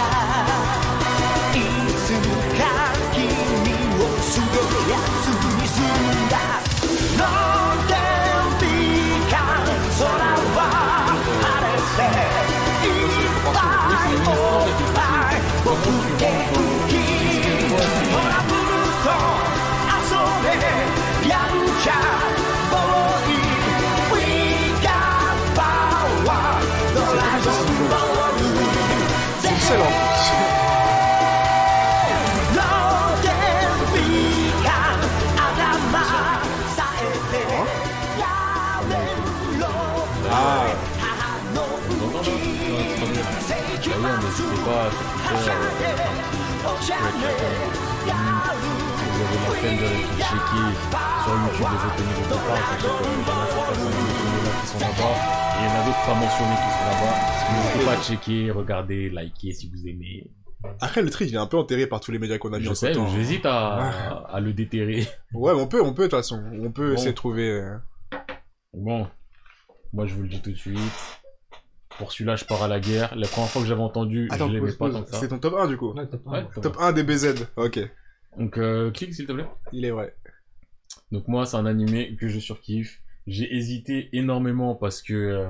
Speaker 6: いつか君をすごいやつにするんだ飲んでみか空は晴れていっぱいおっぱい僕元気ほらブルーと遊べやんちゃボーイ We got power ドラゴンボール
Speaker 2: C'est excellent. Ah.
Speaker 1: Il y en a d'autres pas mentionnés qui sont là-bas. N'hésitez pas à checker, regarder, liker si vous aimez.
Speaker 2: Après, le tri, il est un peu enterré par tous les médias qu'on a mis
Speaker 1: Je
Speaker 2: en
Speaker 1: sais,
Speaker 2: temps.
Speaker 1: j'hésite à, à le déterrer.
Speaker 2: Ouais, mais on peut, on peut, de toute façon. On peut
Speaker 1: Bon.
Speaker 2: essayer de trouver. euh,
Speaker 1: Bon, moi je vous le dis tout de suite. Pour celui-là, je pars à la guerre. La première fois que j'avais entendu,
Speaker 2: Attends,
Speaker 1: je l'aimais
Speaker 2: pause,
Speaker 1: pas tant
Speaker 2: pause.
Speaker 1: que ça.
Speaker 2: C'est ton top 1 du coup.
Speaker 3: Ouais, t'as pas.
Speaker 1: Ouais, top.
Speaker 2: Top 1 des BZ. Ok.
Speaker 1: Donc, euh, clique s'il te plaît.
Speaker 2: Il est vrai.
Speaker 1: Donc moi, c'est un animé que je surkiffe. J'ai hésité énormément parce que euh,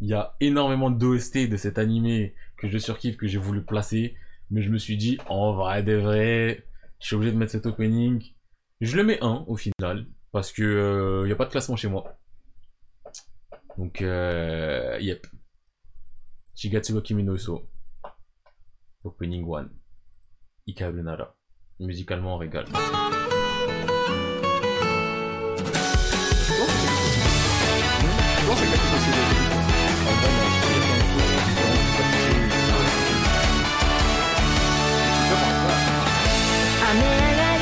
Speaker 1: il y a énormément d'OST de cet animé que je surkiffe, que j'ai voulu placer. Mais je me suis dit, en vrai de vrai, je suis obligé de mettre cet opening. Je le mets un au final, parce que euh, il n'y a pas de classement chez moi. Donc, euh, yep. Shigatsu wa Kimi no Uso. Opening 1. Ikaru Nara. Musicalement, on régale.
Speaker 2: Non, c'est exactement ce que j'ai dit.
Speaker 4: 雨上が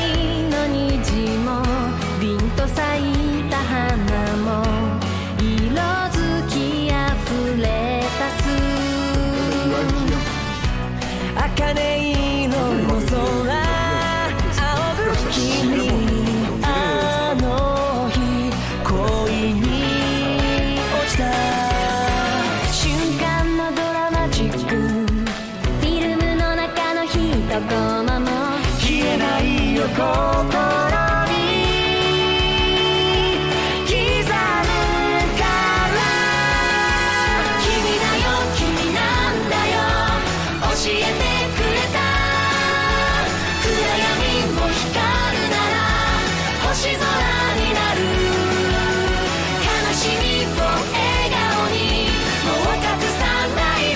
Speaker 4: りの虹も凛と咲いた花も色づきあふれたす茜色の空青く君あの日
Speaker 6: 恋に落ちた
Speaker 4: 瞬間のドラマチックフィルムの中の一コマも
Speaker 6: 消えないよ心
Speaker 4: 刻
Speaker 6: に
Speaker 4: むから
Speaker 6: 君だよ君なんだよ教えてくれた暗闇も光るなら星空になる悲しみを笑顔にもう隠さないで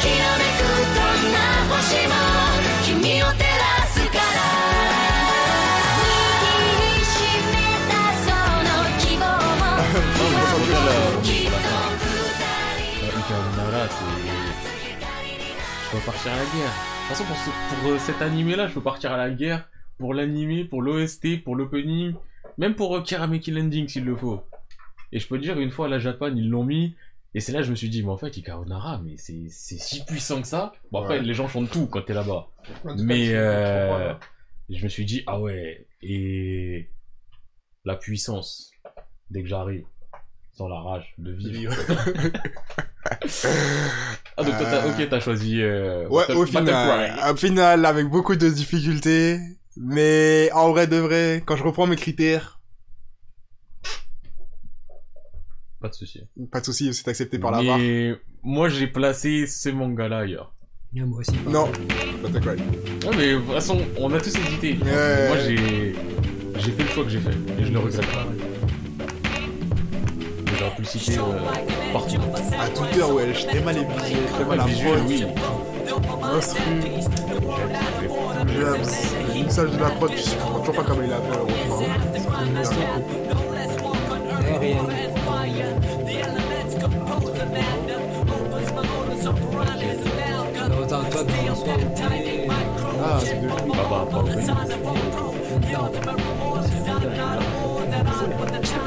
Speaker 6: きらめくどんな星も君を照らすから
Speaker 4: 「しめたその希望も
Speaker 6: き
Speaker 5: 네.
Speaker 6: っと
Speaker 1: Ikarinara, c'est. Je peux partir à la guerre. De toute façon, pour, ce- pour, euh, cet animé-là, je peux partir à la guerre. pour l'animé, pour l'OST, pour l'opening, même pour euh, Karameki Landing s'il le faut. Et je peux te dire, une fois à la Japan, ils l'ont mis, et c'est là que je me suis dit, mais en fait, Ikaronara, mais c'est c'est si puissant que ça. Bon, après,
Speaker 2: Ouais.
Speaker 1: les gens chantent tout quand t'es là-bas.
Speaker 6: Ouais, c'est
Speaker 1: Mais euh,
Speaker 6: pas- voilà.
Speaker 1: je me suis dit, ah ouais, et la puissance, dès que j'arrive, sans la rage de vivre. Ah, donc toi, t'as-
Speaker 2: Euh,
Speaker 1: ok, t'as choisi. euh,
Speaker 2: Ouais,
Speaker 1: Battle-
Speaker 2: au
Speaker 1: Battle
Speaker 2: final, euh,
Speaker 1: Cry.
Speaker 2: au final, avec beaucoup de difficultés, mais en vrai de vrai, quand je reprends mes critères,
Speaker 1: Pas de souci.
Speaker 2: pas de souci, c'est accepté par la barre.
Speaker 1: Mais moi, j'ai placé ce manga-là ailleurs.
Speaker 3: Ah, moi aussi. pas.
Speaker 2: Non, Battle Cry.
Speaker 1: Ouais, mais de toute façon, on a tous hésité.
Speaker 2: Ouais.
Speaker 1: Moi, j'ai. J'ai fait le choix que j'ai fait, et je le regrette pas. Mais J'aurais pu le citer euh, partout.
Speaker 2: À toute heure, ouais, je t'aime à les visuels, je t'aime à la
Speaker 1: Le visuel,
Speaker 2: voix,
Speaker 1: oui.
Speaker 2: l'instru, j'aime, le mixage de la prod, je comprends toujours pas comment il a fait, euh, heureusement.
Speaker 3: D'ailleurs, il y a- dans un top, dans un soir,
Speaker 2: Ah, c'est de fou.
Speaker 1: Bah, bah, pas vrai.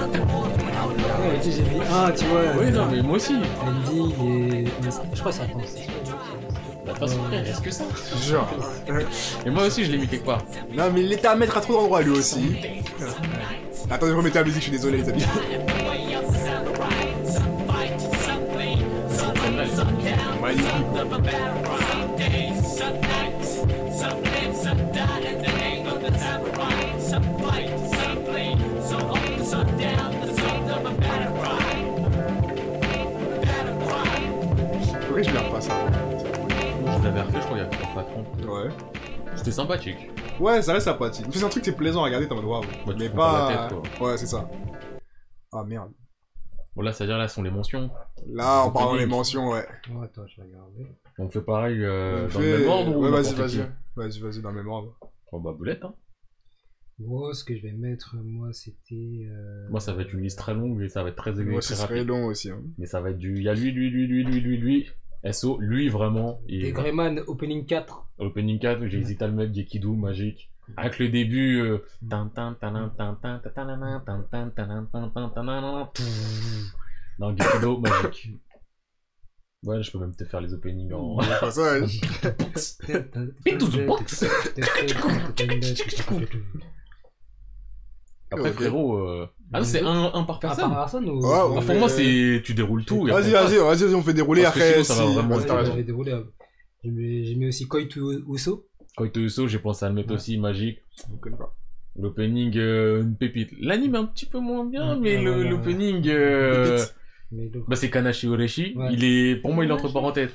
Speaker 3: ouais, tu sais, j'ai mis un, Ah, tu vois.
Speaker 1: Oui, non, mais moi aussi.
Speaker 3: Ending et. Je crois que ça pense.
Speaker 1: Bah, de toute façon, frère, est-ce que ça
Speaker 2: Genre.
Speaker 1: Et moi aussi, je l'ai mis quelque part.
Speaker 2: Non, mais il était à mettre à trop d'endroits, lui aussi. Attendez, remettez la musique, je suis désolé, les amis.
Speaker 1: Celle-là, elle est magnifique.
Speaker 2: Pourquoi je l'air pas, ça
Speaker 1: Je l'avais refait, je crois, il y a pas trop.
Speaker 2: Ouais.
Speaker 1: C'était sympathique.
Speaker 2: Ouais, ça reste sympathique. Mais C'est un truc qui est plaisant à regarder, t'es en mode waouh.
Speaker 1: Bah, tu te
Speaker 2: mais
Speaker 1: prends pas
Speaker 2: pas.
Speaker 1: la tête,
Speaker 2: ouais, c'est ça. Ah merde.
Speaker 1: Bon, là, c'est-à-dire, là, ce sont les mentions.
Speaker 2: Là, en
Speaker 1: Opening.
Speaker 2: parlant des mentions, ouais.
Speaker 3: Oh, attends, je vais regarder.
Speaker 1: On fait pareil euh,
Speaker 2: On
Speaker 1: dans le
Speaker 2: fait-
Speaker 1: même ordre ou
Speaker 2: Ouais, vas-y,
Speaker 1: n'importe
Speaker 2: vas-y.
Speaker 1: qui
Speaker 2: Vas-y, vas-y, dans le même ordre.
Speaker 1: Bon, bah, boulette, hein.
Speaker 3: Moi, ce que je vais mettre, moi, c'était. euh,
Speaker 1: Moi, ça va être une liste très longue et ça va être très,
Speaker 2: Moi,
Speaker 1: très
Speaker 2: ce
Speaker 1: rapide.
Speaker 2: serait long aussi. hein.
Speaker 1: Mais ça va être du. Il y a lui, lui, lui, lui, lui, lui, lui. SO, lui vraiment. Et
Speaker 3: Des Greyman Opening 4.
Speaker 1: Opening 4, j'ai hésité à le mettre, Gekido, Magique. Avec le début. euh, tin, tin, tin, tin, tin, tin, tin, tin, tin, tin, tin, tin, tin, tin, tin, tin. Non, Gekido, Magique. Ouais, je peux même te faire les openings en.
Speaker 2: Mais pas ça, ouais.
Speaker 1: Into the box. Après,
Speaker 2: Ok.
Speaker 1: frérot. euh, Ah, non, c'est un, un par
Speaker 3: Ah,
Speaker 1: personne.
Speaker 3: par personne ou.
Speaker 2: Ouais, on
Speaker 1: Ah,
Speaker 3: Ah,
Speaker 1: pour
Speaker 2: fait-
Speaker 1: moi, c'est. Tu déroules tout. y a
Speaker 2: Vas-y,
Speaker 1: pas-
Speaker 2: vas-y, vas-y, vas-y, on fait dérouler
Speaker 1: Parce que
Speaker 2: après.
Speaker 1: sinon, ça va
Speaker 2: si-
Speaker 1: vraiment
Speaker 2: Ouais,
Speaker 1: être
Speaker 2: t'as
Speaker 1: long.
Speaker 2: raison.
Speaker 3: J'ai déroulé. à- J'ai mis j'ai mis aussi Koitu Uso.
Speaker 1: Koito Uso, j'ai pensé à le mettre
Speaker 3: Ouais.
Speaker 1: aussi, Magique.
Speaker 2: Je connais pas.
Speaker 1: L'opening, euh, une pépite. L'anime est un petit peu moins bien,
Speaker 3: Mm,
Speaker 1: mais
Speaker 3: ouais,
Speaker 1: le-
Speaker 3: ouais, ouais.
Speaker 1: l'opening, euh,
Speaker 2: Pépite.
Speaker 3: Mais le-
Speaker 1: bah, c'est Kanashi Oreshi.
Speaker 3: Ouais.
Speaker 1: Il est, pour moi, il est entre parenthèses.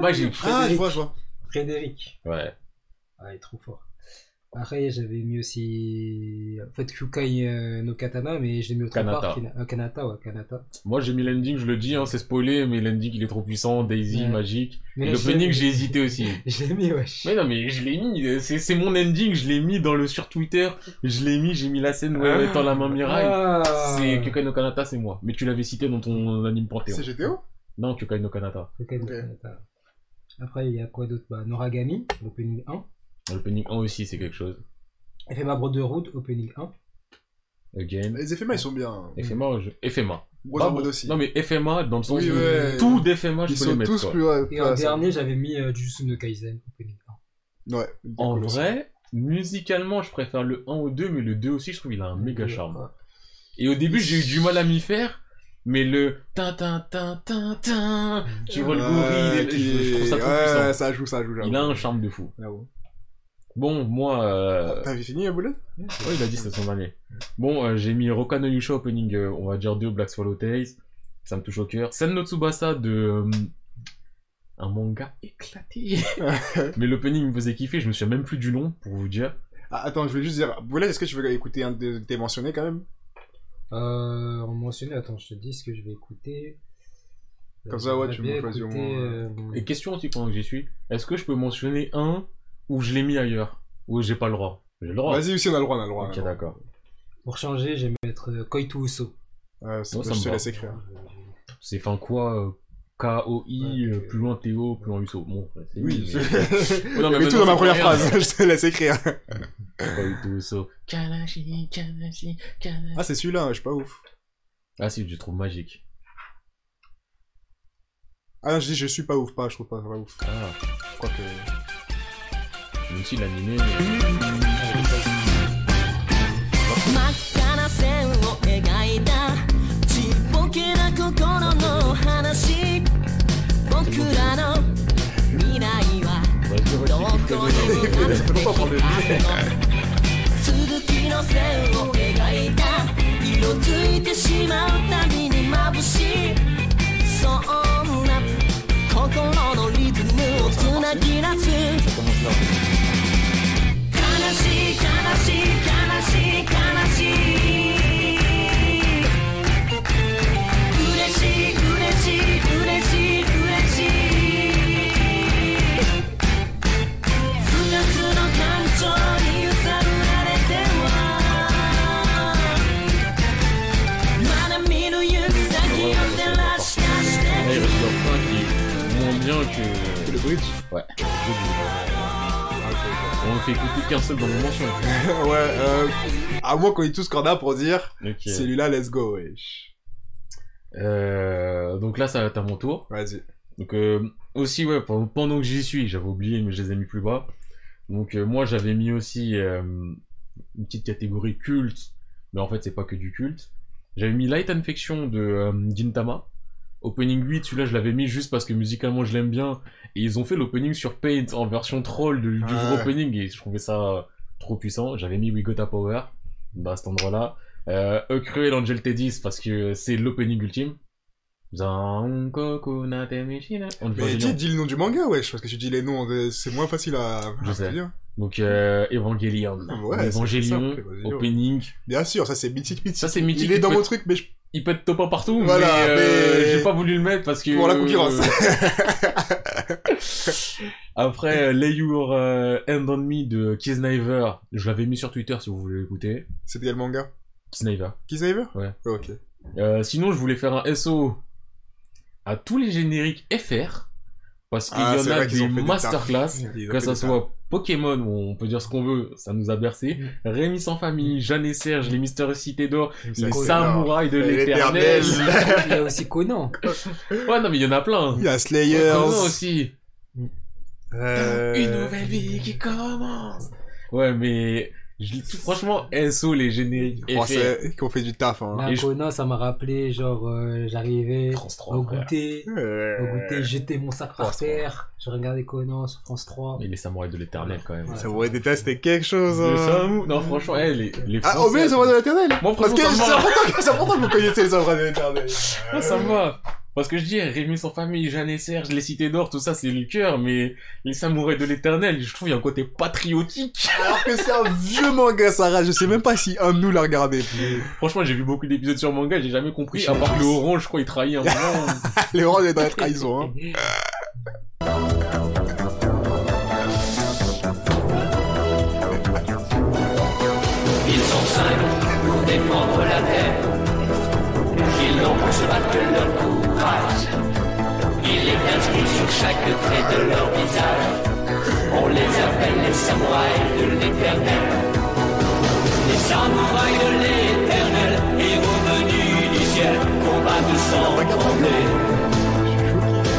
Speaker 1: Magique.
Speaker 2: Ah, je vois, je vois.
Speaker 3: Frédéric.
Speaker 1: Ouais.
Speaker 3: Ah, il est trop fort. Après, j'avais mis aussi. En fait, Kyukai euh, no Katana, mais je l'ai mis au
Speaker 1: Kanata.
Speaker 3: part. fina- euh, Kanata, ouais, Kanata.
Speaker 1: Moi, j'ai mis l'ending, je le dis, hein, c'est spoilé, mais l'ending, il est trop puissant. Daisy,
Speaker 3: Ouais.
Speaker 1: Magique.
Speaker 3: Mais
Speaker 1: Et
Speaker 3: là, je
Speaker 1: l'opening,
Speaker 3: l'ai-
Speaker 1: j'ai hésité aussi.
Speaker 3: Je l'ai mis, wesh.
Speaker 1: Mais non, mais je l'ai mis, euh, c'est c'est mon ending, je l'ai mis dans le sur Twitter, je l'ai mis, j'ai mis la scène où elle est dans la main Mirai.
Speaker 3: Ah.
Speaker 1: C'est Kyokai no Kanata, c'est moi. Mais tu l'avais cité dans ton anime Panthéon.
Speaker 2: C'est GTO
Speaker 1: Non, Kyokai no Kanata.
Speaker 3: Kyokai no
Speaker 2: Ok.
Speaker 3: Kanata. Après, il y a quoi d'autre Bah, Noragami, opening 1.
Speaker 1: L'opening 1 aussi, c'est quelque chose.
Speaker 3: FMA Brode de Route, opening 1.
Speaker 1: Again.
Speaker 2: Les effets, ils sont bien.
Speaker 1: FMA, je... FMA.
Speaker 2: Gros en
Speaker 1: Bah,
Speaker 2: mode aussi.
Speaker 1: Non mais FMA, dans le sens
Speaker 2: Oui,
Speaker 1: où
Speaker 2: ouais.
Speaker 1: tout d'FMA, je
Speaker 2: Ils
Speaker 1: peux les
Speaker 2: sont
Speaker 1: mettre.
Speaker 2: tous
Speaker 1: quoi.
Speaker 2: plus. ouais, plus
Speaker 3: Et en
Speaker 2: assez.
Speaker 3: dernier, j'avais mis euh, Jujutsu no Kaisen, opening 1.
Speaker 2: Ouais.
Speaker 1: En
Speaker 2: Cool aussi.
Speaker 1: vrai, musicalement, je préfère le 1 au 2, mais le 2 aussi, je trouve il a un méga
Speaker 3: Ouais.
Speaker 1: charme. Et au début, j'ai eu du mal à m'y faire, mais le tin tin tin tin tin, tu vois le gorille,
Speaker 2: Ouais,
Speaker 1: il est- je, je trouve ça trop
Speaker 2: ouais,
Speaker 1: puissant.
Speaker 2: ouais, ça joue, ça joue. j'avoue.
Speaker 1: Il a un charme de fou.
Speaker 2: J'avoue.
Speaker 1: Bon, moi, euh...
Speaker 2: T'avais fini, Aboulet
Speaker 1: ouais, Oh, il a dit c'était son dernier. Bon, euh, j'ai mis Rokano Yusha opening, euh, on va dire 2 Black Swallow Tales. Ça me touche au cœur. Sen no Tsubasa de euh, un manga éclaté. Mais l'opening me faisait kiffer, je me souviens même plus du nom pour vous dire.
Speaker 2: Ah, attends, je vais juste dire, Boulet, est-ce que tu veux écouter un de tes mentionnés quand même
Speaker 3: Euh, on mentionnait, attends, je te dis ce que je vais écouter. Euh,
Speaker 2: Comme ça, ouais, tu
Speaker 3: J'aimerais
Speaker 2: me
Speaker 3: bien
Speaker 2: choisis au
Speaker 3: écouter,
Speaker 2: moins, hein.
Speaker 3: euh,
Speaker 1: Et question aussi pendant que j'y suis, est-ce que je peux mentionner un où je l'ai mis ailleurs Ou j'ai pas le droit J'ai le droit.
Speaker 2: Vas-y, aussi, on a le droit, on a le droit.
Speaker 1: Ok, d'accord.
Speaker 3: Pour changer, je vais mettre euh, Koitu Uso.
Speaker 2: Euh, c'est-
Speaker 1: Moi, ça
Speaker 2: je
Speaker 1: me
Speaker 2: te
Speaker 1: va.
Speaker 2: laisse écrire.
Speaker 1: C'est enfin quoi euh, K-O-I,
Speaker 3: Ouais.
Speaker 1: euh, plus loin Théo, plus loin Uso. Bon, ouais, c'est
Speaker 2: Oui,
Speaker 1: nul, mais-
Speaker 2: je-
Speaker 1: Ouais, non,
Speaker 2: mais tout
Speaker 1: maintenant,
Speaker 2: dans ma
Speaker 1: c'est
Speaker 2: première
Speaker 1: pour rien.
Speaker 2: phrase, je te laisse écrire.
Speaker 1: Pas du tout Uso. Kanashi, Kanashi, Kanashi.
Speaker 2: Ah, c'est celui-là, je suis pas ouf.
Speaker 1: Ah si, je le trouve magique.
Speaker 2: Ah, non, je dis je suis pas ouf, pas, je trouve pas, pas ouf.
Speaker 1: Ah,
Speaker 2: Je crois que.
Speaker 1: même si l'animé, mais...
Speaker 4: 真っ赤な線を描いたちっぽけな心の話僕らの未来は
Speaker 1: Ouais, je vois,
Speaker 4: ど
Speaker 1: c'est quelques années.
Speaker 4: こに向かってきたの続きの線を描いた色づいてしまうたびに眩しいそんな心のリズムをつなぎ出す
Speaker 1: Commence là.
Speaker 4: 悲しい悲しい悲しい悲しい嬉しい嬉しい嬉しい嬉しい二つの感情に揺さぶられてはまだ見ぬ行く先を照らし出して
Speaker 1: Eh, il reste leur fin qui est moins bien que...
Speaker 2: Le bridge
Speaker 1: Ouais. Ah, On fait écouter qu'un seul dans mon mention.
Speaker 2: Ouais, euh. À moins qu'on ait tous corda pour dire
Speaker 1: Ok.
Speaker 2: celui-là, let's go, wesh.
Speaker 1: Euh, donc là, ça va être à mon tour.
Speaker 2: Vas-y.
Speaker 1: Donc euh, aussi ouais pen- pendant que j'y suis, j'avais oublié mais je les ai mis plus bas. Donc euh, moi j'avais mis aussi euh, une petite catégorie culte, mais en fait c'est pas que du culte. J'avais mis Light Infection de euh, Gintama. Opening 8, celui-là je l'avais mis juste parce que musicalement je l'aime bien. Et ils ont fait l'opening sur Paint en version troll de- du
Speaker 2: Ah
Speaker 1: vrai
Speaker 2: ouais.
Speaker 1: opening et je trouvais ça trop puissant. J'avais mis We Got a Power bah, à cet endroit-là. Euh, Ucruel Angel T10 parce que c'est l'opening ultime. Zankoku na te mishina. On le voit
Speaker 2: Mais
Speaker 1: génial.
Speaker 2: dis, dis le nom du manga, wesh, parce que tu dis les noms, euh, c'est moins facile à.
Speaker 1: Je
Speaker 2: à
Speaker 1: sais.
Speaker 2: dire.
Speaker 1: Donc euh, Evangelion.
Speaker 2: Ah, Ouais, c'est
Speaker 1: Evangelion,
Speaker 2: simple, Evangelion.
Speaker 1: opening.
Speaker 2: Bien sûr, ça c'est mythique, mythique.
Speaker 1: Ça c'est mythique.
Speaker 2: Il est dans
Speaker 1: peut,
Speaker 2: mon truc, mais je
Speaker 1: il peut être top 1 partout,
Speaker 2: Voilà,
Speaker 1: mais, euh,
Speaker 2: mais-
Speaker 1: j'ai pas voulu le mettre parce que... euh,
Speaker 2: Pour la concurrence.
Speaker 1: Après, euh, Lay Your euh, Hand On Me de Kisniver. Je l'avais mis sur Twitter si vous voulez l'écouter.
Speaker 2: C'était quel manga
Speaker 1: Kisniver.
Speaker 2: Kisnaver
Speaker 1: Ouais.
Speaker 2: Ok.
Speaker 1: Euh, sinon, je voulais faire un SO à tous les génériques FR. Parce qu'il
Speaker 2: Ah,
Speaker 1: y
Speaker 2: c'est
Speaker 1: en a
Speaker 2: vrai qu'ils
Speaker 1: des
Speaker 2: ont fait des
Speaker 1: masterclass.
Speaker 2: Ils ont
Speaker 1: Que
Speaker 2: fait
Speaker 1: ça
Speaker 2: des
Speaker 1: soit Pokémon, où on peut dire ce qu'on veut, ça nous a bercé.
Speaker 2: Mm.
Speaker 1: Rémi sans famille, Jeanne et Serge, les Mystères Cités d'Or, les
Speaker 3: Conan.
Speaker 1: Samouraïs de l'Éternel.
Speaker 3: Il y a aussi Conan.
Speaker 1: Ouais, non, mais il y en a plein.
Speaker 2: Il y a Slayers.
Speaker 1: Conan aussi.
Speaker 2: euh,
Speaker 1: Une nouvelle vie qui commence. Ouais, mais je lis tout- franchement, SO, les génériques. effets.
Speaker 2: Français qui ont fait du taf. Hein.
Speaker 3: Là,
Speaker 1: Ah. Et je-
Speaker 3: Conan, ça m'a rappelé, genre, euh, j'arrivais
Speaker 1: France 3.
Speaker 3: au
Speaker 1: frère.
Speaker 3: goûter,
Speaker 2: Euh,
Speaker 3: au goûter, jeter mon sac par
Speaker 1: France trois.
Speaker 3: terre, je regardais Conan sur France 3.
Speaker 1: Mais les Samouraïs de l'Éternel, quand même.
Speaker 3: Ouais.
Speaker 2: Ça vous détester quelque chose.
Speaker 1: Le
Speaker 2: Hein.
Speaker 1: Samou- Non, franchement, eh, les, les
Speaker 2: Ah, oh, mais les œuvres de l'éternel
Speaker 1: Moi,
Speaker 2: Parce que
Speaker 1: franchement,
Speaker 2: c'est
Speaker 1: ça me va.
Speaker 2: important, que- c'est important que vous connaissiez les œuvres de l'éternel.
Speaker 1: Ah, ça me va. Parce que je dis, Rémi sans famille, Jeanne et Serge, les cités d'or, tout ça, c'est le cœur, mais les samouraïs de l'éternel, je trouve, il y a un côté patriotique.
Speaker 2: Alors que c'est un vieux manga, Sarah, je sais même pas si un de nous l'a regardé.
Speaker 1: Franchement, j'ai vu beaucoup d'épisodes sur manga, j'ai jamais compris, à part que le orange, je crois, il trahit un moment.
Speaker 2: Les rangs est dans la trahison. Hein.
Speaker 1: Euh,
Speaker 6: Ils sont cinq pour défendre la terre. Ils n'ont pour se battre que leur courage. Il est inscrit sur chaque trait de leur visage. On les appelle les samouraïs de l'éternel. Les samouraïs de l'éternel, héros venus du ciel, combattent sans trembler.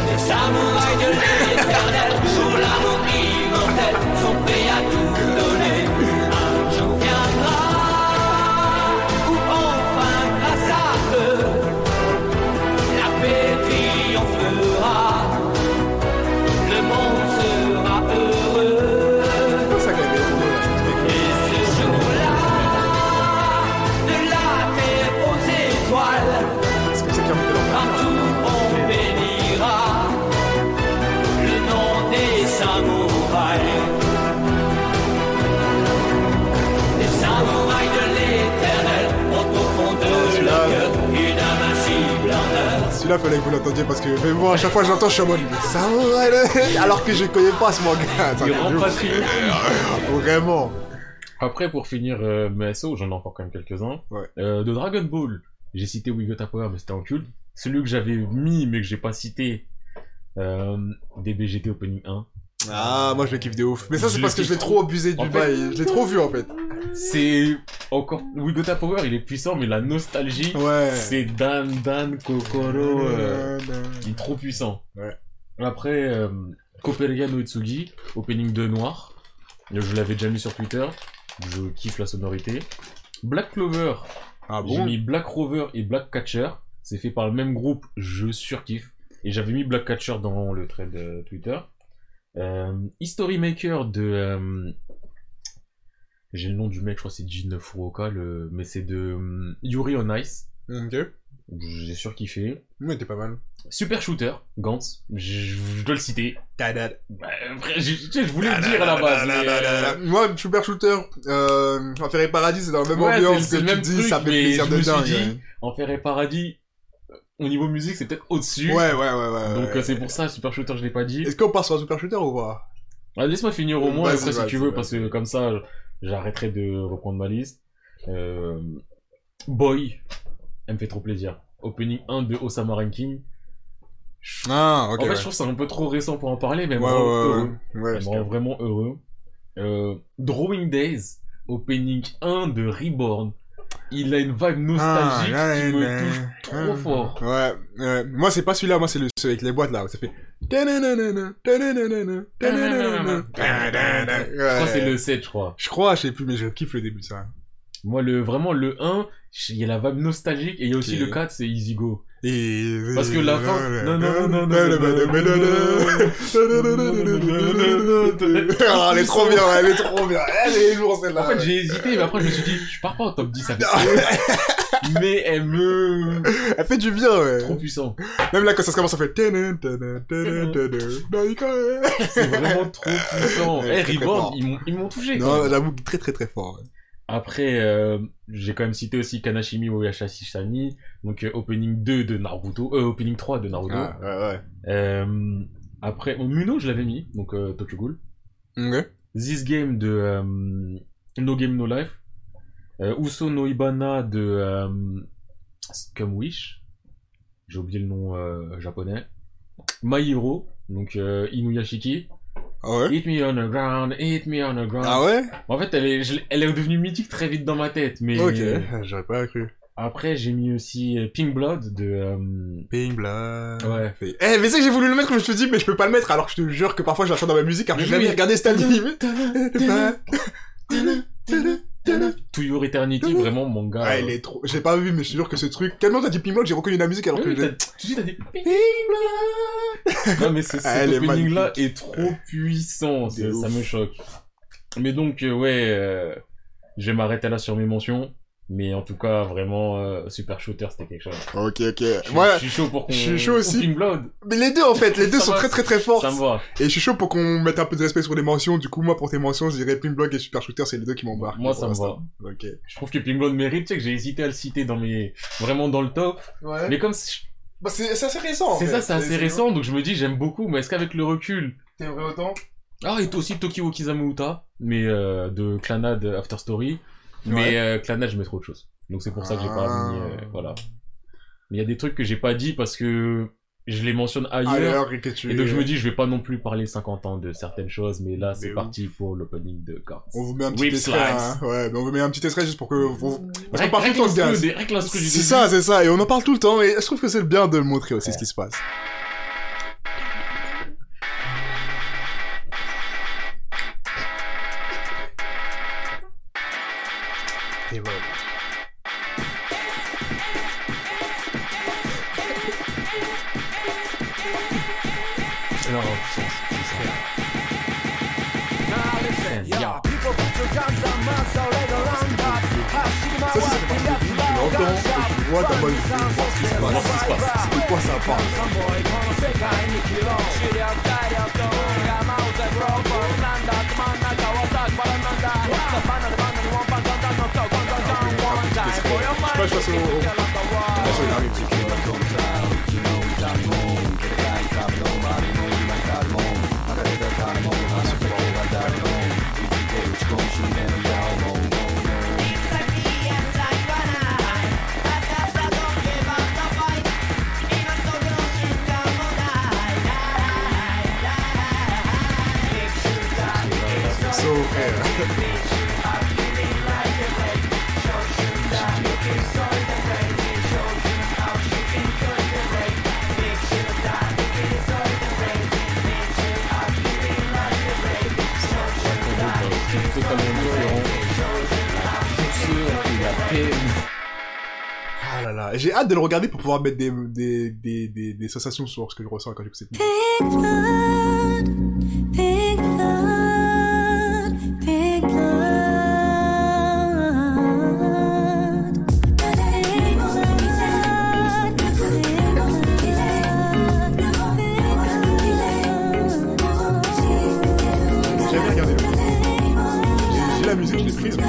Speaker 6: Les samouraïs de l'éternel, sous l'amour immortel, sont prêts à tout donner. Un jour viendra où enfin, grâce à eux, la paix triomphera. Le monde sera heureux.
Speaker 2: C'est ça qu'elle avait
Speaker 1: euh,
Speaker 2: fait.
Speaker 6: Et ce jour-là, de la terre aux étoiles,
Speaker 2: C'est comme ça qu'il a monté l'enfer.
Speaker 6: partout on bénira le nom des samouraïs. Les samouraïs de l'éternel ont au fond
Speaker 1: euh,
Speaker 6: de leur cœur une invincible ardeur.
Speaker 2: Celui-là, fallait que vous l'entendiez parce que même moi, à chaque fois que je l'entends, je suis en mode Samouraï le- Alors que je connais pas ce manga. Ça
Speaker 1: Il
Speaker 2: fait
Speaker 1: rend
Speaker 2: du-
Speaker 1: patriote.
Speaker 2: Vraiment.
Speaker 1: Après, pour finir, euh, mes SO, j'en ai encore quand même quelques-uns.
Speaker 2: Ouais.
Speaker 1: Euh, de Dragon Ball, j'ai cité We Got a Power, mais c'était en culte. celui que j'avais mis mais que j'ai pas cité, euh, DBGT Opening 1.
Speaker 2: Ah, moi je le kiffe de ouf. Mais ça,
Speaker 1: Je
Speaker 2: c'est
Speaker 1: le
Speaker 2: parce que je l'ai
Speaker 1: kiffe
Speaker 2: trop abusé du
Speaker 1: En fait-
Speaker 2: bail. Je l'ai trop vu en fait.
Speaker 1: C'est encore. We Got a Power, il est puissant, mais la nostalgie,
Speaker 2: Ouais.
Speaker 1: c'est Dan Dan Kokoro. euh, il est trop puissant.
Speaker 2: Ouais.
Speaker 1: Après, euh, Koperiya no Itsugi, opening de Noir. Je l'avais déjà mis sur Twitter. Je kiffe la sonorité. Black Clover,
Speaker 2: Ah
Speaker 1: j'ai
Speaker 2: bon
Speaker 1: mis Black Rover et Black Catcher. C'est fait par le même groupe, je surkiffe. Et j'avais mis Black Catcher dans le thread euh, Twitter. Euh, History Maker de. euh, J'ai le nom du mec, je crois que c'est Jin Furuoka, le... mais c'est de euh, Yuri on Ice.
Speaker 2: Ok.
Speaker 1: J'ai surkiffé.
Speaker 2: Mais t'es pas mal.
Speaker 1: Super Shooter, Gantz. Je, je dois le citer.
Speaker 2: Tadad.
Speaker 1: Bah, après, je, je- je
Speaker 2: Ah
Speaker 1: voulais le dire à la base. mais, euh,
Speaker 2: Moi, Super Shooter, euh, Enfer Paradis, c'est dans la même
Speaker 1: Ouais,
Speaker 2: ambiance
Speaker 1: c'est- c'est
Speaker 2: que
Speaker 1: le
Speaker 2: tu
Speaker 1: même
Speaker 2: dis,
Speaker 1: truc,
Speaker 2: ça fait
Speaker 1: mais
Speaker 2: plaisir
Speaker 1: je
Speaker 2: de
Speaker 1: me suis
Speaker 2: dingue.
Speaker 1: dit- Enfer et Paradis, euh, au niveau musique, c'est peut-être au-dessus.
Speaker 2: Ouais, ouais, ouais, ouais.
Speaker 1: Donc
Speaker 2: ouais.
Speaker 1: euh, c'est pour ça, Super Shooter, je l'ai pas dit.
Speaker 2: Est-ce qu'on part sur un Super Shooter ou pas
Speaker 1: Ah, Laisse-moi finir au moins
Speaker 2: Vas-y,
Speaker 1: après si
Speaker 2: vas-y,
Speaker 1: tu veux,
Speaker 2: vas-y.
Speaker 1: parce que comme ça, j'arrêterai de reprendre ma liste. Euh, Boy, elle me fait trop plaisir. Opening 1 de Osama Ranking.
Speaker 2: Ah, ok.
Speaker 1: en fait,
Speaker 2: ouais.
Speaker 1: je trouve que c'est un peu trop récent pour en parler, mais elle me
Speaker 2: Ouais,
Speaker 1: rend
Speaker 2: ouais,
Speaker 1: heureux.
Speaker 2: ouais. Ouais,
Speaker 1: Elle me rend vraiment heureux. Euh, Drawing Days, opening 1 de Reborn. Il a une vibe
Speaker 2: Ah,
Speaker 1: nostalgique qui me touche trop fort.
Speaker 2: Ouais, ouais. moi c'est pas celui-là, moi c'est le celui avec les boîtes là, où ça fait.
Speaker 1: Je crois que c'est le 7, je crois.
Speaker 2: Je crois, je sais plus, mais je kiffe le début ça.
Speaker 1: Moi, le, vraiment, le 1, il y a la vibe nostalgique et il y a aussi
Speaker 2: Ok.
Speaker 1: le 4, c'est Easy Go.
Speaker 2: Et...
Speaker 1: Parce que la fin. Non, non, non, non, non,
Speaker 2: Ah, Elle est trop bien, elle est trop bien. Elle est lourde
Speaker 1: En
Speaker 2: celle-là.
Speaker 1: fait, j'ai hésité, mais après, je me suis dit, je pars pas en top 10 avec ça. Mais elle me.
Speaker 2: Elle fait du bien, ouais.
Speaker 1: Trop puissant.
Speaker 2: Même là, quand ça se commence, ça fait. Non,
Speaker 1: C'est vraiment trop puissant.
Speaker 2: Ouais,
Speaker 1: Eh,
Speaker 2: très, très
Speaker 1: Reborn,
Speaker 2: fort.
Speaker 1: ils m'ont- ils m'ont touché. quand même.
Speaker 2: j'avoue, très très très fort. ouais.
Speaker 1: Après, euh, j'ai quand même cité aussi Kanashimi Oyashashi Shani. Donc, euh, opening 2 de Naruto. Euh, opening 3 de Naruto.
Speaker 2: Ah, ouais,
Speaker 1: Euh, après, bon, Muno, je l'avais mis. Donc, euh, Tokyo Ghoul.
Speaker 2: ouais. Ok.
Speaker 1: This Game de euh, No Game No Life, euh, Uso no Ibana de euh, Scum Wish, j'ai oublié le nom euh, japonais, My Hero, donc euh, Inuyashiki,
Speaker 2: Ah ouais?
Speaker 1: Hit Me On The Ground, Hit Me On The Ground.
Speaker 2: Ah ouais?
Speaker 1: En fait, elle est, je l'ai- elle est devenue mythique très vite dans ma tête, mais
Speaker 2: Ok,
Speaker 1: euh,
Speaker 2: j'aurais pas cru.
Speaker 1: après j'ai mis aussi euh, Pink Blood de... euh,
Speaker 2: Ping blah.
Speaker 1: Ouais.
Speaker 2: Fait- Eh, mais c'est que j'ai voulu le mettre, mais je te dis, mais je peux pas le mettre, alors que je te jure que parfois je la chante dans ma musique, car
Speaker 1: Mais
Speaker 2: j'ai jamais
Speaker 1: oui.
Speaker 2: regardé cet anime.
Speaker 1: To Your Eternity, vraiment manga.
Speaker 2: Ouais, il Ah, est trop. J'ai pas vu, mais je te jure que ce truc. Tellement t'as dit Ping Blah que j'ai reconnu la musique alors
Speaker 1: euh, Oui,
Speaker 2: que
Speaker 1: oui,
Speaker 2: j'ai.
Speaker 1: t'as- tout de suite, t'as dit Ping Blah Non mais ce,
Speaker 2: Ah, elle
Speaker 1: cet
Speaker 2: est
Speaker 1: opening là est trop puissant,
Speaker 2: C'est
Speaker 1: c'est- ça
Speaker 2: ouf.
Speaker 1: me choque. Mais donc euh, ouais, euh, je vais m'arrêter là sur mes mentions. Mais en tout cas, vraiment, euh, Super Shooter, c'était quelque chose.
Speaker 2: Ok,
Speaker 1: Je
Speaker 2: ok.
Speaker 1: suis-
Speaker 2: Ouais.
Speaker 1: je suis chaud pour qu'on...
Speaker 2: Je suis chaud
Speaker 1: qu'on
Speaker 2: aussi.
Speaker 1: Pink Blood,
Speaker 2: Mais les deux, en fait, les deux
Speaker 1: Ça
Speaker 2: sont
Speaker 1: va,
Speaker 2: très très très fortes.
Speaker 1: ça me va.
Speaker 2: Et je suis chaud pour qu'on mette un peu de respect sur les mentions. Du coup, moi, pour tes mentions, je dirais Ping Blah et Super Shooter, c'est les deux qui m'embarquent.
Speaker 1: Moi,
Speaker 2: pour
Speaker 1: ça me va.
Speaker 2: l'instant. Ok.
Speaker 1: Je trouve que Pink Blood mérite, tu sais que j'ai hésité à le citer dans mes... Vraiment dans le top.
Speaker 2: Ouais.
Speaker 1: Mais comme c'est
Speaker 2: Bah, c'est c'est assez récent. en
Speaker 1: c'est
Speaker 2: fait.
Speaker 1: ça, c'est assez récent, donc je me dis, j'aime beaucoup, mais est-ce qu'avec le recul,
Speaker 2: T'aimerais autant?
Speaker 1: Ah, et aussi Tokyo Kizamu Uta, mais euh, de Clannad After Story.
Speaker 2: Ouais.
Speaker 1: Mais euh, Clannad, je mets trop de choses. Donc c'est pour ça que j'ai
Speaker 2: Ah.
Speaker 1: pas mis. euh, voilà. Mais il y a des trucs que j'ai pas dit parce que je les mentionne ailleurs.
Speaker 2: Alors que tu.
Speaker 1: Et donc je me dis, je vais pas non plus parler 50 ans de certaines choses, mais là c'est
Speaker 2: oui.
Speaker 1: parti pour l'opening de Cards.
Speaker 2: On vous met un petit
Speaker 1: Whip
Speaker 2: extrait.
Speaker 1: slides.
Speaker 2: hein. Ouais, mais on vous met un petit extrait juste pour que. vous- Parce qu'on
Speaker 1: Règle-
Speaker 2: parle tout le
Speaker 1: règle
Speaker 2: temps de
Speaker 1: l'instru
Speaker 2: gaz.
Speaker 1: des- règle l'instru du
Speaker 2: C'est
Speaker 1: début.
Speaker 2: ça, c'est ça. Et on en parle tout le temps. Et je trouve que c'est le bien de le montrer aussi ce qui se passe. Et voilà.
Speaker 1: Non, c'est- c'est- c'est- Yeah.
Speaker 2: Ça, c'est parce que tu l'entends et tu vois ta bonne vue, voir ce qui se passe.
Speaker 1: Voir ce qui se passe.
Speaker 2: De quoi ça parle. Je passe- je passe au- au- je passe au dernier truc.
Speaker 7: 「あなたとけばたばい」「
Speaker 2: So Air.
Speaker 1: C'est totalement différent. Culture et la paix.
Speaker 2: Ah là là. Et J'ai hâte de le regarder pour pouvoir mettre des, des, des, des, des sensations sur ce que je ressens quand j'écoute cette musique.
Speaker 5: Pink blood, pink blood, pink blood. Pink blood, pink
Speaker 2: J'avais regardé le film.
Speaker 5: blood.
Speaker 2: J'ai- J'ai la musique, je l'ai prise. mais-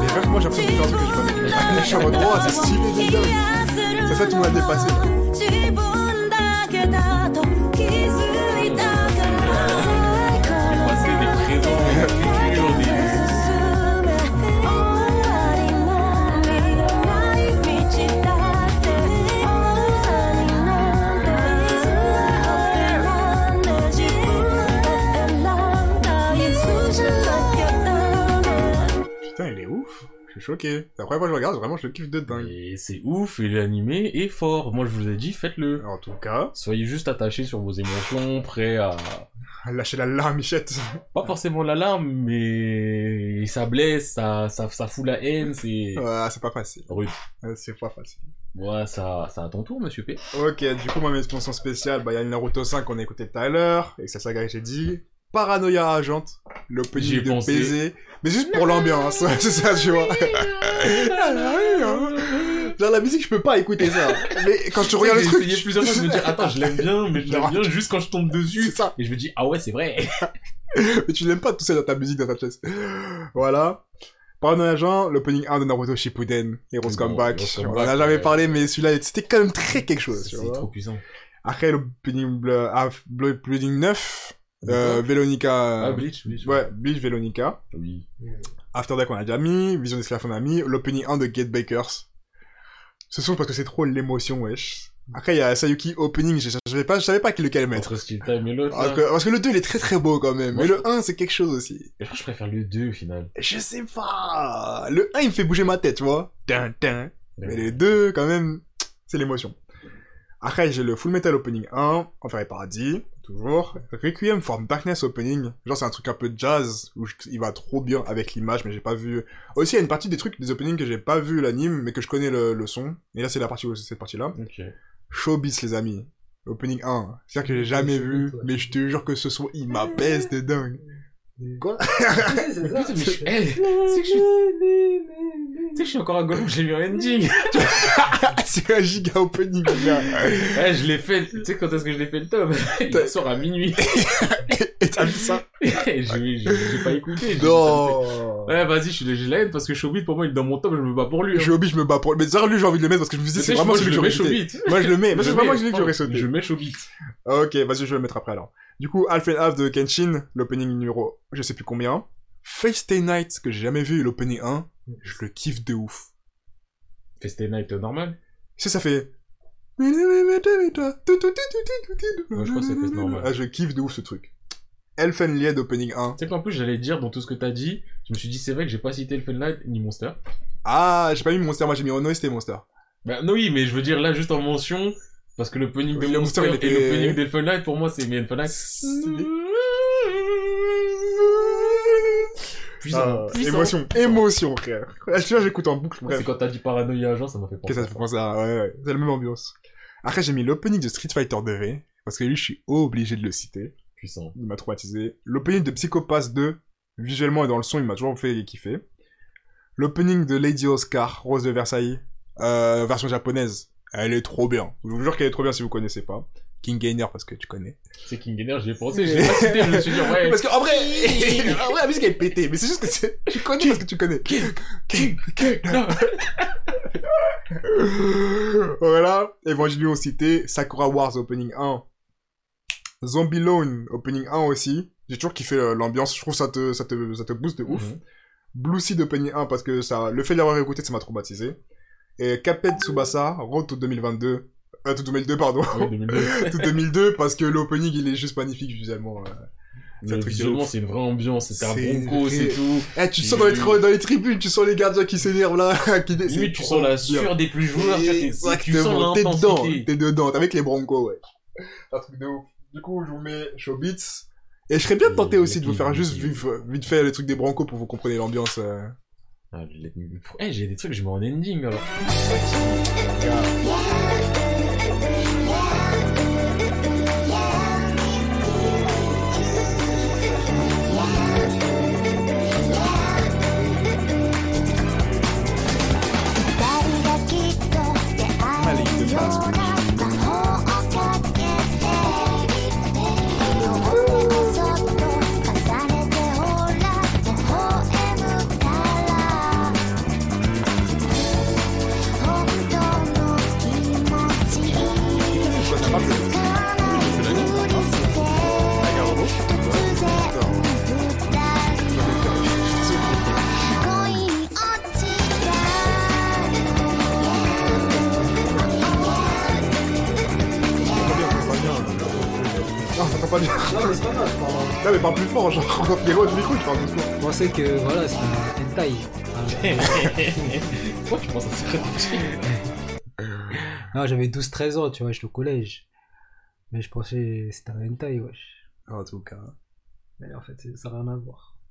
Speaker 2: Mais bref, moi j'ai l'impression de faire ce que je veux. Les chambres droits, c'est stylé de dingue. C'est ça, tu m'as dépassé.
Speaker 1: Moi, c'est des présents, des cultures, des...
Speaker 2: Putain, il est ouf. Je suis choqué. C'est la première fois que je regarde, vraiment, je le kiffe de dingue.
Speaker 1: Et c'est ouf, et l'animé est fort. Moi, je vous ai dit, faites-le.
Speaker 2: En tout cas,
Speaker 1: Soyez juste attachés sur vos émotions, prêts à...
Speaker 2: lâchez la larmichette.
Speaker 1: Pas forcément l'alarme, mais ça blesse, ça, ça, ça fout la haine, c'est...
Speaker 2: Ah, c'est pas facile.
Speaker 1: Rude.
Speaker 2: Ah, C'est pas facile.
Speaker 1: Ouais, ça, ça à ton tour, monsieur P.
Speaker 2: Ok, du coup, moi, mes mentions spéciales, bah, il y a le Naruto 5 qu'on a écouté tout à l'heure, et c'est ça que j'ai dit. Paranoïa Agente,
Speaker 1: J'y ai
Speaker 2: l'opening de
Speaker 1: pensé.
Speaker 2: baiser. Mais juste pour l'ambiance, ouais, c'est ça, tu vois. Ah, bah hein. Genre, la musique, je peux pas écouter ça. Mais quand tu regardes le
Speaker 1: J'ai
Speaker 2: truc.
Speaker 1: essayé plusieurs fois, je me dis, attends, je l'aime bien, mais je l'aime bien juste quand je tombe
Speaker 2: C'est
Speaker 1: dessus.
Speaker 2: ça.
Speaker 1: Et je me dis, ah ouais, c'est vrai.
Speaker 2: Mais tu n'aimes pas tout ça dans ta musique, dans ta chaise. Voilà. Paranoïa Agent, l'opening 1 de Naruto Shippuden, Heroes
Speaker 1: Bon,
Speaker 2: Comeback.
Speaker 1: Heroes
Speaker 2: On en
Speaker 1: Comeback,
Speaker 2: a jamais
Speaker 1: ouais.
Speaker 2: parlé, mais celui-là, c'était quand même très quelque chose, tu
Speaker 1: C'est
Speaker 2: vois.
Speaker 1: trop puissant.
Speaker 2: Après, l'opening bleu, ah, bleu- l'opening 9, euh, Véronica.
Speaker 1: Ah, Bleach, Bleach.
Speaker 2: Ouais, Bleach Velonica.
Speaker 1: Oui.
Speaker 2: After Dark, on a déjà mis. Vision d'Esclave, on a mis. L'opening 1 de Gate Bakers. Ce sont parce que c'est trop l'émotion, wesh. Après, il y a Sayuki Opening, je, je savais pas, je savais pas lequel mettre.
Speaker 1: Entre ce qu'il t'aime et l'autre,
Speaker 2: Parce
Speaker 1: là.
Speaker 2: que, parce que le 2, il est très très beau quand même.
Speaker 1: Moi,
Speaker 2: Mais
Speaker 1: je-
Speaker 2: le 1, c'est quelque chose aussi.
Speaker 1: Je crois que je préfère le 2, au final.
Speaker 2: Je sais pas. Le 1, il me fait bouger ma tête, tu vois. Tin, tin. Mais les deux, quand même, c'est l'émotion. Après, j'ai le Full Metal Opening 1, Enfer et Paradis, toujours. Requiem for Darkness Opening, genre c'est un truc un peu jazz, où je- il va trop bien avec l'image, mais j'ai pas vu... Aussi, il y a une partie des trucs, des openings que j'ai pas vu l'anime, mais que je connais le, le son. Et là, c'est la partie où c'est cette partie-là.
Speaker 1: Ok.
Speaker 2: Showbiz, les amis. Opening 1. C'est-à-dire que j'ai jamais vu,
Speaker 3: Showbiz, ouais.
Speaker 2: mais je te jure que ce son, il m'apaise de dingue. Quoi
Speaker 3: Euh, C'est
Speaker 1: Mais putain, mais je suis-
Speaker 3: ça.
Speaker 1: hey, tu sais que je suis- tu sais que je suis encore à Gollum, j'ai mis un ending.
Speaker 2: Ah, C'est un giga opening, gars.
Speaker 1: Ouais, je l'ai fait. Tu sais quand est-ce que je l'ai fait le tome
Speaker 2: T'as-
Speaker 1: Il sort à minuit.
Speaker 2: Et t'as vu ça
Speaker 1: J'ai j'ai- j'ai pas écouté. j'ai-
Speaker 2: Non
Speaker 1: Ouais, vas-y, je suis j'ai la haine parce que Showbiz, pour moi, il est dans mon tome, je me bats pour lui. hein.
Speaker 2: Je suis obligé, je me bats pour. Mais d'ailleurs, lui, j'ai envie de le mettre parce que je me dis,
Speaker 1: Tu
Speaker 2: c'est
Speaker 1: sais,
Speaker 2: vraiment
Speaker 1: moi,
Speaker 2: celui que
Speaker 1: je le
Speaker 2: j'aurais
Speaker 1: mets
Speaker 2: sauté.
Speaker 1: Showbiz.
Speaker 2: Moi, je le mets,
Speaker 1: Je
Speaker 2: mais c'est
Speaker 1: mets-
Speaker 2: vraiment celui que j'aurais
Speaker 1: Je
Speaker 2: sauté.
Speaker 1: mets Showbiz.
Speaker 2: Ok, vas-y, je vais le mettre après alors. Du coup, Half and Half de Kenshin, l'opening numéro je sais plus combien. Face Day Night, que j'ai jamais vu, l'opening 1, je le kiffe de ouf.
Speaker 1: Festé Night euh, normal.
Speaker 2: Si ça fait.
Speaker 1: je crois que c'est fait normal.
Speaker 2: Ah, je kiffe de ouf ce truc. Elfenlied opening 1.
Speaker 1: Tu sais qu'en plus, j'allais dire dans tout ce que t'as dit, je me suis dit, c'est vrai que j'ai pas cité le Night ni Monster.
Speaker 2: Ah, j'ai pas mis Monster, moi j'ai mis Ono et c'était Monster.
Speaker 1: Bah, non, oui, mais je veux dire là, juste en mention, parce que le Punning de
Speaker 2: Oui, le
Speaker 1: Monster,
Speaker 2: Monster, il
Speaker 1: et
Speaker 2: était-
Speaker 1: le Punning d'Elfen Light, pour moi, c'est mais Elfen Light.
Speaker 2: Ah,
Speaker 1: Puissant, puissant.
Speaker 2: Ah, émotion, émotion, frère. Ah, Je te jure, j'écoute en boucle,
Speaker 1: Moi,
Speaker 2: frère.
Speaker 1: C'est quand t'as dit paranoïa agent, ça m'a fait
Speaker 2: Qu'est-ce
Speaker 1: penser.
Speaker 2: que ça te fait penser à... Ouais, ouais, c'est la même ambiance. Après, j'ai mis l'opening de Street Fighter 2V, parce que lui, je suis obligé de le citer.
Speaker 1: Puissant.
Speaker 2: Il m'a traumatisé. L'opening de Psychopass 2, visuellement et dans le son, il m'a toujours fait kiffer. L'opening de Lady Oscar, Rose de Versailles, euh, version japonaise, elle est trop bien. Je vous jure qu'elle est trop bien si vous connaissez pas. King Gainer parce que tu connais.
Speaker 1: C'est King Gainer, j'y ai pensé, j'ai pas cité, je me suis dit, ouais,
Speaker 2: Parce que en vrai, en vrai, la musique elle est pétée, mais c'est juste que c'est- tu connais parce que tu connais.
Speaker 1: King, King, non.
Speaker 2: voilà, Evangelion cité, Sakura Wars Opening 1, Zombie Loan Opening 1 aussi. J'ai toujours kiffé euh, l'ambiance, je trouve ça te, ça te, ça te booste de ouf.
Speaker 1: Mhm.
Speaker 2: Blue Seed Opening 1 parce que ça, le fait de l'avoir écouté, ça m'a traumatisé. Et Capet Tsubasa, Road to 2022, euh, to 2002 pardon,
Speaker 1: Ouais, 2002.
Speaker 2: to 2002 parce que l'opening il est juste magnifique visuellement. euh. C'est un
Speaker 1: Mais
Speaker 2: truc de
Speaker 1: visuellement,
Speaker 2: ouf.
Speaker 1: c'est une vraie ambiance, c'est un
Speaker 2: C'est
Speaker 1: bronco,
Speaker 2: vrai.
Speaker 1: c'est tout.
Speaker 2: Eh, tu te sens dans les, tri- dans les tribunes, tu sens les gardiens qui s'énervent là, qui dé-
Speaker 1: Limite,
Speaker 2: c'est
Speaker 1: tu
Speaker 2: trop
Speaker 1: sens la
Speaker 2: bien.
Speaker 1: sueur des plus joueurs, tu vois, t'es- c'est- tu
Speaker 2: Exactement,
Speaker 1: sens
Speaker 2: t'es dedans,
Speaker 1: l'intensité.
Speaker 2: t'es dedans, t'es avec les Broncos, ouais. Un truc de ouf. Du coup, je vous mets Showbiz. Et je serais bien tenté
Speaker 1: Et-
Speaker 2: aussi de vous
Speaker 1: et-
Speaker 2: faire juste
Speaker 1: et-
Speaker 2: vif- vite fait les trucs des Broncos pour vous compreniez l'ambiance. euh.
Speaker 1: Ah, je l'ai- Eh, j'ai des trucs, je mets en ending alors.
Speaker 2: Non, ça pas bien.
Speaker 3: Non, mais c'est pas mal, je parle.
Speaker 2: Là, mais parle plus fort, genre, quand il est loin du micro, tu parles plus fort.
Speaker 3: Je pensais que voilà, c'est un hentai.
Speaker 1: Pourquoi tu penses à ça
Speaker 3: Non, j'avais 12-13 ans, tu vois, j'étais au collège. Mais je pensais que c'était un hentai, wesh.
Speaker 2: En tout cas.
Speaker 3: Mais en fait, ça n'a rien à voir.